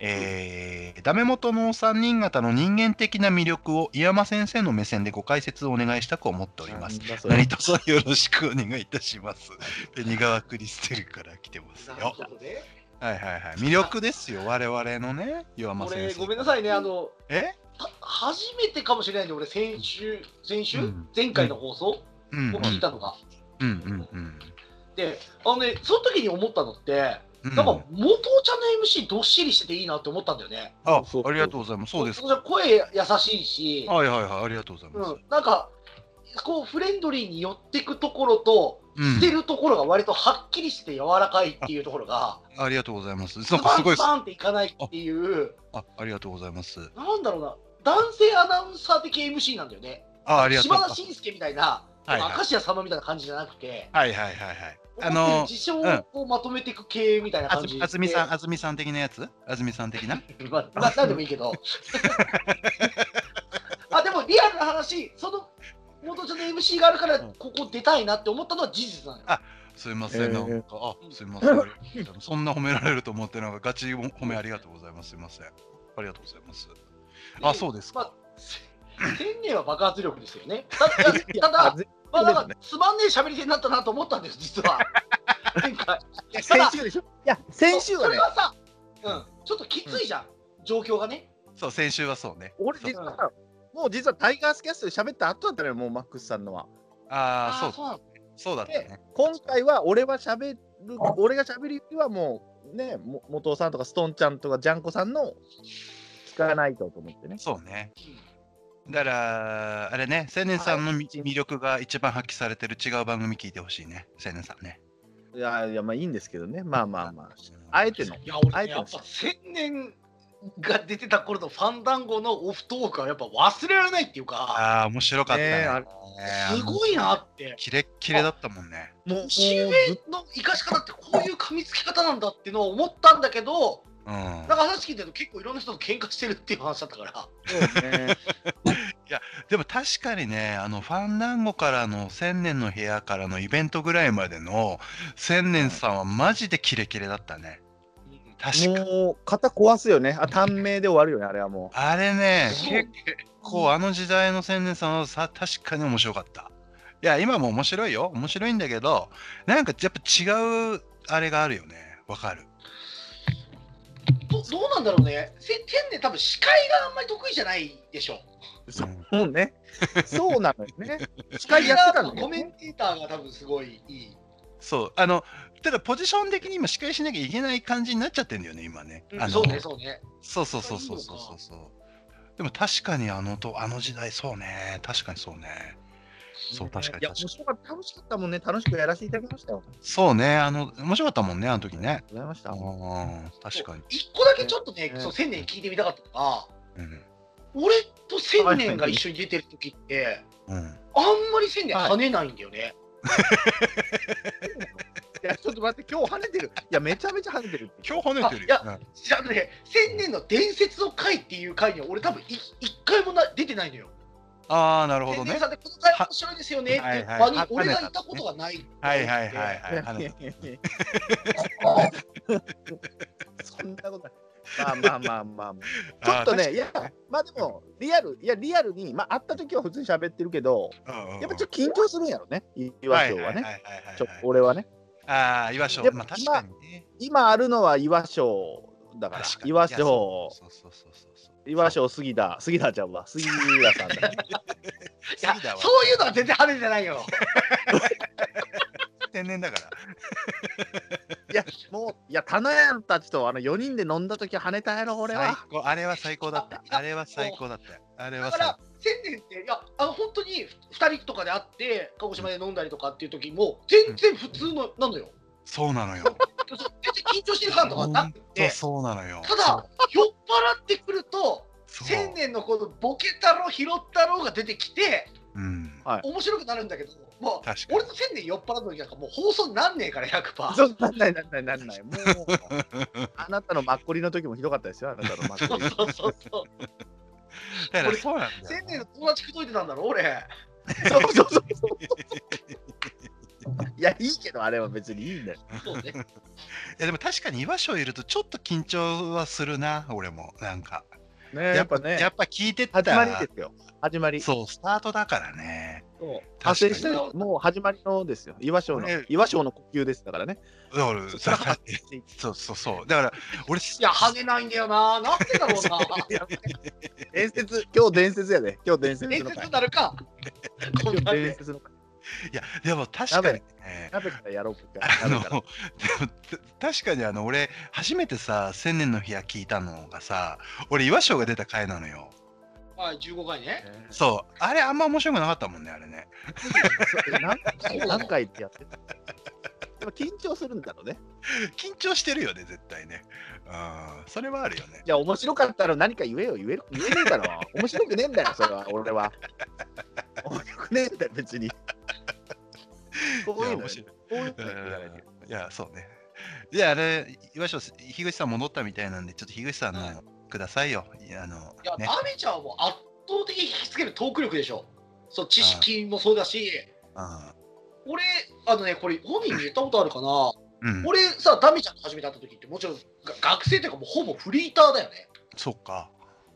えーダメ元のお三人方の人間的な魅力を岩間先生の目線でご解説をお願いしたく思っております。
なんだそれ
何卒よろしくお願いいたします。ペニガワクリステルから来てますよ
な。るほどね。
はいはいはい。魅力ですよ、我々のね、岩間先
俺、
生。
ごめんなさいね、あの、
え
は初めてかもしれないんで、俺、先週、先週、
うん
前回の放送
うん
を
うん
聞いたのが。
うんうん
で、あのね、その時に思ったのって、
うん。
なんか、
うん
元ちゃんの MC どっしりしてていいなって思ったんだよね。
あ、ありがとうございます。そうですか。
声優しいし、
はいはいはい、ありがとうございます
うん。、なんか、こう、フレンドリーに寄ってくところと、
うん
捨てるところが割とはっきりして柔らかいっていうところが、
ありがとうございます。
ス
なんか
パ
すご
ン
い
スパンっていかないっていう、
あ、ありがとうございます。
なんだろうな、男性アナウンサー的 MC なんだよね。
あ、ありがとう。
島田紳介みたいな、
はいはい
明石家さんまみたいな感じじゃなくて、
はいはいはいはい。あ
思って
の
る、事象をこうまとめていく系みたいな
あ
感じ
ず
で。
あずみさん、あずみさん的なやつあずみさん的な
まあ、ななんでもいい けど。あでもリアルな話、その元ちゃんの MC があるから、ここ出たいなって思ったのは事実なのよ。
すいませ
え
ん、
ー
なんか、あ、すいません。そんな褒められると思ってなんかガチ褒めありがとうございます。すいません。ありがとうございます。あ、そうです
まあ
か。、
千年は爆発力ですよね。たたただ、まあ、なんかつまんねえ喋り手になったなと思ったんです、実 は。前回。ただ
先週でしょいや先週は
それ
ね
はさ、うん、ちょっときついじゃん、状況がね。
そう、先週はそうね。
俺実はもう実はタイガースキャストで喋った後だったのよもうマックスさんのは
ああ、そう、
うなの
そうだったね。
今回は俺は喋る俺が喋るよりはもうねも元尾さんとかストンちゃんとかジャンコさんの聞かないとと思ってね
そうね。だから、あれね、青年さんのみ魅力が一番発揮されてる違う番組聞いてほしいね、青年さんね。
いやいやまあいいんですけどねまあまあまああえての
いや、俺、
あえ
ね、
て
や
の
っぱ千年が出てた頃のファンダンゴのオフトークはやっぱ忘れられないっていうか、
ああ、面白かったね。
ねえあれ
すごいなって。
キレッキレだったもんね。
もう
年上の生かし方ってこういう噛みつき方なんだっていうのを思ったんだけど、
うん。
なんか話聞いてると結構いろんな人と喧嘩してるっていう話だったから。
でも確かにね、あのファンダンゴからの千年の部屋からのイベントぐらいまでの千年さんはマジでキレキレだったね。確か
もう肩壊すよねあ短命で終わるよねあれはも
あれね、
そう
結構あの時代の千年さんはさ確かに面白かった。いや、今も面白いよ。面白いんだけど、なんかやっぱ違うあれがあるよね。わかる。
どどうなんだろうね。せ天で多分司会があんまり得意じゃないでしょ。
うそうねそうなのよね司会やってたの
コ
よ
メ
ね
ンテーターが多分すごいいい。
そう。あの、ただポジション的に今司会しなきゃいけない感じになっちゃってんだよね、今ね。あの
そうね、そうね。
そうそうそうそうそうそうそう。でも確かにあのとあの時代そうね確かにそうね。そう確かに確
いや
か
面
に。
白かった楽しかったもんね楽しくやらせていただきましたよあり
そうねあの面白かったもんねあの時ね
が。とうございました
ああ確かに。
一個だけちょっとね、
ね
そう千年に聞いてみたかったのが、
うん
俺と千年が一緒に出てる時って、
うん。
あんまり千年跳ねないんだよね。
いやちょっと待って今日跳ねてるいやめちゃめちゃ跳ねてる
今日跳ねてる
あ
よ
い。じゃあね、千年の伝説の回っていう回には俺多分い一回もな出てないのよ。
ああなるほ
千
ど
年
ね。
さんってこの回面白いですよねっていう場に
はいはい
俺がいたことがない。
はいはいはいはい。あの
そんなことない。まあまあまあまあまあ。ちょ
あ
っ
ー
とね、
確
いや、まあでも、リアル、いや、リアルに、まあ会った時は普通に喋ってるけど、
かにうんうんうん
やっぱちょっと緊張するんやろね、い岩
はい
章
はい
は
はいはい
ね。
はい
ちょっと俺はね。
ああ岩
で
章
も
まあ確かにね。
今あるのは岩章だから
確か、に
岩
いやそ
章
う、そうそうそうそうそう。
岩章杉田、杉田ちゃんは、杉田さん だ。
いや
次だわ
そういうのは全然跳ねてな いよ。
天然だから。
いや、もう、いや、田野屋たちとあの4人で飲んだ時跳ねたやろ、俺は。
最高あれは最高だった。あれは最高だったよ。あれ
だ
は
か
最
ら千年っていやあの本当に二人とかで会って鹿児島で飲んだりとかっていう時も全然普通のなのよ。
そうなのよ。
そう全然緊張してる感とかなく
そう
て。
そうなのよ。
ただ酔っ払ってくると
そう
千年のこのボケ太郎拾ったろうが出てきて
うん。
面白くなるんだけどもう
確かに
俺の千年酔っ払う時なんかもう放送になんねえから100%
そ
そう
なんないなんないなんない。もう、あなたのマッコリの時もひどかったですよ、あなたのマッコ
う
リ。
そうそうそう
だから
俺
そうなんだ
千
よ
年の友達くどいてたんだろ俺
そうそうそうそう。 いや、いいけど、あれは別にいいんだよ。
そうね
いやでも確かに居場所いるとちょっと緊張はするな、俺も。なんか。
ねやっぱね、
やっぱ聞いてった
始まりですよ。始まり。
そう、スタートだからね。
そう
かに
派生してる、もう始まりのですよ。岩章の
ね、
岩章の呼吸ですからね。
だから、
そっから
だから そうそうそう。だから、俺、
いや跳ねないんだよななんでだろうな
伝説、今日伝説やで。今日伝説
伝
の
説
回
に。なるかこん
今
なん
日
で
伝説の回。
いや、でも確かにね。
鍋からやろうか。
あの
鍋
で
から
もた確かにあの俺初めてさ「千年の部屋」聞いたのがさ俺岩章が出た回なのよ
はい15回ね
そうあれあんま面白くなかったもんねあれね
そう何回何回ってやってた。でも緊張するんだろうね。
緊張してるよね絶対ねうんそれはあるよね
いや、面白かったら何か言えよ、言える言 えねえだろ。面白くねえんだよ、それは、俺は。面白くねえんだよ、別に。そういうのよ
面白い
そういう
う
のよ
んいや、そうね。じゃあ、あれ、岩下さん、樋口さん戻ったみたいなんで、ちょっと樋口さんのくださいよ。いやあの
いや、
ね、
アメちゃんは圧倒的に引きつけるトーク力でしょ。そう知識もそうだし、俺、あのね、これ、本人に言ったことあるかな。
うん、うん、
俺さ、ダメちゃんと初めて会った時って、もちろんが学生というか、もうほぼフリーターだよね。
そっか。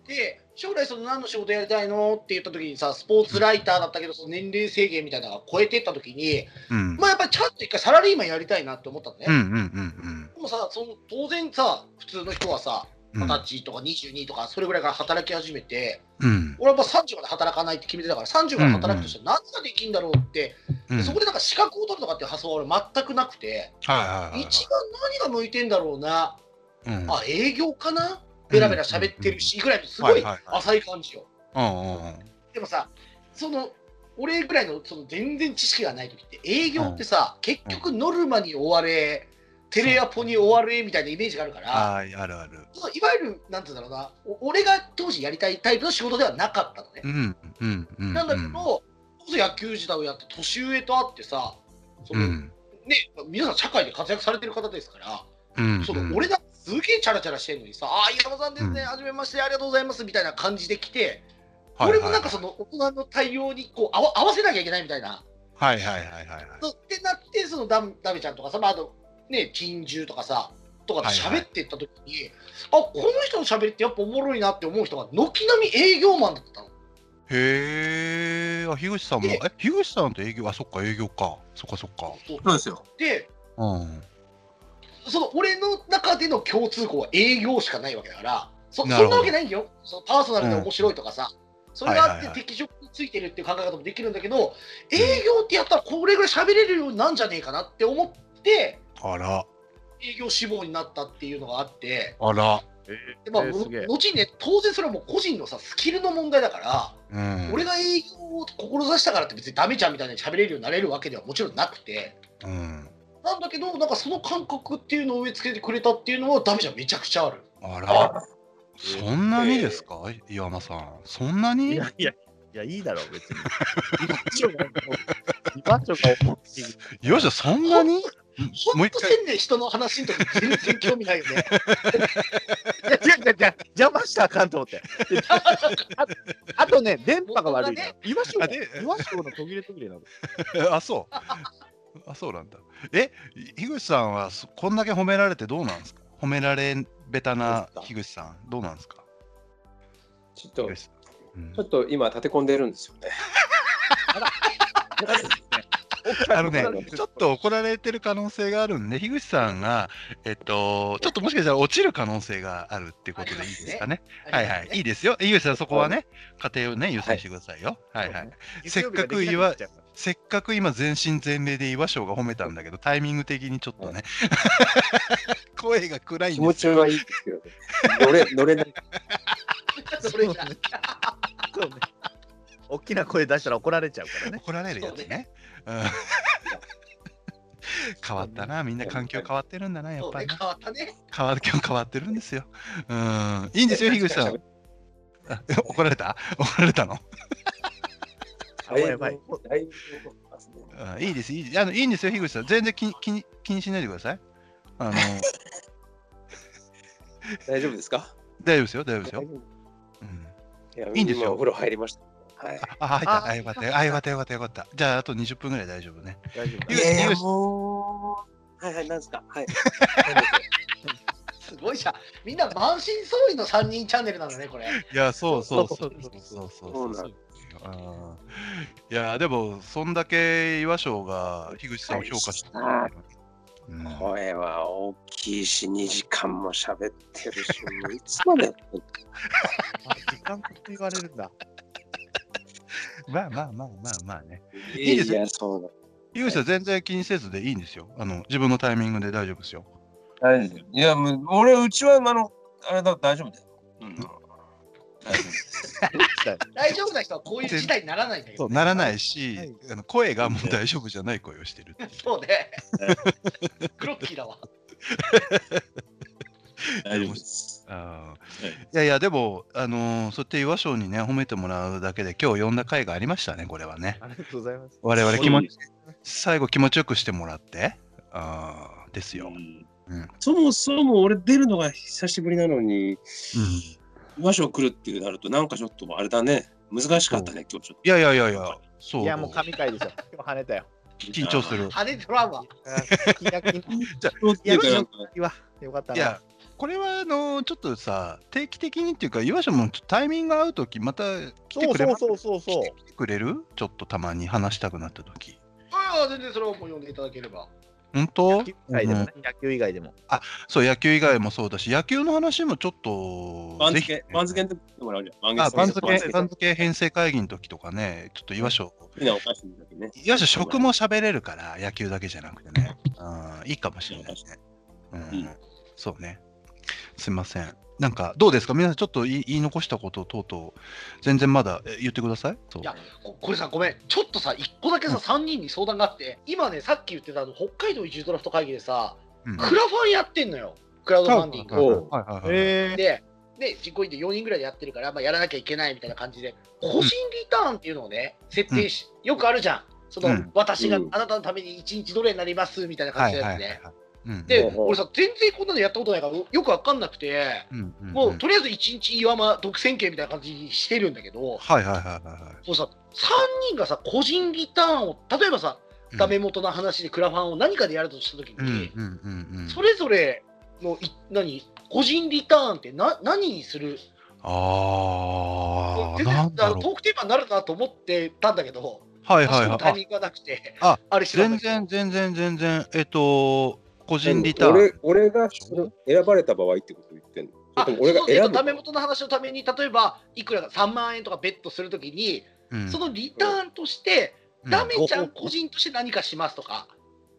で、将来その何の仕事やりたいのって言った時にさ、スポーツライターだったけど、その年齢制限みたいなのが超えてった時に、
うん、
まあやっぱりちゃんと一回サラリーマンやりたいなって思ったのね。
うん、うん、うん、
でもさその当然さ普通の人はさ
うん。
二十歳とか22とかそれぐらいから働き始めて、
うん、
俺はやっぱ30まで働かないって決めてたから30まで働くとしたら何ができるんだろうって、
うん。
そこでなんか資格を取るとかっていう発想は俺全くなくて、
はいはいはいはい。
一番何が向いてんだろうな、
うん
あ営業かなベラベラ喋ってるし、ぐらいのすごい
はいはいはい
浅い感じよ。
うんうんうん
でもさその俺ぐらいのその全然知識がない時って営業ってさ、結局ノルマに追われテレアポに追われみたいなイメージがあるから。
はい、あるある。
そういわゆる、なんて言うんだろうな、お俺が当時やりたいタイプの仕事ではなかったのね
う。ん、うん、うん。
なんだけど、こそ野球時代をやって、年上と会ってさ、そ
うん、
の
うん、
ね、皆さん、社会で活躍されてる方ですから、
うん。
そ
うん
の俺だってすげえチャラチャラしてるのにさ、ああ、岩尾さんですね、
うん
はじめまして、ありがとうございますみたいな感じで来て、
はいはい
俺もなんかその大人の対応にこう合わ合わせなきゃいけないみたいな。
はいはいはいはいはい。
そうってなって、そのダメダメちゃんとかさ、まあ、あと、ね、金獣とかさ、とかと喋っていった時に、あこの人の喋りってやっぱおもろいなって思う人が軒並み営業マンだったの。
へえ、あ、樋口さんも、
で
え、樋口さんと営業、あ、そっか、営業か。そっかそっか。
そう
そうですよ。
で、
うん。
その俺の中での共通項は営業しかないわけだから、そそん
なるほど
なわけないんだよ。そのパーソナルで面白いとかさ、それがあ
はい
っ
はいは
て
い
敵情についてるっていう考え方もできるんだけど、営業ってやったらこれぐらい喋れるようになんじゃねえかなって思って、
あら、
営業志望になったっていうのがあって。
あら。
でまあ、
えー
の
すげえ
後にね当然それはもう個人のさスキルの問題だから、
うん。
俺が営業を志したからって別にダメじゃんみたいに喋れるようになれるわけではもちろんなくて
うん。
なんだけどなんかその感覚っていうのを植え付けてくれたっていうのはダメじゃんめちゃくちゃある
あら。そんなにですか、岩間さん。そんないに
やいや、いや、いいだろう、別に。居場所が、居場所が思っている。
よっしゃ、そんなにも
ほ
うん一
と
回
せんね人の話の時全然興味ないよね
いや、違う違う違う、邪魔したらあかんと思って。で邪魔したらあかんあとね、電波が悪いから。居場所が、
あで
居場所の途切れ途切れな の。
あ、そう。 あ、そうなんだ。え、樋口さんはそこんだけ褒められてどうなんですか褒められベタな樋口さん、どうなんですか
ちょっと
樋口さんうん
ちょっと今立て込んでるんですよ ね。
あのね、ちょっと怒られてる可能性があるんで、樋口さんが、えっと、ちょっともしかしたら落ちる可能性があるっていうことでいいですかね。 はいはい、いいですよ。樋口さん、そこはね、家庭をね、優先してくださいよ。はいはい。せっかく岩せっかく今、全身全霊で岩翔が褒めたんだけど、タイミング的にちょっとね、 声が暗い
気
んで
持
す
ちはいいですけどね。乗れ、乗れない。
それじゃ
そうね。大きな声出したら怒られちゃうからね。
怒られるやつね。うん 変わったな、みんな環境変わってるんだな、や
そ
っ
う
ぱ
ね
りな。
変わったね
変わ今日変わってるんですよ。うん、いいんですよ、樋口さん。あえ怒られた怒られたの、
だいぶ
やばい
だいぶ怒ってますね。
うん、いいですいいですあの、いいんですよ、樋口さん。全然気に気に気にしないでください。あの
大丈夫ですか？
大丈夫ですよ、大丈夫です
大
よ。
丈
うん、
夫や
いいんですよ
今お風呂入りました。はい。
あ、入った、
あ
あ、よかったよ、あ、よかった、よかった、よかった。じゃあ、あと20分ぐらい大丈夫ね。
大丈夫
いやいや
もう。はいはい、なんですか。はい。
すごいじゃんみんな満身創痍の3人チャンネルなんだねこれ
いや、そうそう
そ
そうう
そう
そうそうそう
そうなん
そうあーいや、でも、そんだけ岩翔が樋口さんを評価して
は
うん
声は大きいし、2時間も喋ってるし、もういつまでやってんの
あ時間って言われるんだ。
まあまあまあまあまあね。い
い
いですよ
や、そう
樋口さん、全然気にせずでいいんですよ。あの自分のタイミングで大丈夫ですよ。
大丈夫ですよ。いや、もう俺、うちは、あの、あれだ、大丈夫だよ。うん。。
大丈夫な人はこういう事態にならないんだけ
そ
ど
うならないし、
はい
あの声がもう大丈夫じゃない声をしてるっていう。
そうね クロッキーだわ
大丈夫ですあーいやいや、でも、あのーそうやって岩翔にね、褒めてもらうだけで、今日呼んだ回がありましたね、これはね。
ありがとうございます。
我々気持ち、最後気持ちよくしてもらって、あーですよ。
そもそも俺出るのが久しぶりなのに、
い
場所来るってなると、なんかちょっとあれだね、難しかったね、今日ちょっと。
やいやいやいや、そう。
いや、もう神回でしょ。今日跳ねたよ。
緊張する。
派手ドラマ。
気が気に
っていうかなんか
いわ。よかった
い
な。
や、これはあのちょっとさ、定期的にっていうか、岩下もちょっとタイミング合うとき、また来て
そう
くれ
そ
ま
うそうそうそう。
来てくれるちょっとたまに話したくなったとき。
ああ、全然それはもう呼んでいただければ。
本当
野球以外でもね、野球以外でも。
そう、野球以外もそうだし、野球の話もちょっと。
番
ぜひ
付、番付でもらうじゃん。
あ、番
付
付、番付編成会議の時とかね、ちょっと岩所、
好きなお菓子の時ね。
岩所食も喋れるから、野球だけじゃなくてね、うん、いいかもしれないね。う
うん
ん、そうね。すいません。なんか、どうですか皆さん、ちょっと言い言い残したことをとうとう、全然まだえ言ってください。そう
いやここれさ、ごめん。ちょっとさ、一個だけさ、3人に相談があって、今ね、さっき言ってたあの、北海道移住ドラフト会議でさ、
うん
クラファンやってんのよ。クラウドファンディング。
はいはいはい
え
で、で実行委員で4人ぐらいでやってるから、まあ、やらなきゃいけないみたいな感じで、個人リターンっていうのをね、設定し、よくあるじゃん。その、
うん
私が
うん
あなたのために1日どれになりますみたいな
は
感
い
じ
は
の
いは
や
い
つ
はい
ね。。
うん
で、
うん
俺さ、全然こんなのやったことないから、よくわかんなくて、
うんうん
も
う
うとりあえず1日岩間独占権みたいな感じにしてるんだけど、
はいはいはいはいはい。
そうさ、3人がさ、個人リターンを、例えばさ、
うん
ダメ元の話でクラファンを何かでやるとしたときに、
うんうんうんうん。
それぞれのい、何、個人リターンってな何にする
ああ、
全然
なんだ
あの
ろ
ト
う。
ークテーマになるなと思ってたんだけど、
はいはいは
私の
い。
タイミングがなくて、
あ
あれしてたん
全
だけど
然全然全然えっと個人リターン
俺俺がその選ばれた場合ってこと言ってんのそれ
あ
とも俺が選
そ
ぶ
のダメ元の話のために、例えば、いくらか3万円とかベットするときに、
うん
そのリターンとして、
うん
ダメちゃん個人として何かしますとか、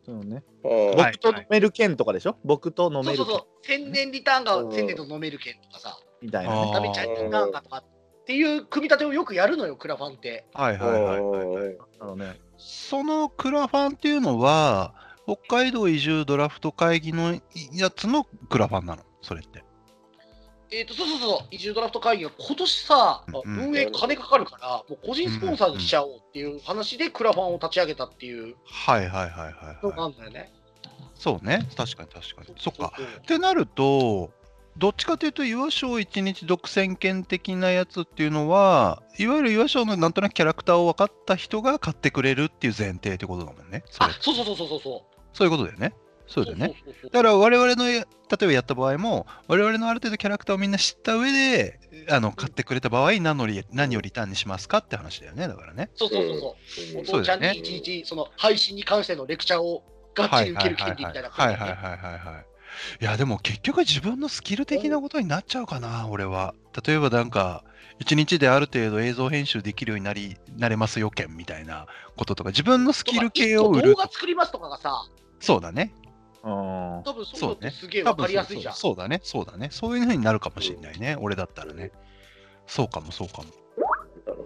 そうね。
うん
はい
僕と飲める券とかでしょ僕と飲
そう
め
そ
る
うそ
券
う、千年リターンが
うん
千年と飲める券とかさ、
みたいなね。
あ
ダメちゃんリターンがとかっていう組み立てをよくやるのよ、クラファンって。
ーはいはいはいはい
うん
なのね。
そのクラファンっていうのは北海道移住ドラフト会議のやつのクラファンなのそれって
えー、とそうそうそう、移住ドラフト会議が今年さ、
うん
運営金かかるから、もう個人スポンサーにしちゃおうっていう話で、クラファンを立ち上げたっていう
はいはいはいはい、
の
は
が
い、
あるんだよね。
そうね確かに確かにそっか
うそう
ってなるとどっちかというと岩賞一日独占権的なやつっていうのはいわゆる岩賞のなんとなくキャラクターを分かった人が買ってくれるっていう前提ってことだもんねそ
あ
れ
そうそうそうそうそうそ
そういうことだよねそう
う。
だよね
そうそうそう
だから我々のや例えばやった場合も我々のある程度キャラクターをみんな知った上であの買ってくれた場合何のリ何をリターンにしますかって話だよねだからね
そうそうそうそう。お
そう
父
で
ちゃ
す
ん
ね
に一日その配信に関してのレクチャーをがっちり受ける権利みたい
は
な感
い
じ
はい
で。
はいはいはいいやでも結局自分のスキル的なことになっちゃうかな俺は例えばなんか一日である程度映像編集できるようになりなれますよ券みたいなこととか自分のスキル系を売
動
る
画作りますとかがさ、
そうだね
うん。
多分そうい
そ
うのっ
うね
てすげえわかりやすいじゃん。
そうそうそうだねそうだねそういうふうになるかもしれないね、俺だったらねそうかもそうかも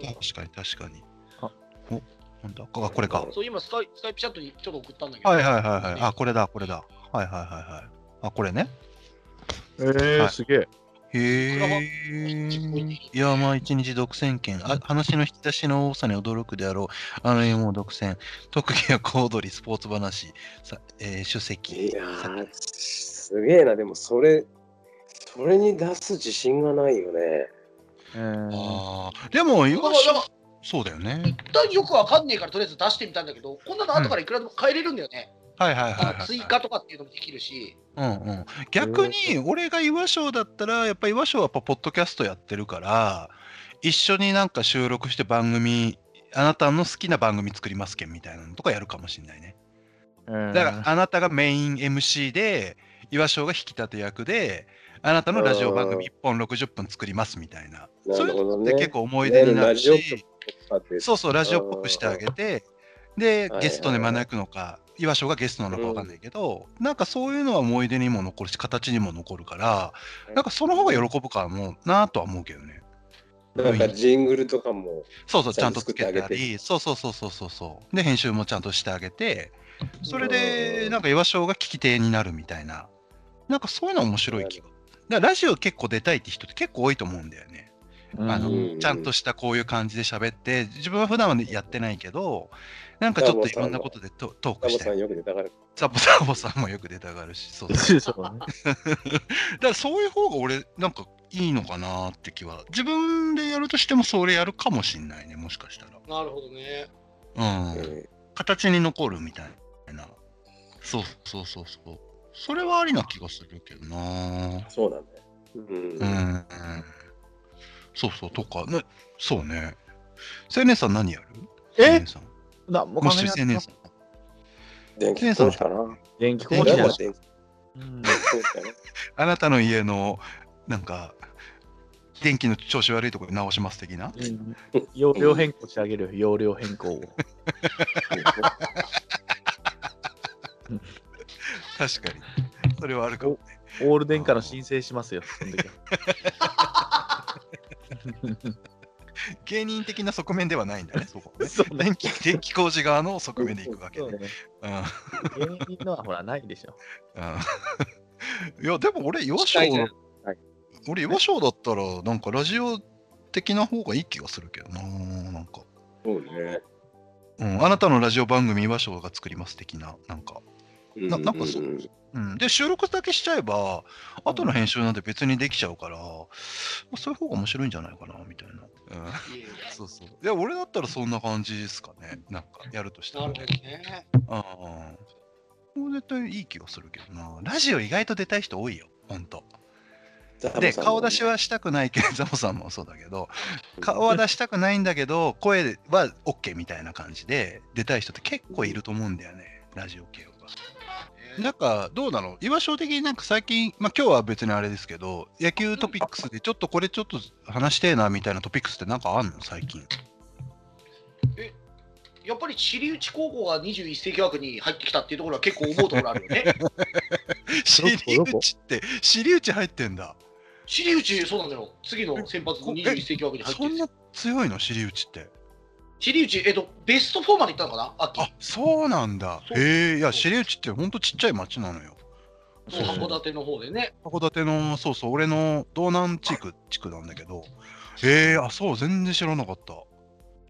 確かに確かに
あ
おなんだあこれか
そう今スカイスカイプチャットにちょっと送ったんだけど。
はいはいはいはいあこれだこれだはいはいはいはいあこれね
えー、すげえ。
へえ。
は
いや、まあ、一日独占権。あ話の引き出しの多さに驚くであろう。あの M を独占。特技は小躍り、スポーツ話、さえー書籍
い。やーすげえなでもそれそれに出す自信がないよね
えー
ああ。でも、よ
だからだか
そうだよ
ら
ね
一。旦よくわかんねえからとりあえず出してみたんだけど、こんなの後からいくらでも変えれるんだよね。
はいはいはい、
あ
は
の
い。
追加とかっていうのもできるし。
うんうん、逆に俺が岩賞だったらやっぱ岩賞はやっぱポッドキャストやってるから一緒になんか収録して番組あなたの好きな番組作りますけんみたいなのとかやるかもしれないねだからあなたがメイン MC で岩賞が引き立て役であなたのラジオ番組1本60分作りますみたいな
な
そうい
る
う
ほど
のって
ね
結構思い出になる
いわゆるラジ
し
とかで
そうそうラジオっぽくしてあげてで
はいはい
ゲストで招くのか岩所がゲストなのかわかんないけど、なんかそういうのは思い出にも残るし形にも残るからなんかその方が喜ぶからもなとは思うけどね
なんかジングルとかも
そうそうち
ち
ゃ
ゃ
ん
ん
と
と
つ
作っ
け
てあげ
た
て
りそうそうそうそうそうそうで編集もちゃんとしてあげてそれで
うん
なんか岩所が聞き手になるみたいななんかそういうの面白い気がだからラジオ結構出たいって人って結構多いと思うんだよねあ
あ
の
うん
ちゃんとしたこういう感じで喋って自分は普段はねやってないけどなんかちょっといろんなことでトトー
タ
クし
モ
た
さ
い。
んよく出たがる。
サボサボさんもよく出たがるし、そうだ。 だからそういう方が俺、なんかいいのかなって気は。自分でやるとしてもそれやるかもしんないね、もしかした
なるほどね。
ら。うん。
うん
形に残るみたいな。そうそうそうそう。それはありな気がするけどな。
そうなんだよ。うん
う。ん。そうそう、とか、ね、そうね。青年さん何やる青
え
年さん。
なもう
もし青年さん。
電気工事かな。
電気工
俺
事じゃ
は
ん。
電気
うん
工事かな。
あなたの家の、なんか、電気の調子悪いところ直します的な。
容量変更してあげるよ、容量変更 を。
確かに。それはあるかも。
オール電化の申請しますよ、その時は
芸人的な側面ではないんだね、 そこはね。
そうね
電気電気工事側の側面でいくわけ
そう
ね。
ね。
うん
芸人のはほら、ないでしょ。
うん いや、でも俺、幼少、
はい
俺、幼少だったら、なんかラジオ的な方がいい気がするけどな、なんか。
そうね。
うん、あなたのラジオ番組、和尚が作ります的な、なんか。
うん
ななんかそううん、で、収録だけしちゃえば、後の編集なんて別にできちゃうから、まあそういう方が面白いんじゃないかな、みたいな。うん、
いいね
そうそう。いや、俺だったらそんな感じですかね、なんか、やるとした
な
ら
るほ
ね
ど。ね。
ああ。もう絶対いい気がするけどな。ラジオ意外と出たい人多いよ、ほんと。で、顔出し。はしたくないけど、ザ ボさんもそうだけど、顔は出したくないんだけど、声は OK みたいな感じで、出たい人って結構いると思うんだよね、ラジオ系は。なんか、どうなの岩章的になんか最近、まあ今日は別にあれですけど、野球トピックスでちょっとこれちょっと話してえなみたいなトピックスってなんかあんの最 近。
やっぱり知り内高校が21世紀枠に入ってきたっていうところは結構思うところある よね。
尻内って、尻内入ってんだ。
知り内、そうなんだよ。次の先発の21世紀枠に入って
そ
る
ん
んですよ
な強いの尻内って。
知り内、えっと、ベスト4まで行ったのかな秋。
あそうなんだ。
そう
へえいや、知り内ってほんとちっちゃい町なのよ。
そう函館の方でね。
函館の、そうそう、俺の道南地区地区なんだけど、へえあ、そう、全然知らなかった。
そ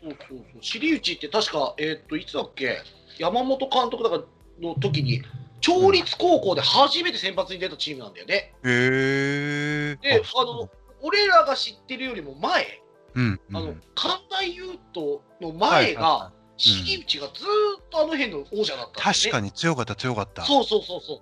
うそうそう。知り内って確か、えっと、いつだっけ、山本監督だからの時に、町立高校で初めて先発に出たチームなんだよね。
へえ
で、あの、俺らが知ってるよりも前、
うん、
あの
うん、
関大優斗の前
はいは
が、知り内がずーっとあの辺の王者だったんだよね。
確かに強かった、強かった。
そうそうそうそう。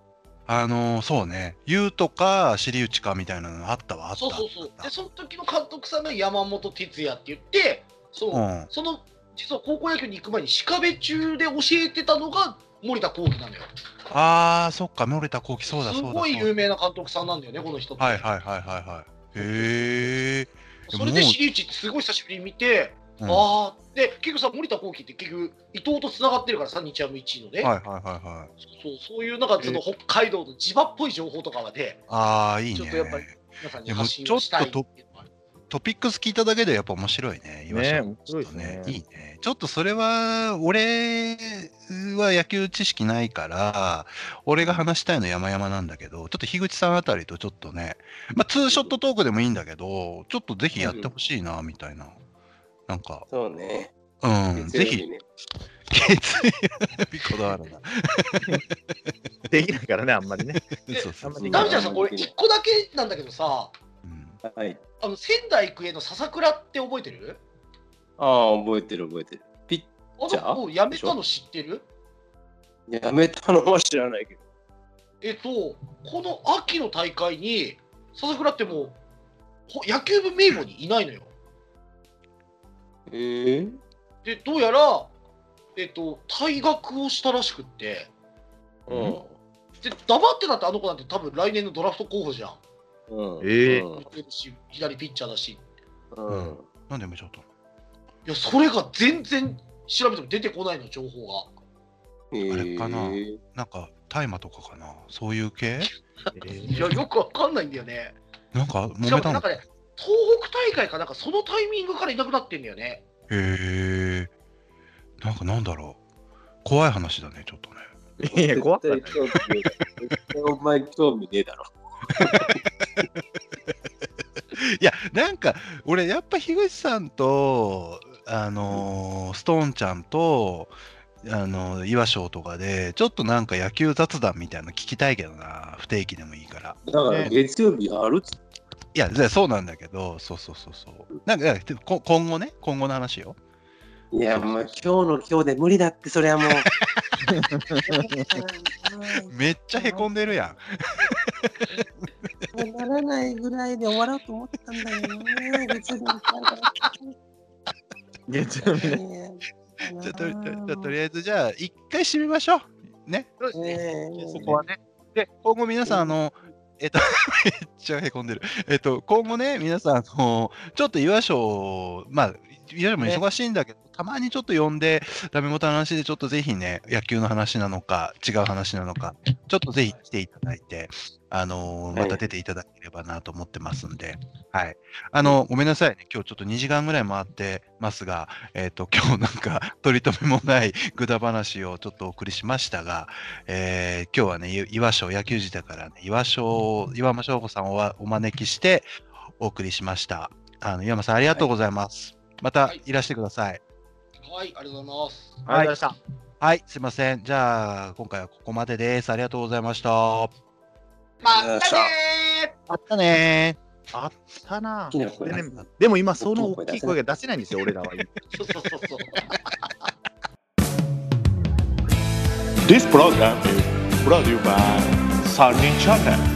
あの、そうね、言うとか、知り内かみたいなのあったわ、あった。
そうそうそう。
あ
で、
った
その時の監督さんが山本哲也って言って、そう、
うん
その、実は高校野球に行く前に、鹿部中で教えてたのが森田幸喜なのよ。
あー、そっか、漏れた後期、そうだ、
す
そうだ。
ごい
そう
有名な監督さんなんだよね、この人って
だはいはいはいはいはい。へえ
それで
もう
私立ってすごい久しぶりに見て、
うんは
ああ、で、結局さ、森田幸喜って結局、伊藤とつながってるからさ、日ハム1位のね、
いはいはいはい。
そう、そういうなんか、その北海道の地場っぽい情報とかはね、
あー、いいね。
ちょっとやっぱり皆さんに発信
いやも
を
う
し
ちょ
た
っ
い
と
って
と
いうのもある
トピックス聞いただけでやっぱ面白いね。岩下
ね
の
面白いですね
ちょっといいね。ちょっとそれは、俺は野球知識ないから、俺が話したいの山々なんだけど、ちょっと樋口さんあたりとちょっとね、まあツーショットトークでもいいんだけど、ちょっとぜひやってほしいな、みたいな。なんか、
そうね。
うん、ぜ
月曜日
ひ、
ね。
月曜日こだわるな。
できないからね、あんまりね。
え
そうそう
あんま
そう
り
ダメちゃんさん、これ、1個だけなんだけどさ、
うん
はい。
あの仙台育英の笹倉って覚えてる
ああ、覚えてる覚えてる。
あ
じゃ
の
あ
子辞めたの知ってる
やめたのは知らないけど。
えっと、この秋の大会に笹倉ってもうほ野球部名簿にいないのよ。
ええ。
で、どうやら、えっと、退学をしたらしくって、
うん。
で黙ってたってあの子なんて多分来年のドラフト候補じゃん。
うん
ええ
うん
打てるし左ピッチャーだし。い
うん。
なんでやめちゃったの
や、それが全然調べても出てこないの、情報が。
ええ
あれかななんか、大麻とかかなそういう系
いや、よくわかんないんだよね。
なんか、揉
しか
め
も
た
なん
の
かね、東北大会かなんかそのタイミングからいなくなってんだよね。
へえ。なんかなんだろう。怖い話だね、ちょっとね。
いや、怖かった
絶対興味ねえだろ絶対お前興味ねえだろ。
いや、なんか、俺、やっぱ樋口さんと、あのーストーンちゃんと、あの、岩章とかで、ちょっとなんか野球雑談みたいなの聞きたいけどな、不定期でもいいから。
だから月曜日あるっつ
いや、じゃあそうなんだけど、そうそうそうそう。なんか、でもこ今後ね、今後の話よ。
いや、もう今日の今日で無理だって、それは もう。
めっちゃへこんでるやん。
ならないぐらいで終わろうと思ったんだよね。別に
月曜日ね。
じゃあとりとりじゃあとりあえず、じゃあ、一回締めましょう。ね。
そうですね。
そこはね。で、今後皆さん、あの、えっと、 めっちゃへこんでる。えっと、今後ね、皆さん、あの、ちょっと岩章、まあ、岩章も忙しいんだけど、たまにちょっと呼んで、ダメ元の話で、ちょっとぜひね、野球の話なのか、違う話なのか、ちょっとぜひ来ていただいて、あの
はい
また出ていただければなと思ってますんで、はい。あの、ごめんなさいね、今日ちょっと2時間ぐらい回ってますが、えっ、と、 今日なんか、取り留めもない ぐだ話をちょっとお送りしましたが、えー今日はね、い岩章、野球時だからね、岩章、岩間翔吾さんをわお招きしてお送りしました。あの岩間さん、ありがとうございます。また
はい
いらしてください。
はい、ありがとうございます。
ありがとうございました。
はい、すいません。じゃあ、今回はここまでです。ありがとうございました。
またね
あ
ー
ったね
あったな
きな声
でねでも今、その大きい声が出せないんですよ、俺らは。
そうそうそうそう。
This program is brought to you by Sunny Channel.